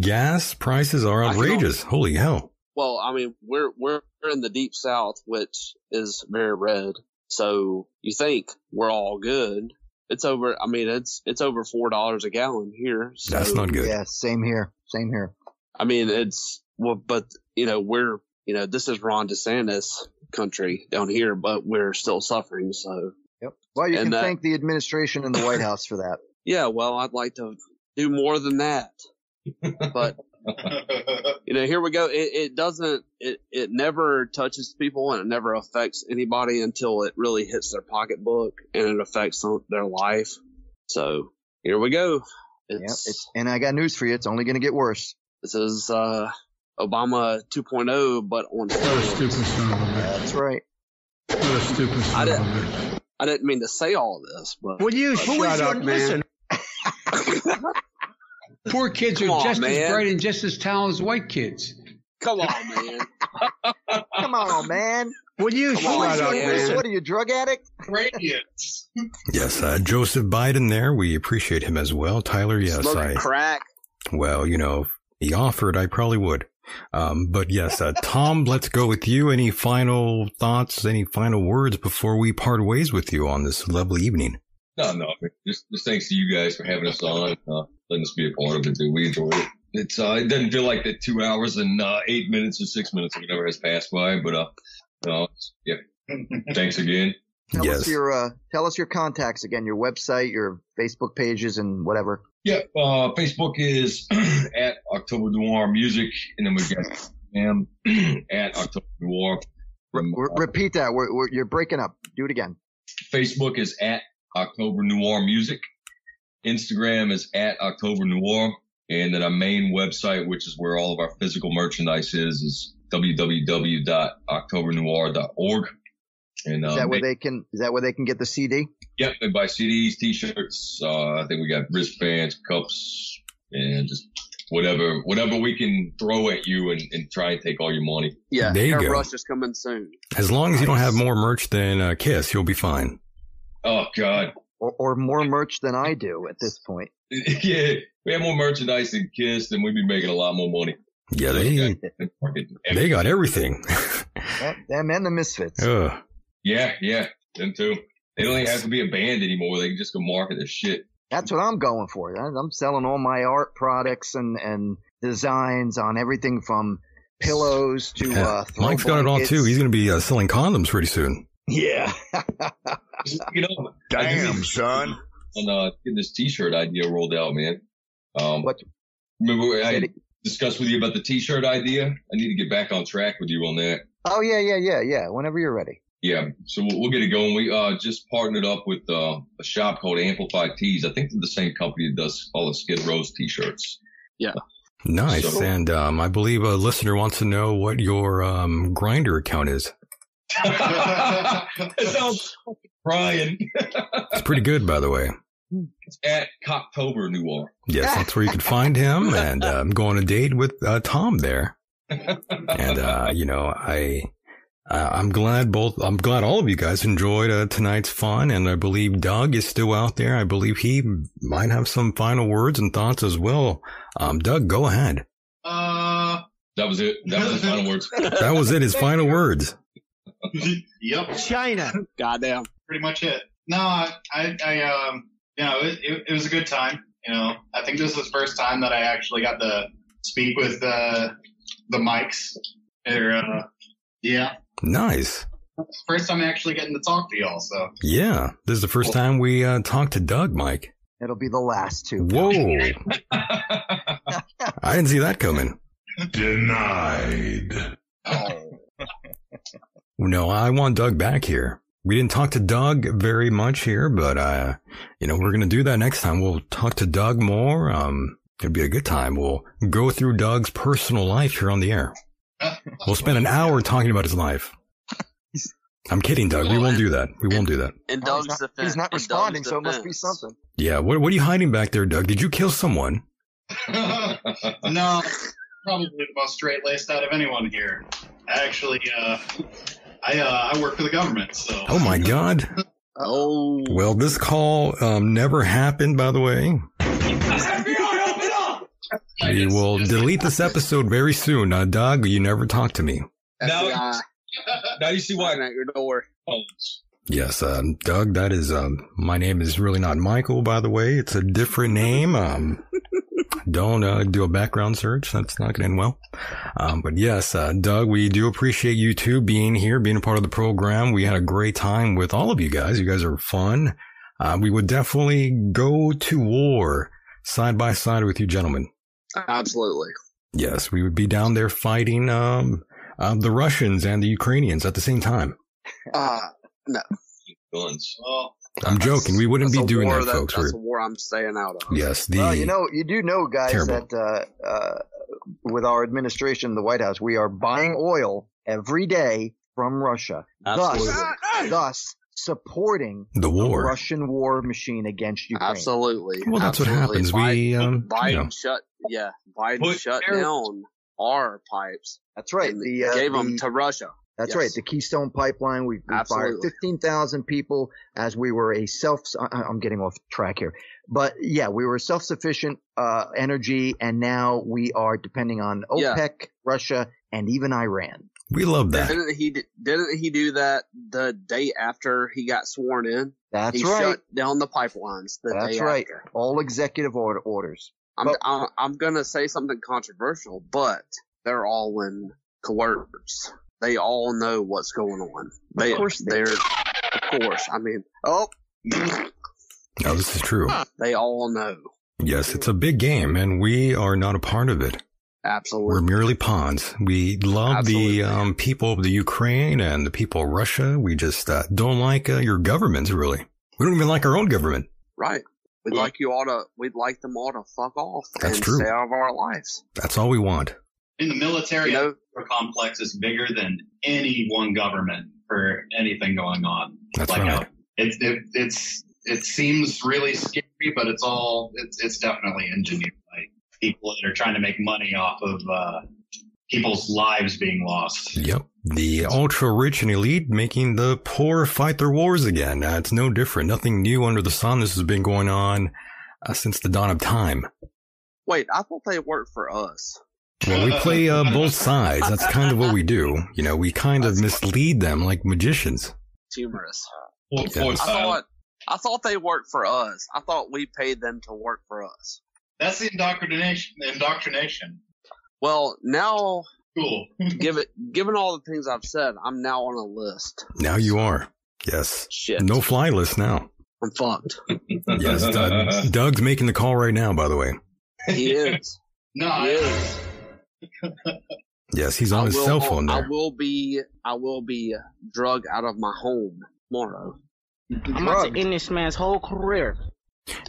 Gas prices are I can outrageous. Holy hell! Well, I mean, we're we're in the deep south, which is very red. So you think we're all good? It's over. I mean, it's it's over four dollars a gallon here. So, That's not good. Yeah, same here. Same here. I mean, it's well, but you know, we're you know, this is Ron DeSantis country down here, but we're still suffering. So Yep. Well, you And, can uh, thank the administration and the White House for that. yeah, well, I'd like to do more than that, but you know, here we go. It, it doesn't. It it never touches people and it never affects anybody until it really hits their pocketbook and it affects them- their life. So here we go. Yep. It's, It's, and I got news for you. It's only going to get worse. this is uh, Obama 2.0, but on steroids. That's right. I didn't, I didn't mean to say all this, but Will you Who shut is your- up, man? Poor kids Come are on, just man. as bright and just as talented as white kids. come on, man. Come on, man. Will you Come Who shut on, is up, doing this? man? What are you, a drug addict? Radiance. Yes, uh, Joseph Biden. There, we appreciate him as well. Tyler, yes, Smoking I. crack. Well, you know, if he offered, I probably would. Um, but yes, uh, Tom, let's go with you. Any final thoughts, any final words before we part ways with you on this lovely evening? No, no. Just, just thanks to you guys for having us on, uh, letting us be a part of it. Dude. We enjoyed it. It's uh, it doesn't feel like that two hours and uh, eight minutes or six minutes or whatever has passed by, but uh, no, it's- yeah. Thanks again. Tell us yes. your uh, tell us your contacts again. Your website, your Facebook pages, and whatever. Yeah, uh, Facebook is at October Noir Music, and then we've got Instagram at October Noir. Um, Re- repeat that. We're, we're, you're breaking up. Do it again. Facebook is at October Noir Music. Instagram is at October Noir. And then our main website, which is where all of our physical merchandise is, is www.octobernoir.org. And, Is uh, that where they, they can? Is that where they can get the CD? yep, they buy CDs, t-shirts. Uh, I think we got wristbands, cups, and just whatever, whatever we can throw at you and, and try and take all your money. Yeah, There you Air go. Rush is coming soon. As long as you don't have more merch than uh, Kiss, you'll be fine. Oh God. Or, or more merch than I do at this point. yeah, we had more merchandise than Kiss, then we'd be making a lot more money. Yeah, they they got everything. That, them and the Misfits. Ugh. yeah, yeah, them too. They don't even have to be a band anymore. They can just go market their shit. That's what I'm going for. I- I'm selling all my art products and and designs on everything from pillows to Yeah. uh. throw Mike's got it all too. blankets. He's going to be uh, selling condoms pretty soon. yeah. Just look it up. Damn, son. on uh, getting this T-shirt idea rolled out, man. Um, What- Remember I Said it- discussed with you about the T-shirt idea? I need to get back on track with you on that. oh yeah, yeah, yeah, yeah. Whenever you're ready. Yeah, so we'll, we'll get it going. We uh, just partnered up with uh, a shop called Amplified Tees. I think they're the same company that does all the Skid Row's T-shirts. Nice. So- and um, I believe a listener wants to know what your um, grinder account is. it sounds Brian. It's pretty good, by the way. It's at Cocktober Noir. Yes, that's where you can find him and um, go on a date with uh, Tom there. And uh, you know, I uh, I'm glad both I'm glad all of you guys enjoyed uh, tonight's fun, and I believe Doug is still out there. I believe he might have some final words and thoughts as well. Um, Doug, go ahead. Uh, That was it. That was his final words. That was it. His final words. yep, China. Goddamn. pretty much it. No, I, I, I um, you know, it, it, it was a good time. You know, I think this is the first time that I actually got to speak with uh, the mics. Or, uh, yeah, Nice. first time actually getting to talk to y'all. So Yeah. This is the first time we uh, talked to Doug, Mike. It'll be the last two. Whoa. I didn't see that coming. Denied. No, I want Doug back here. We didn't talk to Doug very much here, but uh, you know we're gonna do that next time. We'll talk to Doug more. Um, it'll be a good time. We'll go through Doug's personal life here on the air. We'll spend an hour talking about his life. I'm kidding, Doug. We won't do that. We won't do that. In Oh, he's Doug's not- defense, he's not in Doug's responding, so it must be defense, something. Yeah. What What are you hiding back there, Doug? Did you kill someone? no, probably the most straight laced out of anyone here. I actually, uh, I uh, I work for the government, so Oh my God. Oh, Well, this call um, never happened, by the way. We will delete this episode very soon. Uh, Doug, you never talked to me. Now- FBI Now you see why. Oh. knocking at your door. phones. Yes, um, Doug, that is, um, my name is really not Michael, by the way. It's a different name. Um, don't uh, do a background search. That's not going to end well. Um, but yes, uh, Doug, we do appreciate you two being here, being a part of the program. We had a great time with all of you guys. You guys are fun. Uh, we would definitely go to war side by side with you gentlemen. Absolutely. Yes, we would be down there fighting um, um, the Russians and the Ukrainians at the same time. Uh, Guns. well, I'm joking. We wouldn't that's be a doing war that, folks. That's a We're, war I'm staying out of. yes, the Well, you know, you do know, guys, Terrible. that uh, uh, with our administration, the White House, we are buying oil every day from Russia, Absolutely. thus supporting the the war. Russian war machine against Ukraine. Absolutely. Well, that's what Absolutely. happens. We, um, Biden you know, shut. Yeah, Biden Put- shut down our pipes. That's right. and The, uh, gave them the- to Russia. That's Yes. right. The Keystone Pipeline. We, we fired Absolutely. 15,000 people as we were a self. I- I'm getting off track here, but yeah, we were self-sufficient uh, energy, and now we are depending on Yeah. OPEC, Russia, and even Iran. we love that. Didn't he? d- Didn't he do that the day after he got sworn in? That's he right. shut down the pipelines. The That's day right. After. All executive order orders. I'm, But- I'm I'm gonna say something controversial, but they're all in coerce. They all know what's going on. They, Of course they- they're of course. I mean, oh, No, this is true. they all know. Yes, it's a big game, and we are not a part of it. We're Absolutely. merely pawns. We love Absolutely. the um, people of the Ukraine and the people of Russia. We just uh, don't like uh, your governments, really. We don't even like our own government. Right. We'd Yeah. like you all to. We'd like them all to fuck off That's and true. stay out of our lives. That's all we want. in the military, You know, our complex is bigger than any one government for anything going on. That's Like, right. uh, It, it, it's it seems really scary, but it's all it's it's definitely engineered by people that are trying to make money off of uh, people's lives being lost. Yep. The ultra rich and elite making the poor fight their wars again. Uh, it's no different. Nothing new under the sun. This has been going on uh, since the dawn of time. wait. I thought they worked for us. Well, we play uh, both sides. That's kind of what we do. You know, we kind of mislead them like magicians. It's humorous. Full- Yeah. full I silence. thought. I thought they worked for us. I thought we paid them to work for us. That's the indoctrination. Indoctrination. Well, now Cool. given given all the things I've said, I'm now on a list. Now you are. Yes. Shit, No fly list now. I'm fucked. Yes. Doug- Doug's making the call right now, by the way. He is. No, he I, is. Yes, he's I on his will- cell phone I there. will be. I will be drug out of my home tomorrow. I'm about to end this man's whole career.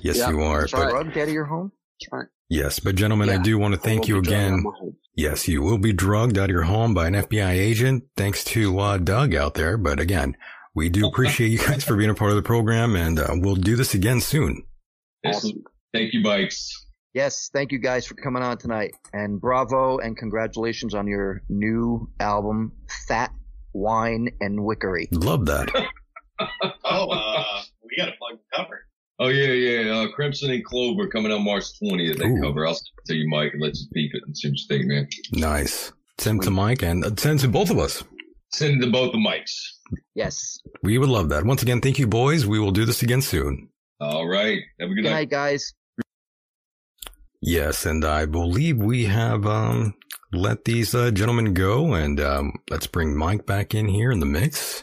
Yes, Yeah, you are. that's But right. Drugged out of your home? That's right. yes, but gentlemen, I Yeah. do want to I thank will you be drugged out of again. my home. Yes, you will be drugged out of your home by an FBI agent, thanks to uh, Doug out there. But again, we do appreciate you guys for being a part of the program, and uh, we'll do this again soon. Awesome. Thank you, Bikes. Yes, thank you guys for coming on tonight. And bravo and congratulations on your new album, Fat, Wine, and Wickery. Love that. oh, uh, we got to plug the cover. Oh yeah, yeah. Uh, Crimson and Clover coming out March twentieth. That Ooh. cover. I'll send it to you, Mike, and let you peep it and see what you think, man. Nice. Send to Mike and uh, send to both of us. Send it to both the mics. Yes. We would love that. Once again, thank you, boys. We will do this again soon. All right. Have a good, Good night, guys. Yes, and I believe we have um, let these uh, gentlemen go, and um, let's bring Mike back in here in the mix.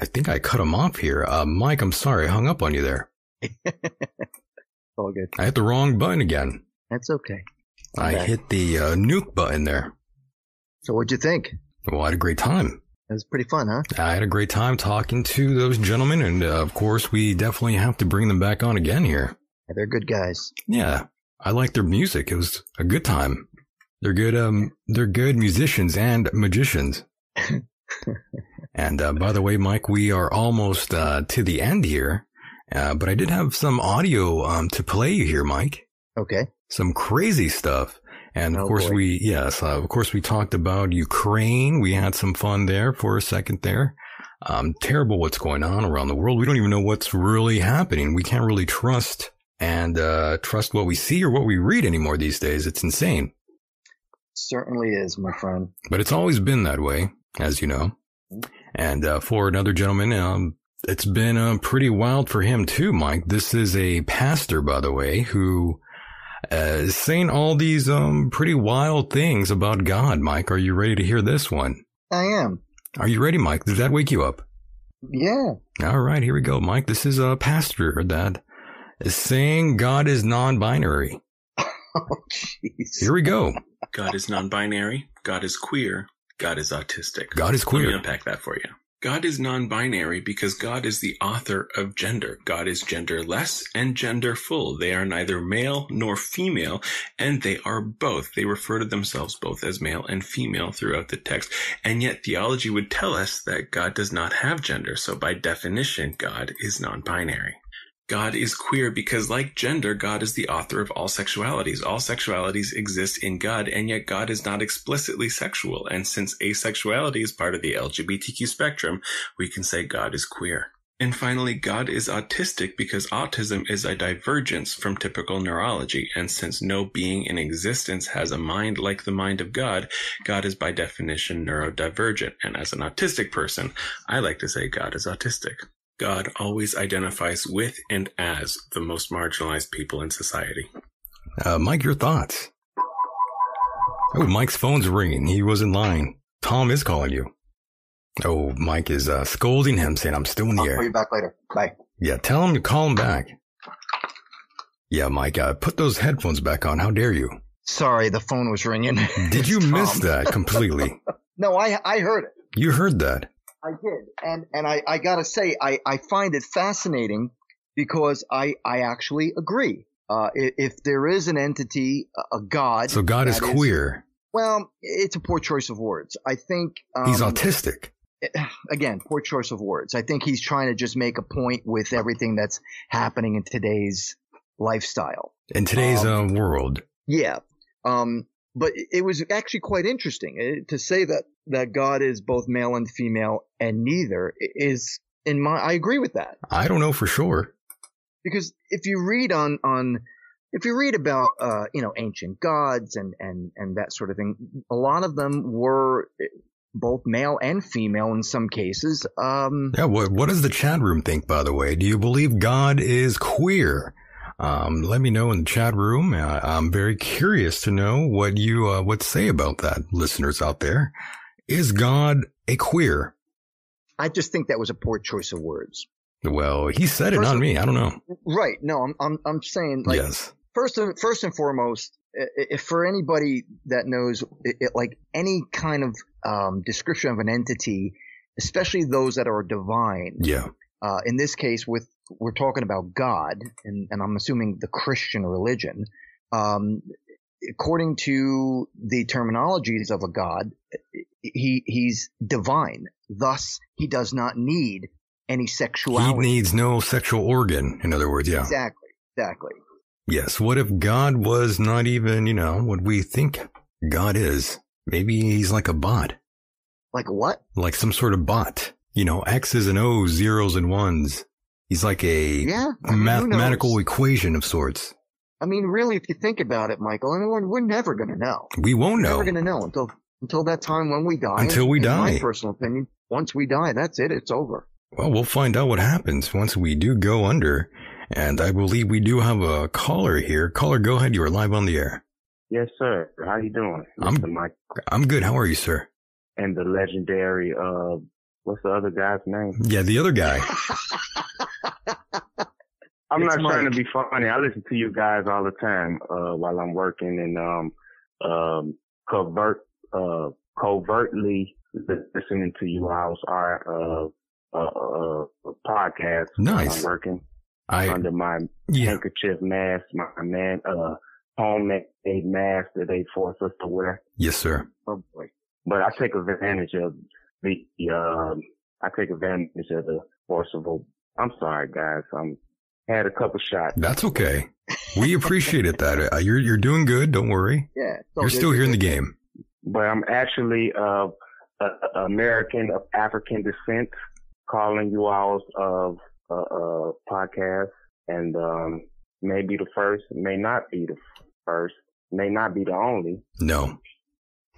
I think I cut him off here. Uh, Mike, I'm sorry, I hung up on you there. All good. I hit the wrong button again. That's okay. I Okay. hit the uh, nuke button there. So, what'd you think? Well, I had a great time. That was pretty fun, huh? I had a great time talking to those gentlemen, and uh, of course, we definitely have to bring them back on again here. Yeah, they're good guys. Yeah, I like their music. It was a good time. They're good. Um, they're good musicians and magicians. and uh, by the way, Mike, we are almost uh, to the end here, uh, but I did have some audio um, to play you here, Mike. Okay. Some crazy stuff. And of Oh, course boy. we yes, uh, of course we talked about Ukraine. We had some fun there for a second there. Um, terrible what's going on around the world. We don't even know what's really happening. We can't really trust and uh, trust what we see or what we read anymore these days. It's insane. Certainly is, my friend. But it's always been that way, as you know. And uh, for another gentleman, um, it's been uh, pretty wild for him too, Mike. This is a pastor, by the way, who uh, is saying all these um, pretty wild things about God, Mike. Are you ready to hear this one? I am. Are you ready, Mike? Did that wake you up? Yeah. All right, here we go, Mike. This is a pastor that is saying God is non binary. Here we go. God is non binary. God is queer. God is autistic. God is queer. Let me unpack that for you. God is non binary because God is the author of gender. God is genderless and genderful. They are neither male nor female, and they are both. They refer to themselves both as male and female throughout the text. And yet, theology would tell us that God does not have gender. So, by definition, God is non binary. God is queer because, like gender, God is the author of all sexualities. All sexualities exist in God, and yet God is not explicitly sexual. And since asexuality is part of the LGBTQ spectrum, we can say God is queer. And finally, God is autistic because autism is a divergence from typical neurology. And since no being in existence has a mind like the mind of God, God is by definition neurodivergent. And as an autistic person, I like to say God is autistic. God always identifies with and as the most marginalized people in society. Uh, Mike, your thoughts? Oh, Mike's phone's ringing. He was in line. Tom is calling you. Oh, Mike is uh, scolding him, saying, I'm still in the I'll call air. you back later. Bye. Yeah, tell him to call him back. Yeah, Mike, uh, put those headphones back on. How dare you? Sorry, the phone was ringing. Did you miss that completely? No, I I heard it. You heard that. I did, and and I I gotta say I I find it fascinating because I I actually agree. Uh, i- if there is an entity, a a god. So God is that queer. well, it's a poor choice of words. I think um, eh, He's autistic. Again, poor choice of words. I think he's trying to just make a point with everything that's happening in today's lifestyle. In today's um, uh, world, Yeah. Um, but it was actually quite interesting eh, to say that, that God is both male and female and neither is in my, I agree with that I don't know for sure. because if you read on, on, if you read about, uh, you know, ancient gods and, and, and that sort of thing, a lot of them were eh, both male and female in some cases. Um, Yeah, what, what does the chat room think, by the way? Do you believe God is queer? Um, let me know in the chat room. Uh, I'm very curious to know what you uh, would say about that, listeners out there. Is God a queer? I just think that was a poor choice of words. Well, he said it, First not of- me. I don't know. Right. No, I'm, I'm, I'm saying like, yes. first and first and foremost, i- if for anybody that knows, i it, like any kind of um, description of an entity, especially those that are divine. Yeah. Uh, in this case, with we're talking about God, and, and I'm assuming the Christian religion. Um, according to the terminologies of a God, he he's divine. Thus, he does not need any He sexuality. needs no sexual organ. In other words, yeah. Exactly. Exactly. Yes. What if God was not even, you know, what we think God is? Maybe he's like a bot, Like what? like some sort of bot, you know, X's and O's, zeros and ones. He's like a Yeah, I mean, who mathematical equation of sorts. I mean, really, if you think about it, Michael, I mean, we're, we're never going to know. We won't We're know. never going to know until until that time when we die. Oh, Until we in die. My personal opinion. Once we die, that's it. It's over. Well, we'll find out what happens once we do go under. And I believe we do have a caller here. Caller, go ahead. You are live on the air. Yes, sir. How you doing? I'm- Mr. Mike I'm good. How are you, sir? and the legendary uh what's the other guy's name? Yeah, the other guy. I'm It's not Mike. trying to be funny. I listen to you guys all the time uh while I'm working and um um covert uh covertly listening to you all's our uh uh, uh, uh, podcast. while Nice. I'm working I- under my Yeah. handkerchief mask, my man, uh, homemade mask that they force us to wear. Yes, sir. Oh boy. But I take advantage of the, um, I take advantage of the forcible. I'm sorry, guys. I'm had a couple shots. That's okay. We appreciate it. That uh, you're you're doing good. Don't worry. Yeah. You're still here in the game. But I'm actually, uh, a, a American of African descent calling you all of, uh, uh, podcast and, um, may be the first, may not be the first, may not be the only. No.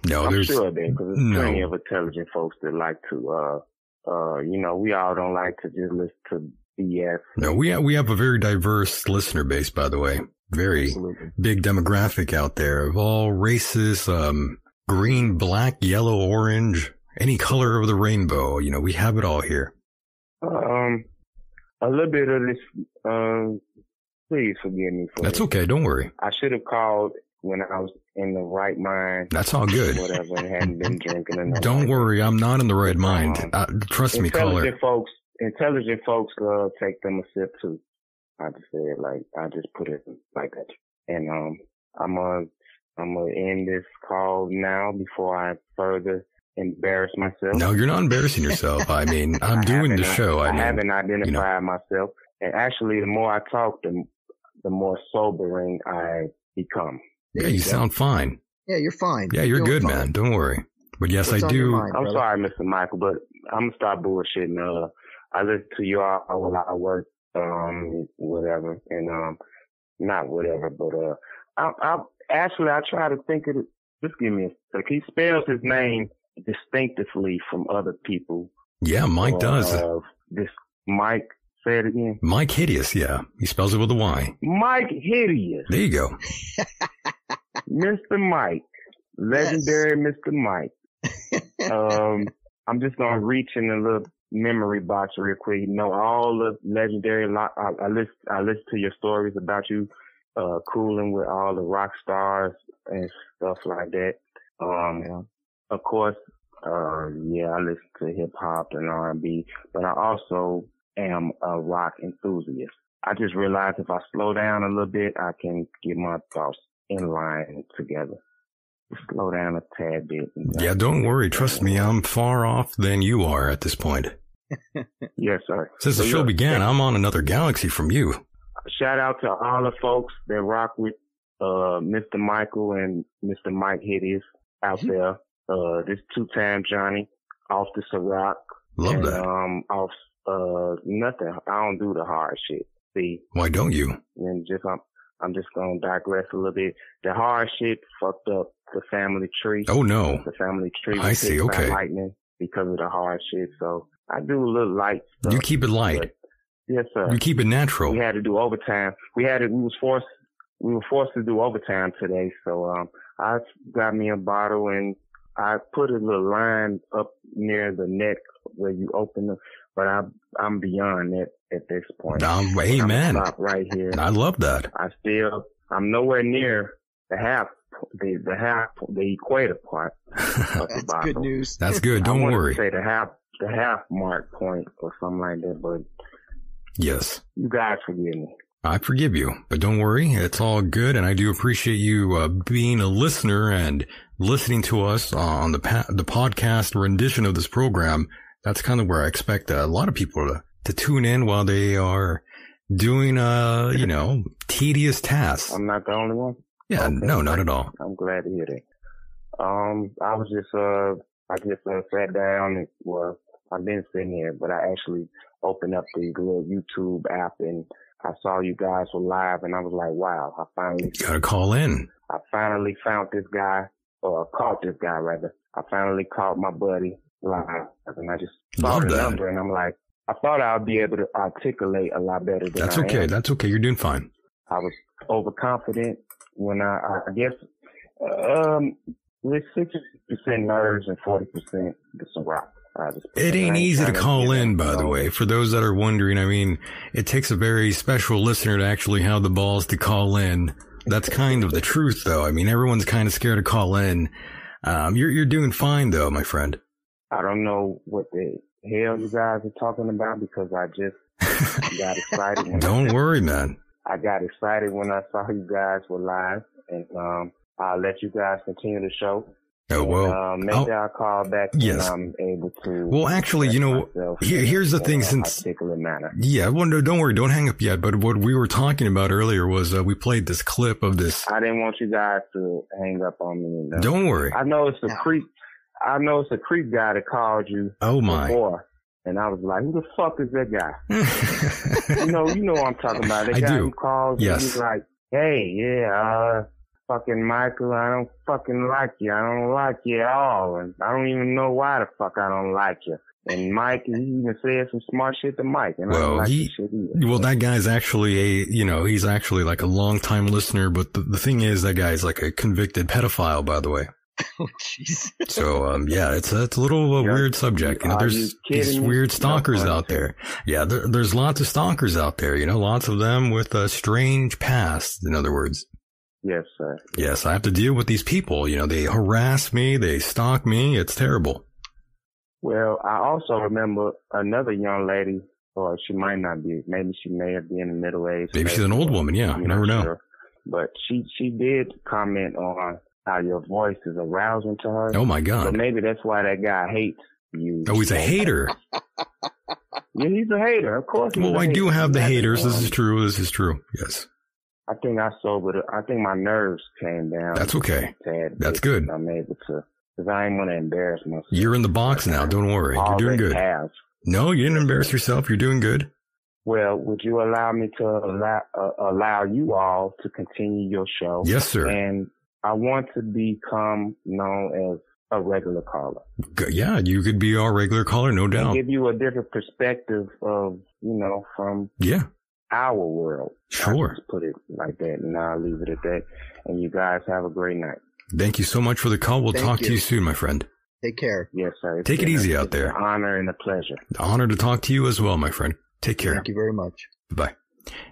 No, I'm there's sure there because there's no. plenty of intelligent folks that like to, uh, uh, you know, we all don't like to just listen to BS. No, we have, we have a very diverse listener base, by the way. Very big demographic out there of all races, um, green, black, yellow, orange, any color of the rainbow. You know, we have it all here. Um, a little bit of this. Um, please forgive me for That's this. okay. Don't worry. I should have called when I was in the right mind. That's all good. Whatever, and hadn't been drinking enough. Don't worry. I'm not in the right mind. Uh, trust me, caller. Intelligent folks, intelligent folks love take them a sip too. I just said like I just put it like that, and um, I'm gonna I'm gonna end this call now before I further embarrass myself. No, you're not embarrassing yourself. I mean, I'm doing the haven't- show. I mean, haven't identified myself, and actually, the more I talk, the the more sobering I become. yeah, you sound fine. Yeah, you're fine. Yeah, you're good, man. Don't worry. But yes, I do. I'm sorry, Mr. Michael, but I'm gonna stop bullshitting. Uh, I listen to you all while I work, um, whatever, and um, not whatever, but uh, I, I actually I try to think of it. Just give me a sec. He spells his name distinctively from other people. Yeah, Mike Uh, does. This Mike, say it again. Mike Hideous. Yeah, he spells it with a Y. Mike Hideous. There you go. Mr. Mike, legendary Mr. Mike. um, I'm just gonna reach in the little memory box real quick. You know all the legendary. Lo- I, I list I listen to your stories about you uh cooling with all the rock stars and stuff like that. Um, of course, uh, yeah, I listen to hip hop and R&B, but I also am a rock enthusiast. I just realized if I slow down a little bit, I can get my thoughts in line together. Slow down a tad bit. Yeah, don't worry. Trust me, I'm far off than you are at this point. Yes, sir. Since the So, show yeah, began, I'm on another galaxy from you. Shout out to all the folks that rock with uh, Mr. Michael and Mr. Mike Hideous out Mm-hmm. there. Uh, this two-time Johnny off the Ciroc. Love and, that. Um, off uh, nothing. I don't do the hard shit. See, Why don't you? and just I'm I'm just gonna digress a little bit. The hard shit fucked up the family tree. Oh, no. the family tree. I was see, hit by okay. lightning because of the hard shit. So I do a little light stuff. You keep it light. but- Yes, sir. You keep it natural. We had to do overtime. We had to, we was forced we were forced to do overtime today. So um I got me a bottle and I put a little line up near the neck where you open it, but I I'm beyond that at this point. Um, I'm amen. stop right here. I love that. I still I'm nowhere near the half the, the half the equator part of the bottle. Good news. That's good. I Don't wanted to worry. Say the half the half mark point or something like that, but Yes. you guys forgive me. I forgive you, but don't worry. It's all good. And I do appreciate you uh, being a listener and listening to us uh, on the, pa- the podcast rendition of this program. That's kind of where I expect a lot of people to, to tune in while they are doing, uh, you know, tedious tasks. I'm not the only one. Yeah, no, not at all. I'm glad to hear that. Um, I was just uh, I just uh, sat down and well, I've been sitting here, but I actually opened up the little YouTube app and I saw you guys were live, and I was like, wow, I finally Gotta call in. I finally found this guy or caught this guy rather. I finally called my buddy live, and I just Love saw the that. number, and I'm like, I thought I'd be able to articulate a lot better than That's I okay. am. That's okay. You're doing fine. I was overconfident when I, I guess, um, with sixty percent nerves and forty percent just some rock. I just It ain't I easy to trying call get in, that by the low. way. For those that are wondering, I mean, it takes a very special listener to actually have the balls to call in. That's kind of the truth, though. I mean, everyone's kind of scared to call in. Um, you're you're doing fine, though, my friend. I don't know what the hell you guys are talking about because I just got excited. When Don't worry, man. I, I got excited when I saw you guys were live, and um, I'll let you guys continue the show. Oh well. Um, maybe I'll- I'll, call back Yes. when I'm able to. Well, actually, you know, myself here- here's the in thing, a since- particular manner. Yeah, well, no, don't worry, don't hang up yet. But what we were talking about earlier was uh, we played this clip of this. I didn't want you guys to hang up on me. you know. Don't worry. I know it's a creep. I know it's a creep guy that called you. Oh, my. Before, and I was like, who the fuck is that guy? you know, you know what I'm talking about. That I guy do. who calls Yes. you he's like, hey, yeah, uh, fucking Michael, I don't fucking like you. I don't like you at all, and I don't even know why the fuck I don't like you. And Mike, he even said some smart shit to Mike, and I don't Well, like he this shit either. well that guy's actually a you know he's actually like a long time listener, but the, the thing is that guy's like a convicted pedophile, by the way. Oh, jeez. So um yeah, it's a, it's a little uh, weird subject. You know, Are there's you kidding these me? weird stalkers out there. Yeah, there, there's lots of stalkers out there. You know, lots of them with a strange past. In other words. Yes, sir. Yes, I have to deal with these people. You know, they harass me, they stalk me. It's terrible. Well, I also remember another young lady, or she might not be, maybe she may have been middle aged. Maybe she's an old woman. Yeah, you never know. But she she did comment on how your voice is arousing to her. Oh, my God. So maybe that's why that guy hates you. Oh, he's a hater. Yeah, he's a hater. Of course. he's Well, a I do hater. have the That haters. This um, is true. This is true. Yes. I think I sobered. up. I think my nerves came down. That's okay. a tad bit. That's good. I'm able to because I ain't want to embarrass myself. You're in the box now. Don't worry. You're doing Already good. have. No, you didn't embarrass yourself. You're doing good. Well, would you allow me to allow, uh, allow you all to continue your show? Yes, sir. And I want to become known as a regular caller. Good. Yeah, you could be our regular caller, no And doubt. give you a different perspective of, you know, from Yeah. our world. Sure. I just put it like that and I'll leave it at that. And you guys have a great night. Thank you so much for the call. We'll Thank talk to you. you soon, my friend. Take care. Yes, sir. It's Take it been a- easy out there. An honor and a pleasure. Honor to talk to you as well, my friend. Take care. Thank you very much. Bye.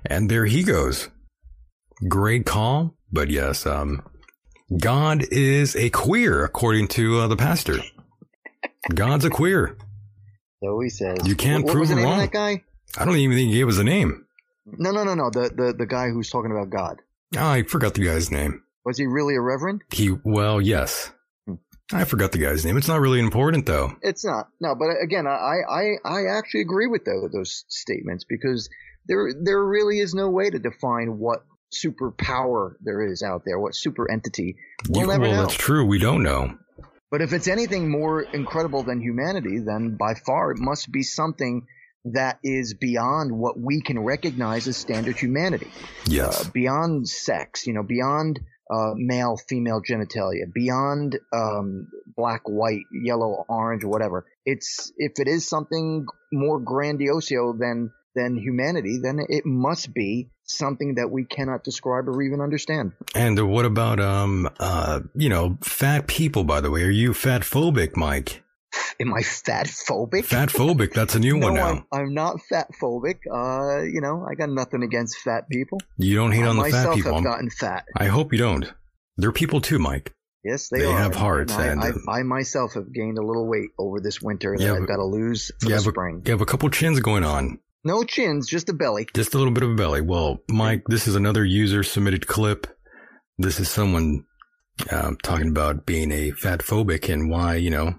And there he goes. Great call, but yes, um, God is a queer, according to uh, the pastor. God's a queer. So he says. You can't what, what prove was the him name wrong. of that guy? I don't even think he gave us a name. No, no, no, no. The, the the guy who's talking about God. Ah, I forgot the guy's name. Was he really a reverend? He, well, yes. I forgot the guy's name. It's not really important, though. It's not. No, but uh, again, I I I actually agree with those those statements because there there really is no way to define what superpower there is out there, what super entity. We'll You- never well, know. that's true. We don't know. But if it's anything more incredible than humanity, then by far it must be something that is beyond what we can recognize as standard humanity. Yes. Uh, beyond sex, you know, beyond uh, male, female genitalia, beyond um, black, white, yellow, orange, whatever. It's if it is something more grandiosio than than humanity, then it must be something that we cannot describe or even understand. And uh, what about um uh you know fat people? By the way, are you fat phobic, Mike? Am I fat phobic? Fat phobic. That's a new one now. I'm, I'm not fat phobic. Uh, you know, I got nothing against fat people. You don't hate I on the myself fat people. have I'm- gotten fat. I hope you don't. They're people too, Mike. Yes, they, They are. have hearts And I, and, I, um, I myself have gained a little weight over this winter that Yeah, I've but- got to lose for You the have, a, spring. you have a couple chins going on. No chins, just a belly. Just a little bit of a belly. Well, Mike, this is another user submitted clip. This is someone um, talking about being a fat phobic and why, you know,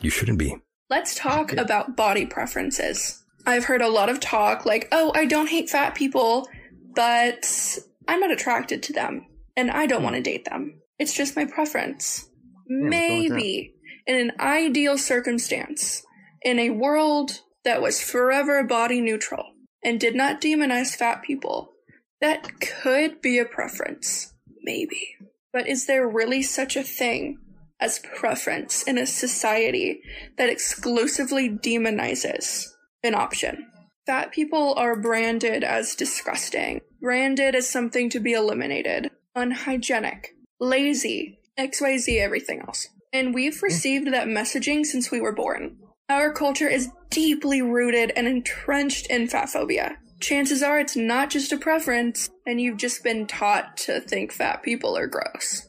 you shouldn't be. Let's talk about body preferences. I've heard a lot of talk like, oh, I don't hate fat people, but I'm not attracted to them and I don't want to date them. It's just my preference. Hmm. what's wrong with Maybe in an ideal circumstance, in a world that was forever body neutral and did not demonize fat people, that could be a preference. Maybe. But is there really such a thing as preference in a society that exclusively demonizes an option. Fat people are branded as disgusting, branded as something to be eliminated, unhygienic, lazy, XYZ, everything else. And we've received that messaging since we were born. Our culture is deeply rooted and entrenched in fat phobia. Chances are it's not just a preference, and you've just been taught to think fat people are gross.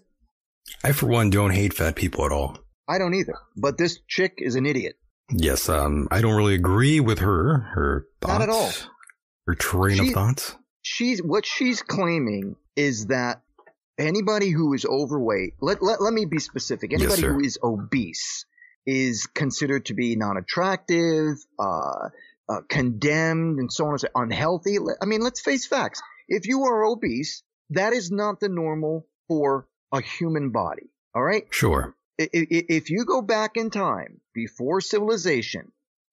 I, for one, don't hate fat people at all. I don't either. But this chick is an idiot. Yes, um, I don't really agree with her, her thoughts. Not at all. Her train She- of thoughts. she's what she's claiming is that anybody who is overweight let let, let me be specific Yes, anybody sir. who is obese is considered to be non-attractive uh, uh condemned and so on and so unhealthy Le- i mean let's face facts if you are obese that is not the normal for a human body all right Sure. I- i- i- if you go back in time before civilization,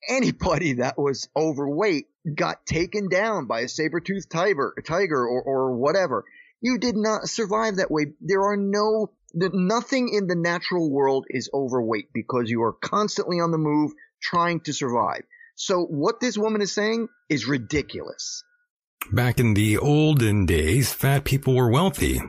anybody that was overweight got taken down by a saber-toothed tiger, tiger or, or whatever. You did not survive that way. There are no, the, nothing in the natural world is overweight because you are constantly on the move trying to survive. So what this woman is saying is ridiculous. Back in the olden days, fat people were wealthy.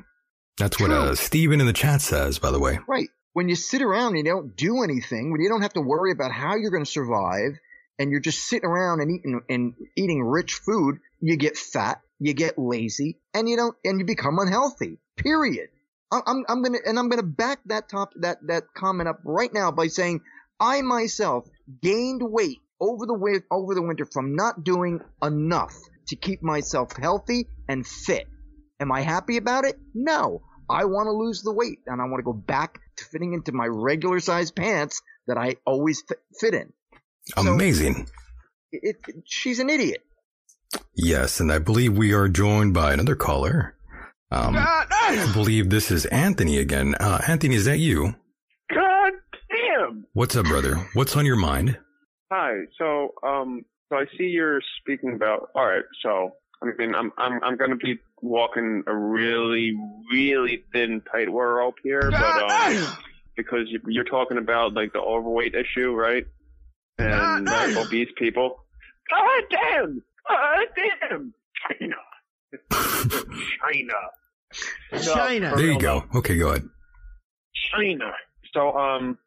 That's what uh, Steven in the chat says, by the way. Right. When you sit around and you don't do anything, when you don't have to worry about how you're going to survive, and you're just sitting around and eating and eating rich food, you get fat, you get lazy, and you don't and you become unhealthy. Period. I- I'm I'm gonna and I'm gonna back that top that that comment up right now by saying I myself gained weight over the wi- over the winter from not doing enough to keep myself healthy and fit. Am I happy about it? No. I want to lose the weight and I want to go back to fitting into my regular size pants that I always fit, fit in. Amazing. It, it, she's an idiot. Yes, and I believe we are joined by another caller. Um, I believe this is Anthony again. Uh, Anthony, is that you? God damn! What's up, brother? What's on your mind? Hi. So, um, so I see you're speaking about. All right. So, I mean, I'm, I'm, I'm gonna be walking a really, really thin tightrope here, but um, because you, you're talking about like the overweight issue, right? And like, obese people. God damn! God damn! China. China. No, for There real, you go. Okay, go ahead. China. So um,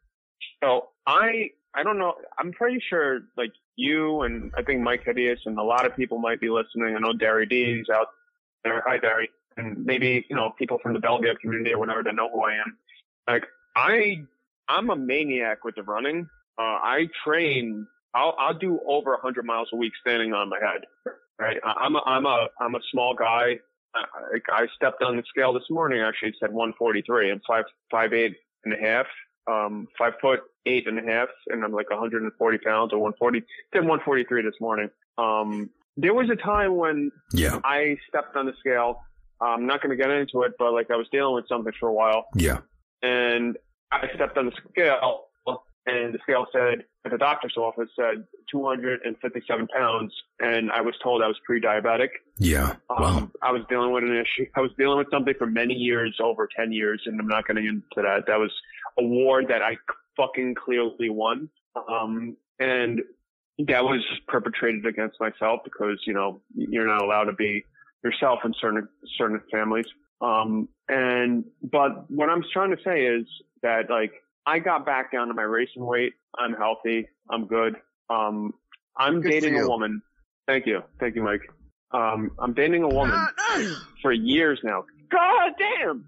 so I I don't know. I'm pretty sure like you and I think Mike Hideous and a lot of people might be listening. I know Derry D is out there. Hi Derry, and maybe you know people from the Belgia community or whatever that know who I am. Like I I'm a maniac with the running. Uh, I train. I'll I'll do over 100 miles a week standing on my head. Right. I- I'm a I'm a I'm a small guy. I, I I stepped on the scale this morning. Actually, it said 143. I'm five five eight and a half. Um, five foot eight and a half, and I'm like 140 pounds or 140. Did 143 this morning. Um, there was a time when yeah. I stepped on the scale. I'm not going to get into it, but like I was dealing with something for a while, Yeah. and I stepped on the scale, and the scale said at the doctor's office said 257 pounds, and I was told I was pre-diabetic. Yeah. Um, I was dealing with an issue. I was dealing with something for many years, over 10 years, and I'm not getting into that. That was a war that I fucking clearly won. Um, and that was perpetrated against myself because, you know, you're not allowed to be yourself in certain, certain families. Um, and, but what I'm trying to say is that like I got back down to my racing weight. I'm healthy. I'm good. Um, I'm Good for dating a you. woman. Thank you. Thank you, Mike. Um, I'm dating a Ah, woman for years now. God damn.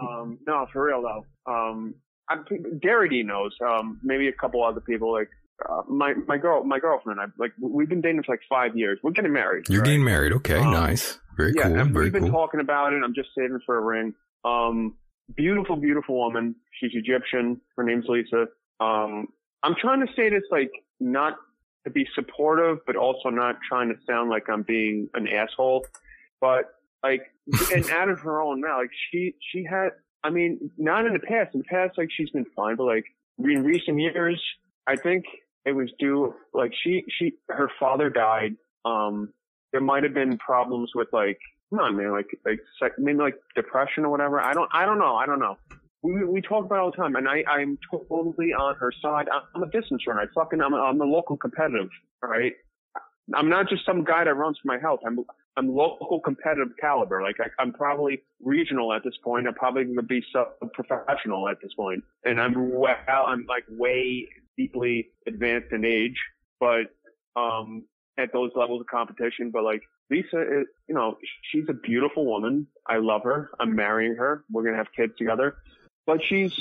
Um, no, for real though. Um, I'm, Darity knows. Um, maybe a couple other people like uh, my my girl, my girlfriend. and I like we've been dating for like five years. We're getting married. You're right? getting married. Okay, Um, nice. Very yeah, cool. and Very we've been cool. talking about it. I'm just saving for a ring. Um, beautiful, beautiful woman. She's Egyptian. Her name's Lisa. Um, I'm trying to say this like not to be supportive, but also not trying to sound like I'm being an asshole. But like, and out of her own mouth, like she she had. I mean, not in the past. In the past, like she's been fine, but like in recent years, I think it was due like she she her father died. Um, there might have been problems with like come on man like like sec- maybe like depression or whatever i don't i don't know i don't know we, we talk about it all the time, and I, I'm totally on her side. I'm- I'm a distance runner. I fucking, I'm, I'm a local competitive, all right? I'm not just some guy that runs for my health. I'm, I'm local competitive caliber. Like I, I'm probably regional at this point. I'm probably going to be sub-professional at this point, and I'm well, I'm like way deeply advanced in age, but um, at those levels of competition. But like Lisa, is, you know, she's a beautiful woman. I love her. I'm marrying her. We're gonna have kids together. But she's,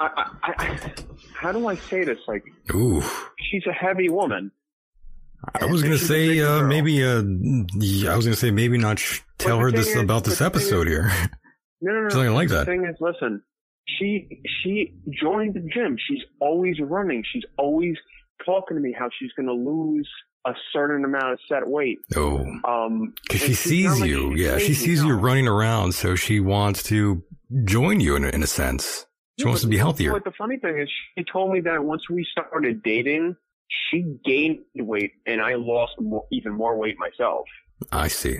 I, I, I how do I say this? Like, Ooh. she's a heavy woman. I was gonna say uh, maybe. Uh, yeah, I was gonna say maybe not sh- tell her this about this episode here. No, no, no. Something like the that. thing is, listen, she she joined the gym. She's always running. She's always talking to me how she's going to lose a certain amount of set weight. Oh, Um, because and she she's not sees like you. she's Yeah, she crazy, sees no. you running around, so she wants to join you in a, in a sense. She Yeah, wants but to be the- healthier. But the funny thing is, she told me that once we started dating, she gained weight and I lost more, even more weight myself, I see.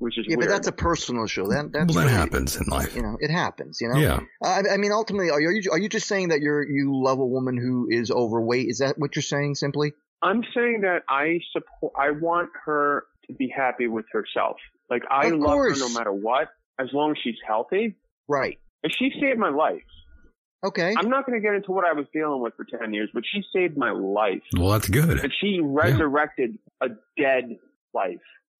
which is Yeah, weird. but that's a personal issue. That that's well, that really- happens in life. You know, it happens. You know. Uh, Yeah. I, I mean, ultimately, are you are you just saying that you're you love a woman who is overweight? Is that what you're saying? Simply. I'm saying that I support. I want her to be happy with herself. Like I Of love her course. no matter what, as long as she's healthy. Right. And she saved my life. Okay. I'm not going to get into what I was dealing with for ten years, but she saved my life. Well, that's good. And she resurrected a dead life,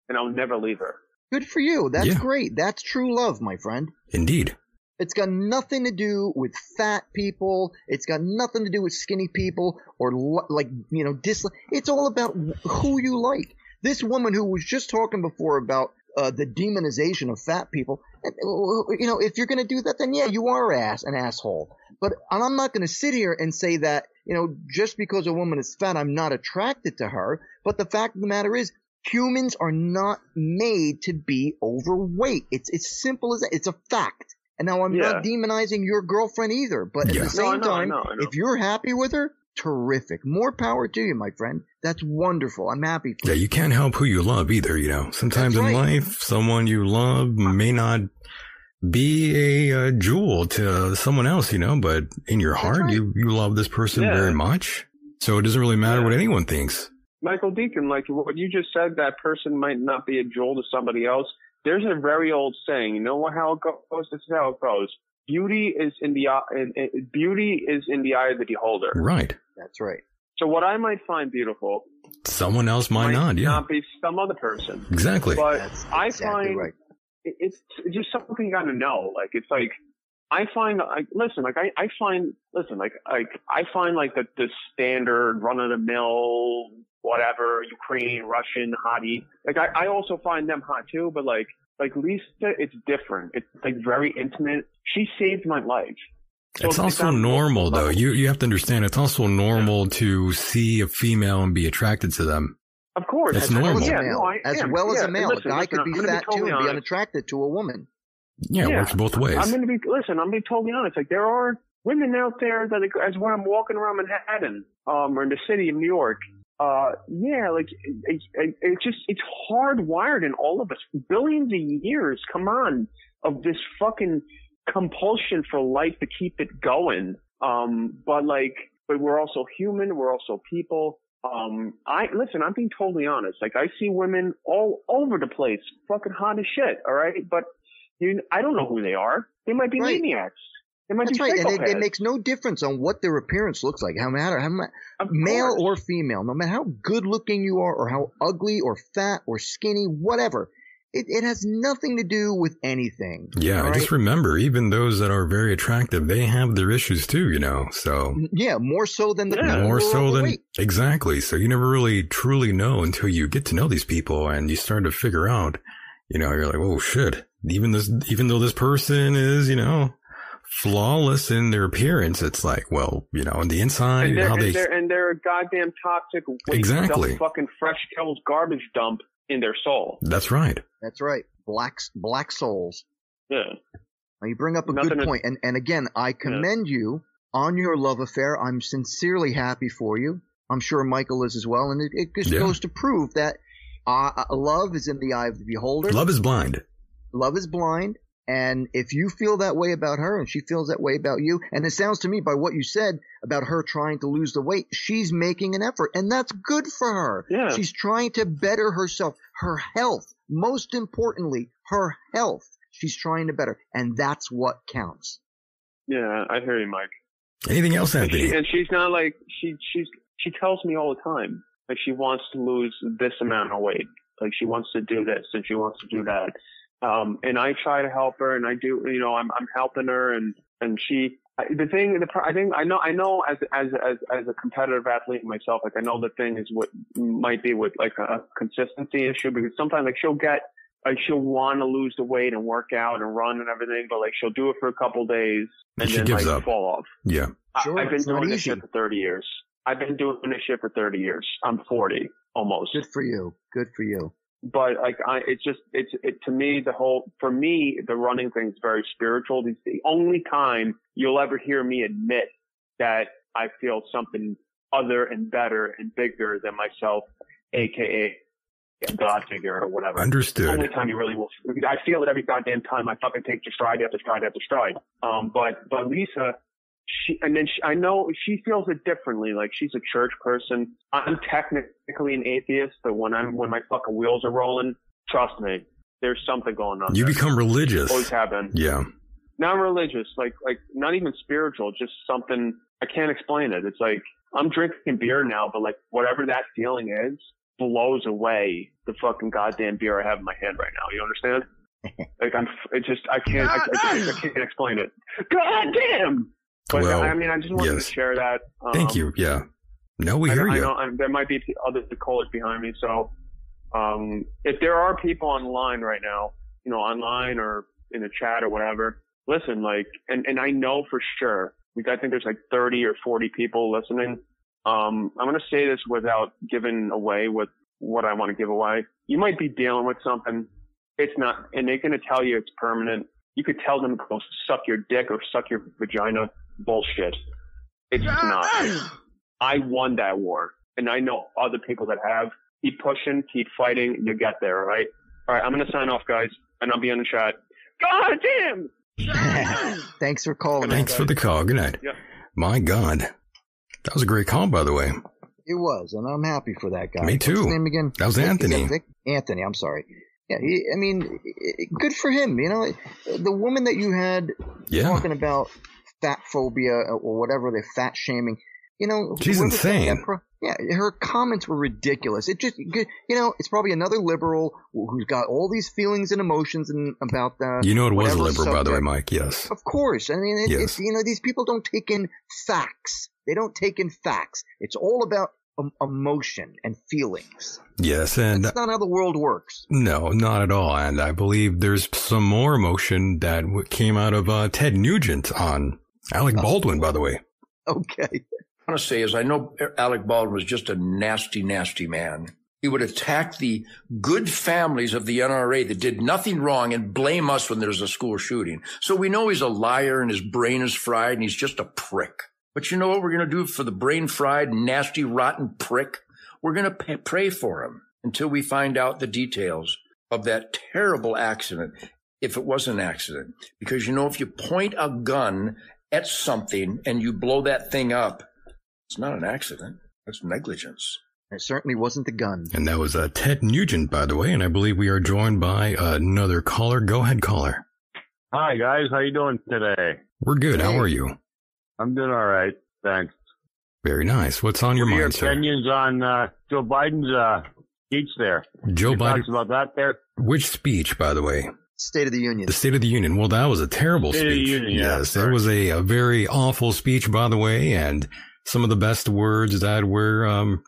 and I'll never leave her. Good for you. That's great. That's true love, my friend. Indeed. It's got nothing to do with fat people. It's got nothing to do with skinny people or li- like, you know, dislike. It's all about wh- who you like. This woman who was just talking before about uh, the demonization of fat people, and, uh, you know, if you're going to do that, then yeah, you are ass, an asshole. But and I'm not going to sit here and say that, you know, just because a woman is fat, I'm not attracted to her. But the fact of the matter is, humans are not made to be overweight. It's as simple as that. It's a fact. And now I'm not Yeah. demonizing your girlfriend either, but at Yeah. No, the I same know, I time, know, I know. if you're happy with her, terrific. More power to you, my friend. That's wonderful. I'm happy. For Yeah, you can't help who you love either. You know, sometimes That's in right. life, someone you love may not be a, uh jewel to someone else. You know, but in your heart, you you love this person Yeah. very much. So it doesn't really matter what anyone thinks. Michael Deacon, like what you just said, that person might not be a jewel to somebody else. There's a very old saying. You know what- how it goes? This is how it goes. Beauty is in the eye. In, in, beauty is in the eye of the beholder. Right. That's right. So what I might find beautiful Someone else might not. Yeah. not be some other person. Exactly. But That's I exactly find right. it- it's just something you gotta know. Like it's like I find like listen, like I, I find listen, like like I find like the the standard run of the mill whatever Ukraine Russian hottie. Like I, I also find them hot too, but like like Lisa, it's different. It's like very intimate. She saved my life. So It's also normal though. You you have to understand it's also normal to see a female and be attracted to them. Of course, That's normal. As well as Yeah, a male, no, I as, am. well as Yeah, a male. listen, a guy listen, could be I'm gonna be fat too totally and be honest. unattracted to a woman. Yeah, it works both ways. I'm gonna be listen. I'm gonna be totally honest. Like there are women out there that, like, as when I'm walking around Manhattan, um, or in the city of New York, uh, yeah, like it, it, it just it's hardwired in all of us. Billions of years, come on, of this fucking compulsion for life to keep it going. Um, but like, but we're also human. We're also people. Um, I listen. I'm being totally honest. Like, I see women all over the place, fucking hot as shit. All right, but you, I don't know who they are. They might be Right. maniacs. They might That's be right, and it, psychopaths. it makes no difference on what their appearance looks like. No matter how ma- male or female, no matter how good looking you are, or how ugly or fat or skinny, whatever, it, it has nothing to do with anything. yeah, all just remember, even those that are very attractive, they have their issues too, you know. So right? yeah, more so than the people more who are so than overweight. exactly. So you never really truly know until you get to know these people and you start to figure out, you know, you're like, oh shit. Even this, even though this person is, you know, flawless in their appearance, it's like, well, you know, on the inside, and they're, how they and, they're, and they're a goddamn toxic, waste Exactly. dump, fucking fresh kills garbage dump in their soul. That's right. That's right, blacks, black souls. Yeah. Now, you bring up a Nothing good to- point, and and again, I commend you on your love affair. I'm sincerely happy for you. I'm sure Michael is as well, and it, it just Yeah. goes to prove that uh, uh, love is in the eye of the beholder. Love is blind. Love is blind, And if you feel that way about her and she feels that way about you, and it sounds to me by what you said about her trying to lose the weight, she's making an effort and that's good for her. Yeah. She's trying to better herself, her health, most importantly, her health. She's trying to better and that's what counts. Yeah, I hear you, Mike. Anything else, And, she, Anthony? and she's not like she she's she tells me all the time like she wants to lose this amount of weight, like she wants to do this and she wants to do that. Um, and I try to help her, and I do, you know, I'm I'm helping her, and and she. I- The thing, the pro- I think I know, I know as as as as a competitive athlete myself, like I know the thing is what might be with like a consistency issue because sometimes like she'll get like she'll want to lose the weight and work out and run and everything, but like she'll do it for a couple days and, And she then gives like up. fall off. Yeah. I- Sure, I've been it's not doing this easy. shit for 30 years. I've been doing this shit for 30 years. I'm 40 almost. Good for you. Good for you. But like, I, it's just, it's, it, to me, the whole, for me, the running thing is very spiritual. It's the only time you'll ever hear me admit that I feel something other and better and bigger than myself, aka a God figure or whatever. Understood. It's the only time you really will. I feel it every goddamn time. I fucking take the stride after stride after stride. Um, but but Lisa, she and then she, I know she feels it differently. Like she's a church person. I'm technically an atheist, but when I'm when my fucking wheels are rolling, trust me, there's something going on. You there. become religious. Always have been Yeah. not religious, like like not even spiritual, just something I can't explain it. It's like I'm drinking beer now, but like whatever that feeling is blows away the fucking goddamn beer I have in my hand right now. You understand? like I'm, it just I can't, I, I, just- I can't explain it. Goddamn! But Well, I mean, I just wanted yes. to share that. Um, Thank you. Yeah. No, we I, hear I you. know i there might be other callers behind me, so um, if there are people online right now, you know, online or in the chat or whatever, listen, like, and, and I know for sure, like, I think there's like 30 or 40 people listening. Um, I'm going to say this without giving away what, what I want to give away. You might be dealing with something. It's not, and they're going to tell you it's permanent. You could tell them to go suck your dick or suck your vagina. Bullshit. It's not. I won that war, and I know other people that have. Keep pushing, keep fighting, you get there, all right? All right, I'm gonna sign off, guys, and I'll be on the chat. God damn! Thanks for calling. Thanks for the call. Good night. Yeah. My God. That was a great call, by the way. It was, and I'm happy for that guy. Me too. What's his name again? That was Vic- is Anthony. Vic? Anthony, I'm sorry. Yeah, he, I mean, i- i- good for him. You know, the woman that you had Yeah. talking about fat phobia or whatever the fat shaming. You know, She's whoever said that insane. pro- yeah, her comments were ridiculous. It just, you know, it's probably another liberal who's got all these feelings and emotions and about the. You know it was a whatever liberal, by the way, subject. Mike. Yes. Of course. I mean, it, Yes. it's, you know, these people don't take in facts. They don't take in facts. It's all about um, emotion and feelings. Yes. And That's not how the world works. No, not at all. And I believe there's some more emotion that w- came out of uh, Ted Nugent on Alec Baldwin, by the way. Okay. I want to say is I know Alec Baldwin was just a nasty, nasty man. He would attack the good families of the NRA that did nothing wrong and blame us when there's a school shooting. So we know he's a liar and his brain is fried and he's just a prick. But you know what we're going to do for the brain fried, nasty, rotten prick? We're going to pay, pray for him until we find out the details of that terrible accident, if it was an accident. Because you know, if you point a gun at something and you blow that thing up, it's not an accident. That's negligence. It certainly wasn't the gun. And that was uh, Ted Nugent, by the way. And I believe we are joined by another caller. Go ahead, caller. Hi guys, how you doing today? We're good. How are you? I'm doing all right, thanks. Very nice. What's on your what are mind, your sir? opinions on uh, Joe Biden's uh, speech there? Joe Any Biden. thoughts about that there. Which speech, by the way? State of the Union. The State of the Union. Well, that was a terrible State of the speech. Union, yeah, yes, that was a, a very awful speech, by the way, and some of the best words that were um,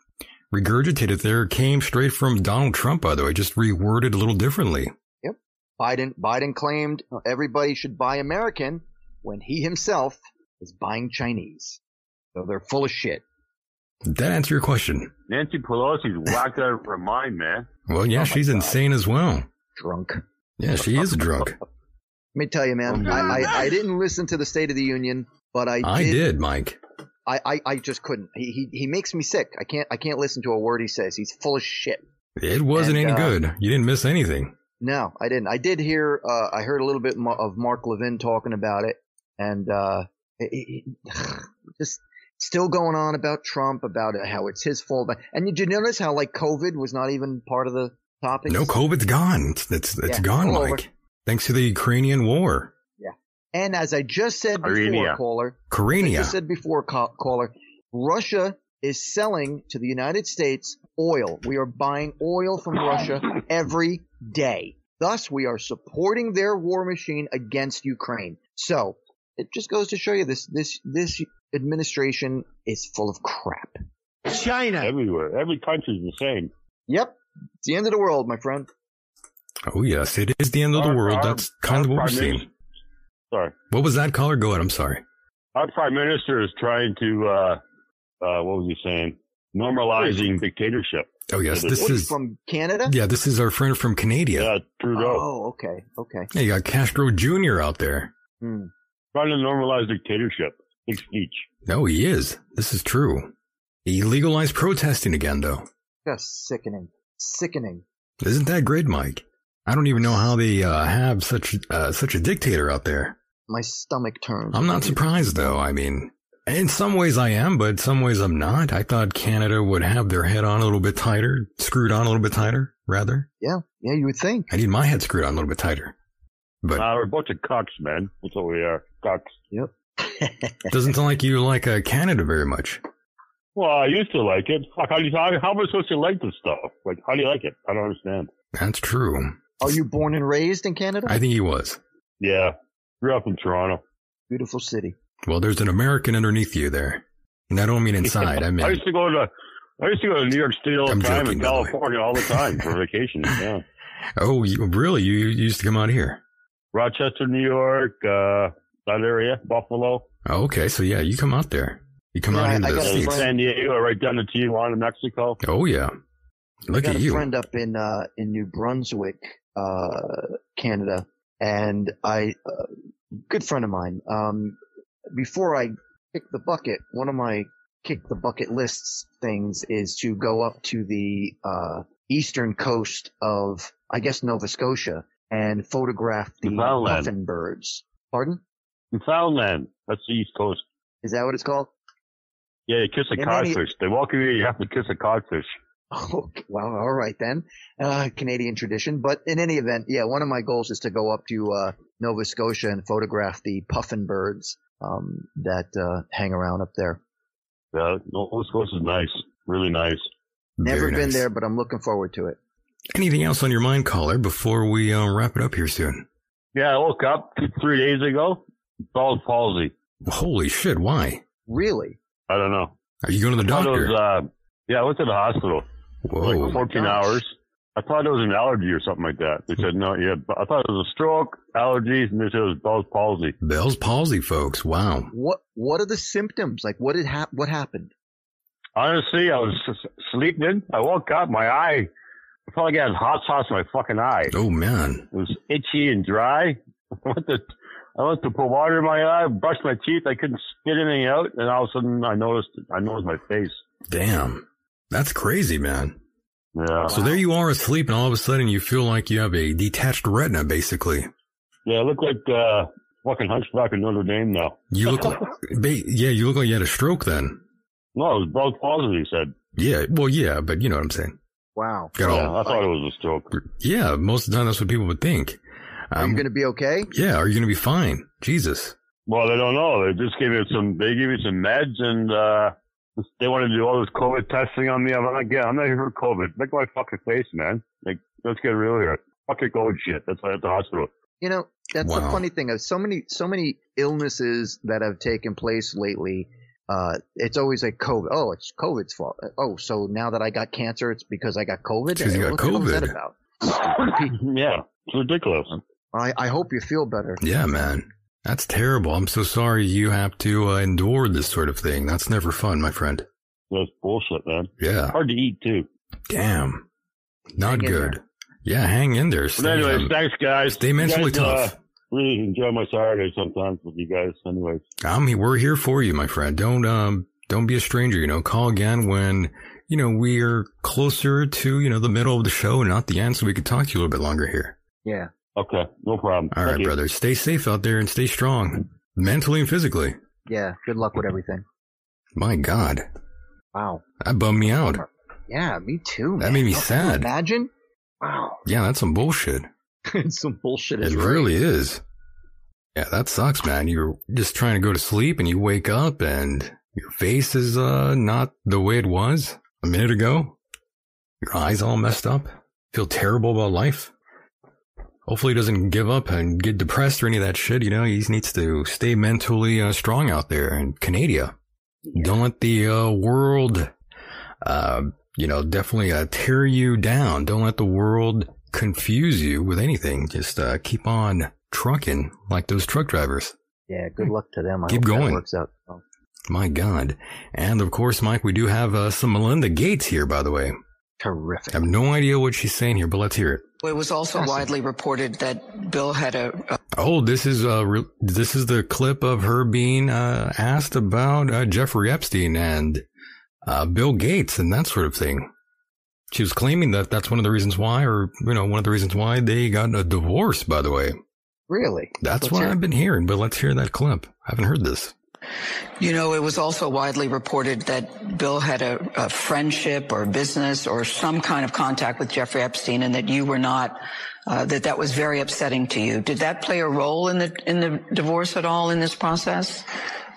regurgitated there came straight from Donald Trump, by the way, just reworded a little differently. Yep. Biden Biden claimed everybody should buy American when he himself is buying Chinese. So they're full of shit. Did that answer your question? Nancy Pelosi's whacked out of her mind, man. Well, yeah, she's insane as well. Oh Drunk. Yeah, she is drunk. Let me tell you, man, I, I, I didn't listen to the State of the Union, but I did. I did, Mike. I, I, I just couldn't. He, he he makes me sick. I can't I can't listen to a word he says. He's full of shit. It wasn't And, any uh, good. You didn't miss anything. No, I didn't. I did hear. Uh, I heard a little bit mo- of Mark Levin talking about it, and uh, it, it- just still going on about Trump, about how it's his fault. And did you notice how like COVID was not even part of the topic? No, COVID's gone. It's it's, it's Yeah, gone, all Mike. over. Thanks to the Ukrainian war. Yeah. And as I just said before, Karenia. caller, Karenia. as I just said before, ca- caller, Russia is selling to the United States oil. We are buying oil from Russia every day. Thus, we are supporting their war machine against Ukraine. So it just goes to show you this this this administration is full of crap. China. Everywhere. Every country's the same. Yep, it's the end of the world, my friend. Oh yes, it is the end of the Our- world. our- That's kind of our what we're prime seeing. minister- Sorry. What was that caller? Go ahead. I'm sorry. Our prime minister is trying to, uh, uh, what was he saying? Normalizing dictatorship. Oh, yes, So this there's- is- From Canada? Yeah, this is our friend from Canada. Yeah, Trudeau. Oh, okay, okay. Hmm. you got Castro Jr. out there. Trying to normalize dictatorship. Big speech. No, he is. This is true. He legalized protesting again, though. Just sickening, sickening. Isn't that great, Mike? I don't even know how they uh, have such uh, such a dictator out there. My stomach turns. I'm not surprised, though. I mean, in some ways I am, but in some ways I'm not. I thought Canada would have their head on a little bit tighter, screwed on a little bit tighter, rather. Yeah, yeah, you would think. I need my head screwed on a little bit tighter. But uh, we're a bunch of cocks, man. That's what we are. Cocks. Yep. Doesn't sound like you like uh, Canada very much. Well, I used to like it. Fuck, how, do you, how, how am I supposed to like this stuff? Like, how do you like it? I don't understand. That's true. Are you born and raised in Canada? I think he was. Yeah. Grew up in Toronto. Beautiful city. Well, there's an American underneath you there. And I don't mean inside. I I mean, used to go to I used to go to New York State all the I'm time and joking, by the way. California all the time for vacations. Yeah, oh, you, really? You, you used to come out here? Rochester, New York, uh, that area, Buffalo, Oh, okay. So, yeah, you come out there. You come out into the San States. San Diego, right down to Tijuana, Mexico. Oh, yeah. Look I got at a you. friend up in uh, in New Brunswick, uh, Canada, and I, uh, good friend of mine. Um, before I kick the bucket, one of my kick the bucket lists things is to go up to the uh, eastern coast of, I guess, Nova Scotia and photograph the Newfoundland. puffin birds. Pardon? Newfoundland. That's the East Coast. Is that what it's called? Yeah, you kiss a And then he- codfish. They welcome you. You have to kiss a codfish. Oh, well, all right then. Uh, Canadian tradition. But in any event, yeah, one of my goals is to go up to uh, Nova Scotia and photograph the puffin birds um, that uh, hang around up there. Yeah, Nova Scotia is nice, really nice. Never been there, but I'm looking forward to it. Anything else on your mind, caller, before we uh, wrap it up here soon? Yeah, I woke up two, three days ago. Solid palsy. Holy shit, why? Really? I don't know. Are you going to the I thought it doctor? was, uh, yeah, I went to the hospital. Whoa. Like 14 hours. I thought it was an allergy or something like that. They said, no, yeah, but I thought it was a stroke, allergies, and they said it was Bell's palsy. Bell's palsy, folks. Wow. What What are the symptoms? Like, what did hap- What happened? Honestly, I was s- sleeping. I woke up, my eye, I felt like I had hot sauce in my fucking eye. Oh, man. It was itchy and dry. I went to, I went to put water in my eye, brushed my teeth. I couldn't spit anything out. And all of a sudden, I noticed, I noticed my face. Damn. That's crazy, man. Yeah. So there you are asleep, and all of a sudden you feel like you have a detached retina, basically. Yeah, I look like, uh, fucking hunchback in Notre Dame now. You look like, ba- yeah, you look like you had a stroke then. No, it was Bell's palsy, he said. Yeah, well, yeah, but you know what I'm saying. Wow. Got all- Yeah, I thought it was a stroke. Yeah, most of the time that's what people would think. Are you Um, going to be okay? yeah, are you going to be fine? Jesus. Well, they don't know. They just gave me some. They gave me some meds, and uh, they want to do all this COVID testing on me. I'm like, yeah, I'm not here for COVID. Look at my fucking face, man. Like, let's get real here. Fuck your COVID shit. That's why I'm at the hospital. You know, that's the Wow. funny thing. Of so many, so many illnesses that have taken place lately. Uh, it's always like COVID. Oh, it's COVID's fault. Oh, so now that I got cancer, it's because I got COVID. 'Cause you got what the hell is that COVID. about? yeah, it's ridiculous. I, I hope you feel better. Yeah, man. That's terrible. I'm so sorry you have to uh, endure this sort of thing. That's never fun, my friend. That's bullshit, man. Yeah. Hard to eat too. Damn. Not good. Yeah, hang in there. But Stay, anyways, um, thanks guys. stay You mentally guys, uh, tough. really enjoy my Saturday sometimes with you guys. Anyways, I'm he- Um, we're here for you, my friend. Don't um don't be a stranger, you know. Call again when you know we're closer to, you know, the middle of the show, not the end, so we could talk to you a little bit longer here. Yeah. Okay, no problem. All right, brother. Stay safe out there and stay strong, mentally and physically. Yeah. Good luck with everything. My God, Wow. that bummed me out. Yeah, me too. That man. made me Oh, sad. Imagine. Wow. Yeah, that's some bullshit. it's some bullshit. It isn't really is. Yeah, that sucks, man. You're just trying to go to sleep and you wake up and your face is uh not the way it was a minute ago. Your eyes all messed up. Feel terrible about life. Hopefully, he doesn't give up and get depressed or any of that shit. You know, he needs to stay mentally uh, strong out there in Canada. Don't let the uh, world, uh, you know, definitely uh, tear you down. Don't let the world confuse you with anything. Just uh, keep on trucking like those truck drivers. Yeah. Good luck to them. I Keep hope that going. works out. well. My God. And of course, Mike, we do have uh, some Melinda Gates here, by the way. Terrific. I have no idea what she's saying here, but let's hear it. It was also widely reported that Bill had a, a Oh, this is uh, re- this is the clip of her being uh, asked about uh, Jeffrey Epstein and uh, Bill Gates and that sort of thing. She was claiming that that's one of the reasons why, or you know, one of the reasons why they got a divorce. By the way, really. that's Let's what hear it. I've been hearing. But let's hear that clip. I haven't heard this. You know, it was also widely reported that Bill had a, a friendship or business or some kind of contact with Jeffrey Epstein, and that you were not. Uh, that that was very upsetting to you. Did that play a role in the in the divorce at all in this process?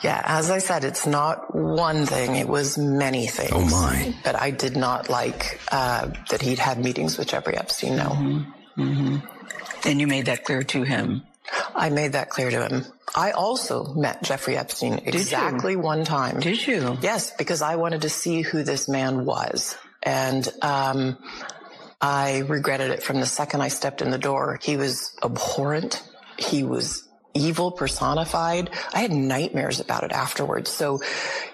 Yeah, as I said, it's not one thing, it was many things. Oh, my. But I did not like uh, that he'd had meetings with Jeffrey Epstein, no. And you made that clear to him. I made that clear to him. I also met Jeffrey Epstein you? exactly one time. Did you? Yes, because I wanted to see who this man was. And um, I regretted it from the second I stepped in the door. He was abhorrent. He was evil personified. I had nightmares about it afterwards. So,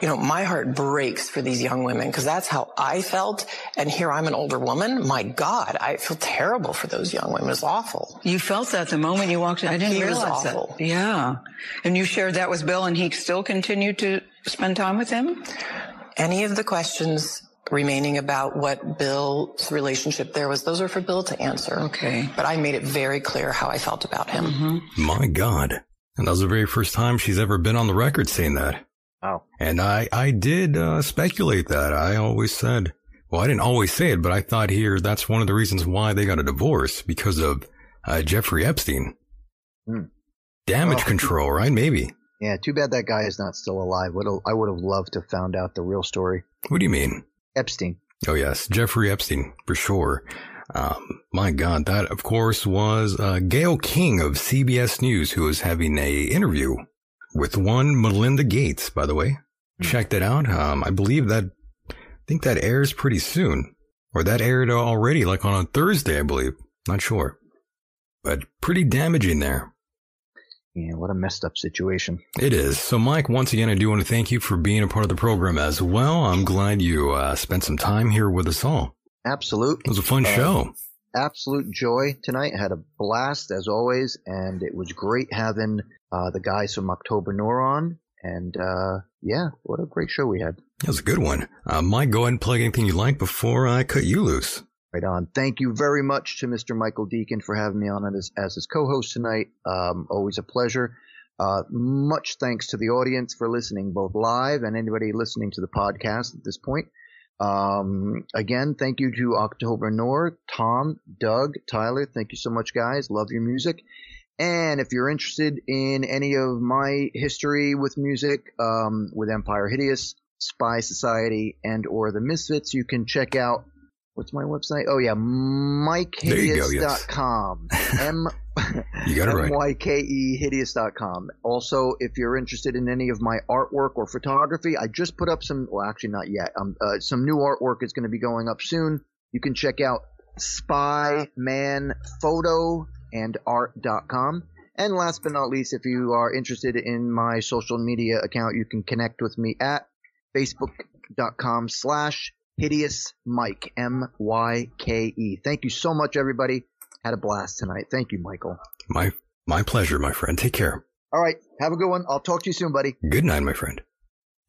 you know, my heart breaks for these young women because that's how I felt. And here I'm an older woman. My God, I feel terrible for those young women. It's awful. You felt that the moment you walked in. I didn't He was realize awful. that. Yeah, and you shared that with Bill, and he still continued to spend time with him. Any of the questions remaining about what Bill's relationship there was, those are for Bill to answer. Okay. Mm-hmm. But I made it very clear how I felt about him. My God. And that was the very first time she's ever been on the record saying that. Wow. And I, I did uh, speculate that. I always said, well, I didn't always say it, but I thought here that's one of the reasons why they got a divorce because of uh, Jeffrey Epstein. Hmm. Damage Oh. control, right? Maybe. it? Yeah. Too bad that guy is not still alive. Would I would have loved to found out the real story. What do you mean? Epstein. Oh, yes. Jeffrey Epstein, for sure. Um, my God, that, of course, was uh, Gail King of CBS News, who was having a interview with one Melinda Gates, by the way. Check that out. Um, I believe that, I think that airs pretty soon. Or that aired already, like on a Thursday, I believe. Not sure. But pretty damaging there. Yeah. What a messed up situation. It is. So, Mike, once again, I do want to thank you for being a part of the program as well. I'm glad you uh, spent some time here with us all. Absolute. It was a fun Uh, show. Absolute joy tonight. Had a blast as always, and it was great having uh, the guys from October Nor on. And uh, yeah, what a great show we had. That was a good one. Uh, Mike, go ahead and plug anything you like before I cut you loose. Right on. Thank you very much to Mr. Michael Deacon for having me on as, as his co-host tonight. Um, always a pleasure. Uh, much thanks to the audience for listening, both live and anybody listening to the podcast at this point. Um, again, thank you to October Nor, Tom, Doug, Tyler. Thank you so much, guys. Love your music. And if you're interested in any of my history with music, um, with Empire Hideous, Spy Society, and or the Misfits, you can check out what's my website? Oh yeah, There you go, yes. MikeHideous.com. M You got it right. M-Y-K-E hideous.com. Also, if you're interested in any of my artwork or photography, I just put up some, well, actually not yet. Um, uh, some new artwork is going to be going up soon. You can check out Spy Man Photo and art.com. And last but not least, if you are interested in my social media account, you can connect with me at facebook.com slash hideous mike m-y-k-e E. thank you so much everybody had a blast tonight thank you michael My my pleasure, my friend. Take care. all right have a good one i'll talk to you soon buddy Good night, my friend.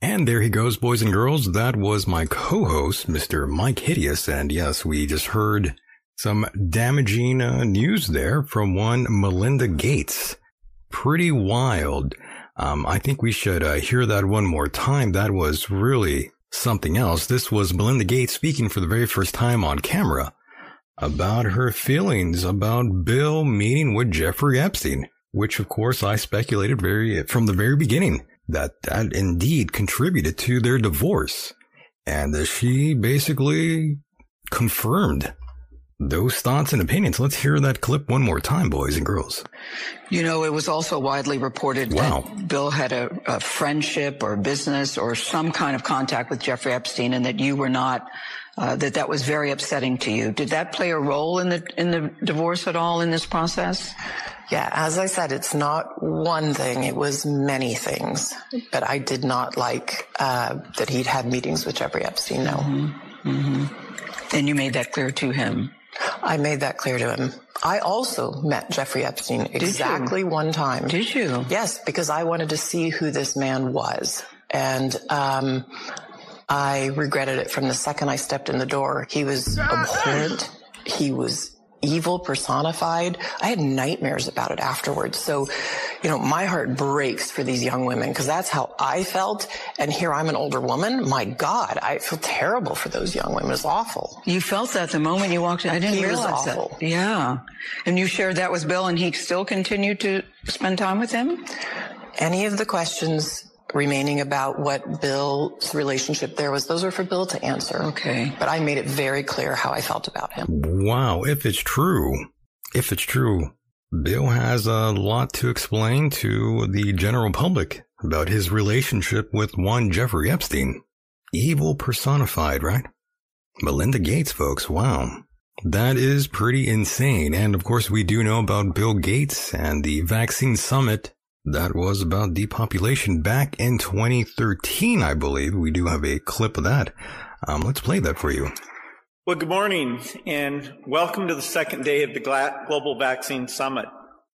And there he goes, boys and girls. That was my co-host, Mr. Mike Hideous. And yes, we just heard Some damaging uh, news there from one Melinda Gates. Pretty wild. Um, I think we should uh, hear that one more time. That was really something else. This was Melinda Gates speaking for the very first time on camera about her feelings about Bill meeting with Jeffrey Epstein, which of course I speculated very from the very beginning that that indeed contributed to their divorce. And uh, she basically confirmed those thoughts and opinions. Let's hear that clip one more time, boys and girls. You know, it was also widely reported Wow. that Bill had a, a friendship or business or some kind of contact with Jeffrey Epstein, and that you were not. Uh, that that was very upsetting to you. Did that play a role in the in the divorce at all in this process? Yeah, as I said, it's not one thing, it was many things. But I did not like uh, that he'd had meetings with Jeffrey Epstein, no. And you made that clear to him? I made that clear to him. I also met Jeffrey Epstein you? exactly one time. Did you? Yes, because I wanted to see who this man was. And um, I regretted it from the second I stepped in the door. He was abhorrent. He was evil personified. I had nightmares about it afterwards. So, you know, my heart breaks for these young women because that's how I felt. And here I'm an older woman. My God, I feel terrible for those young women. It's awful. You felt that the moment you walked in. I didn't He was realize awful. that. Yeah. And you shared that with Bill, and he still continued to spend time with him? Any of the questions remaining about what Bill's relationship there was, those are for Bill to answer. Okay. But I made it very clear how I felt about him. Wow, if it's true, if it's true, Bill has a lot to explain to the general public about his relationship with one Jeffrey Epstein. Evil personified, right? Melinda Gates, folks, wow. That is pretty insane. And of course, we do know about Bill Gates and the vaccine summit that was about depopulation back in 2013, I believe. We do have a clip of that. Um, let's play that for you. Well, good morning and welcome to the second day of the Gla- Global Vaccine Summit.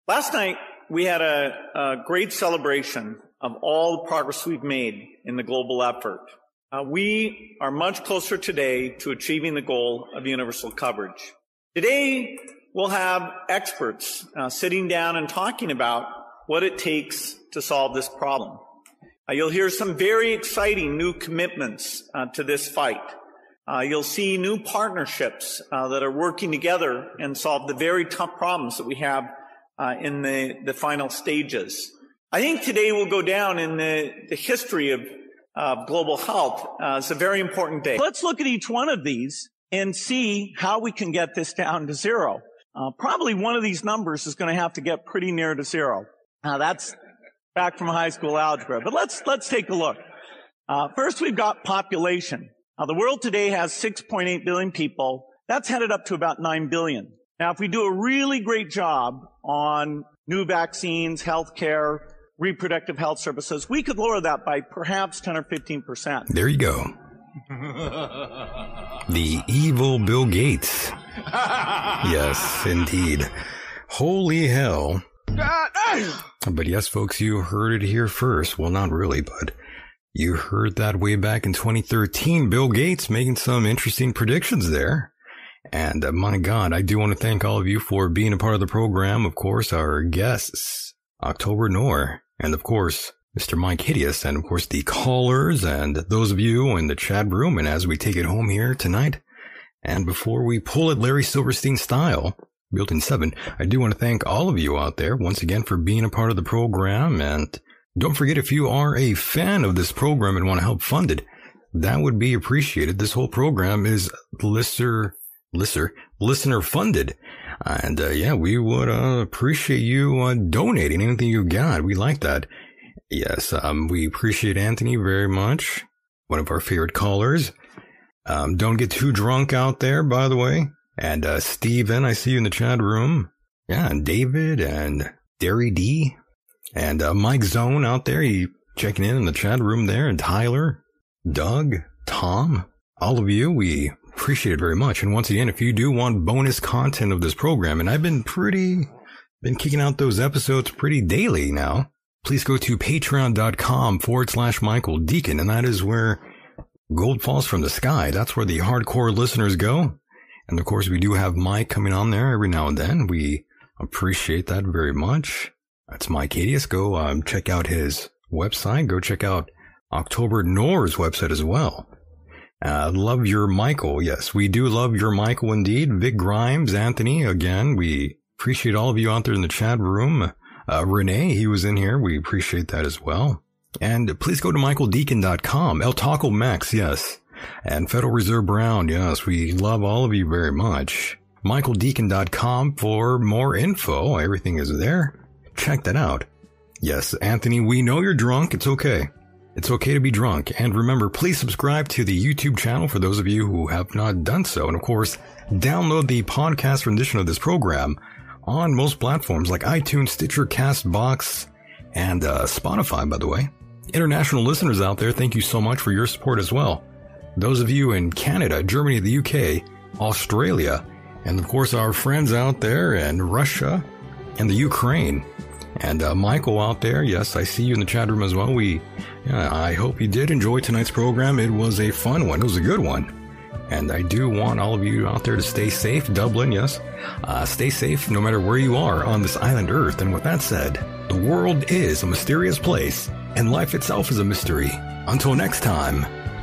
Last night, we had a, a great celebration of all the progress we've made in the global effort. Uh, we are much closer today to achieving the goal of universal coverage. Today, we'll have experts uh, sitting down and talking about what it takes to solve this problem. Uh, you'll hear some very exciting new commitments uh, to this fight. Uh, you'll see new partnerships uh, that are working together and solve the very tough problems that we have uh, in the, the final stages. I think today will go down in the, the history of uh, global health. Uh, it's a very important day. Let's look at each one of these and see how we can get this down to zero. Uh, probably one of these numbers is going to have to get pretty near to zero. Now that's back from high school algebra, but let's let's take a look. Uh, first, we've got population. Now, the world today has 6.8 billion people. That's headed up to about 9 billion. Now, if we do a really great job on new vaccines, healthcare, reproductive health services, we could lower that by perhaps 10 or 15 percent. There you go. The evil Bill Gates. yes, indeed. Holy hell. But yes, folks, you heard it here first. Well, not really, but you heard that way back in 2013. Bill Gates making some interesting predictions there. And uh, my God, I do want to thank all of you for being a part of the program. Of course, our guests, October Noor, and of course, Mr. Mike Hideous, and of course, the callers and those of you in the chat room. And as we take it home here tonight, and before we pull it Larry Silverstein style, built in seven, I do want to thank all of you out there once again for being a part of the program. And don't forget, if you are a fan of this program and want to help fund it, that would be appreciated. This whole program is listener, listener, listener funded. And uh, yeah, we would uh, appreciate you uh, donating anything you got. We like that. Yes, um, we appreciate Anthony very much, one of our favorite callers. Um, don't get too drunk out there, by the way. And uh, Steven, I see you in the chat room. Yeah, and David and Derry D and uh, Mike Zone out there. You checking in in the chat room there, and Tyler, Doug, Tom, all of you. We appreciate it very much. And once again, if you do want bonus content of this program, and I've been pretty been kicking out those episodes pretty daily now. Please go to patreon.com forward slash Michael Deacon, and that is where gold falls from the sky. That's where the hardcore listeners go. And of course, we do have Mike coming on there every now and then. We appreciate that very much. That's Mike Adius. Go um, check out his website. Go check out October Nor's website as well. Uh, love your Michael. Yes, we do love your Michael indeed. Vic Grimes, Anthony, again, we appreciate all of you out there in the chat room. Uh, Renee, he was in here. We appreciate that as well. And please go to michaeldeacon.com. El Taco Max, yes. And Federal Reserve Brown, yes. We love all of you very much. michaeldeacon.com for more info. Everything is there. Check that out. Yes, Anthony, we know you're drunk. It's okay. It's okay to be drunk. And remember, please subscribe to the YouTube channel for those of you who have not done so. And of course, download the podcast rendition of this program on most platforms like iTunes, Stitcher, Castbox, and uh, Spotify, by the way. International listeners out there, thank you so much for your support as well. Those of you in Canada, Germany, the UK, Australia, and of course our friends out there in Russia and the Ukraine. And uh, Michael out there, yes, I see you in the chat room as well. We, yeah, I hope you did enjoy tonight's program. It was a fun one. It was a good one. And I do want all of you out there to stay safe. Dublin, yes. Uh, stay safe no matter where you are on this island earth. And with that said, the world is a mysterious place, and life itself is a mystery. Until next time,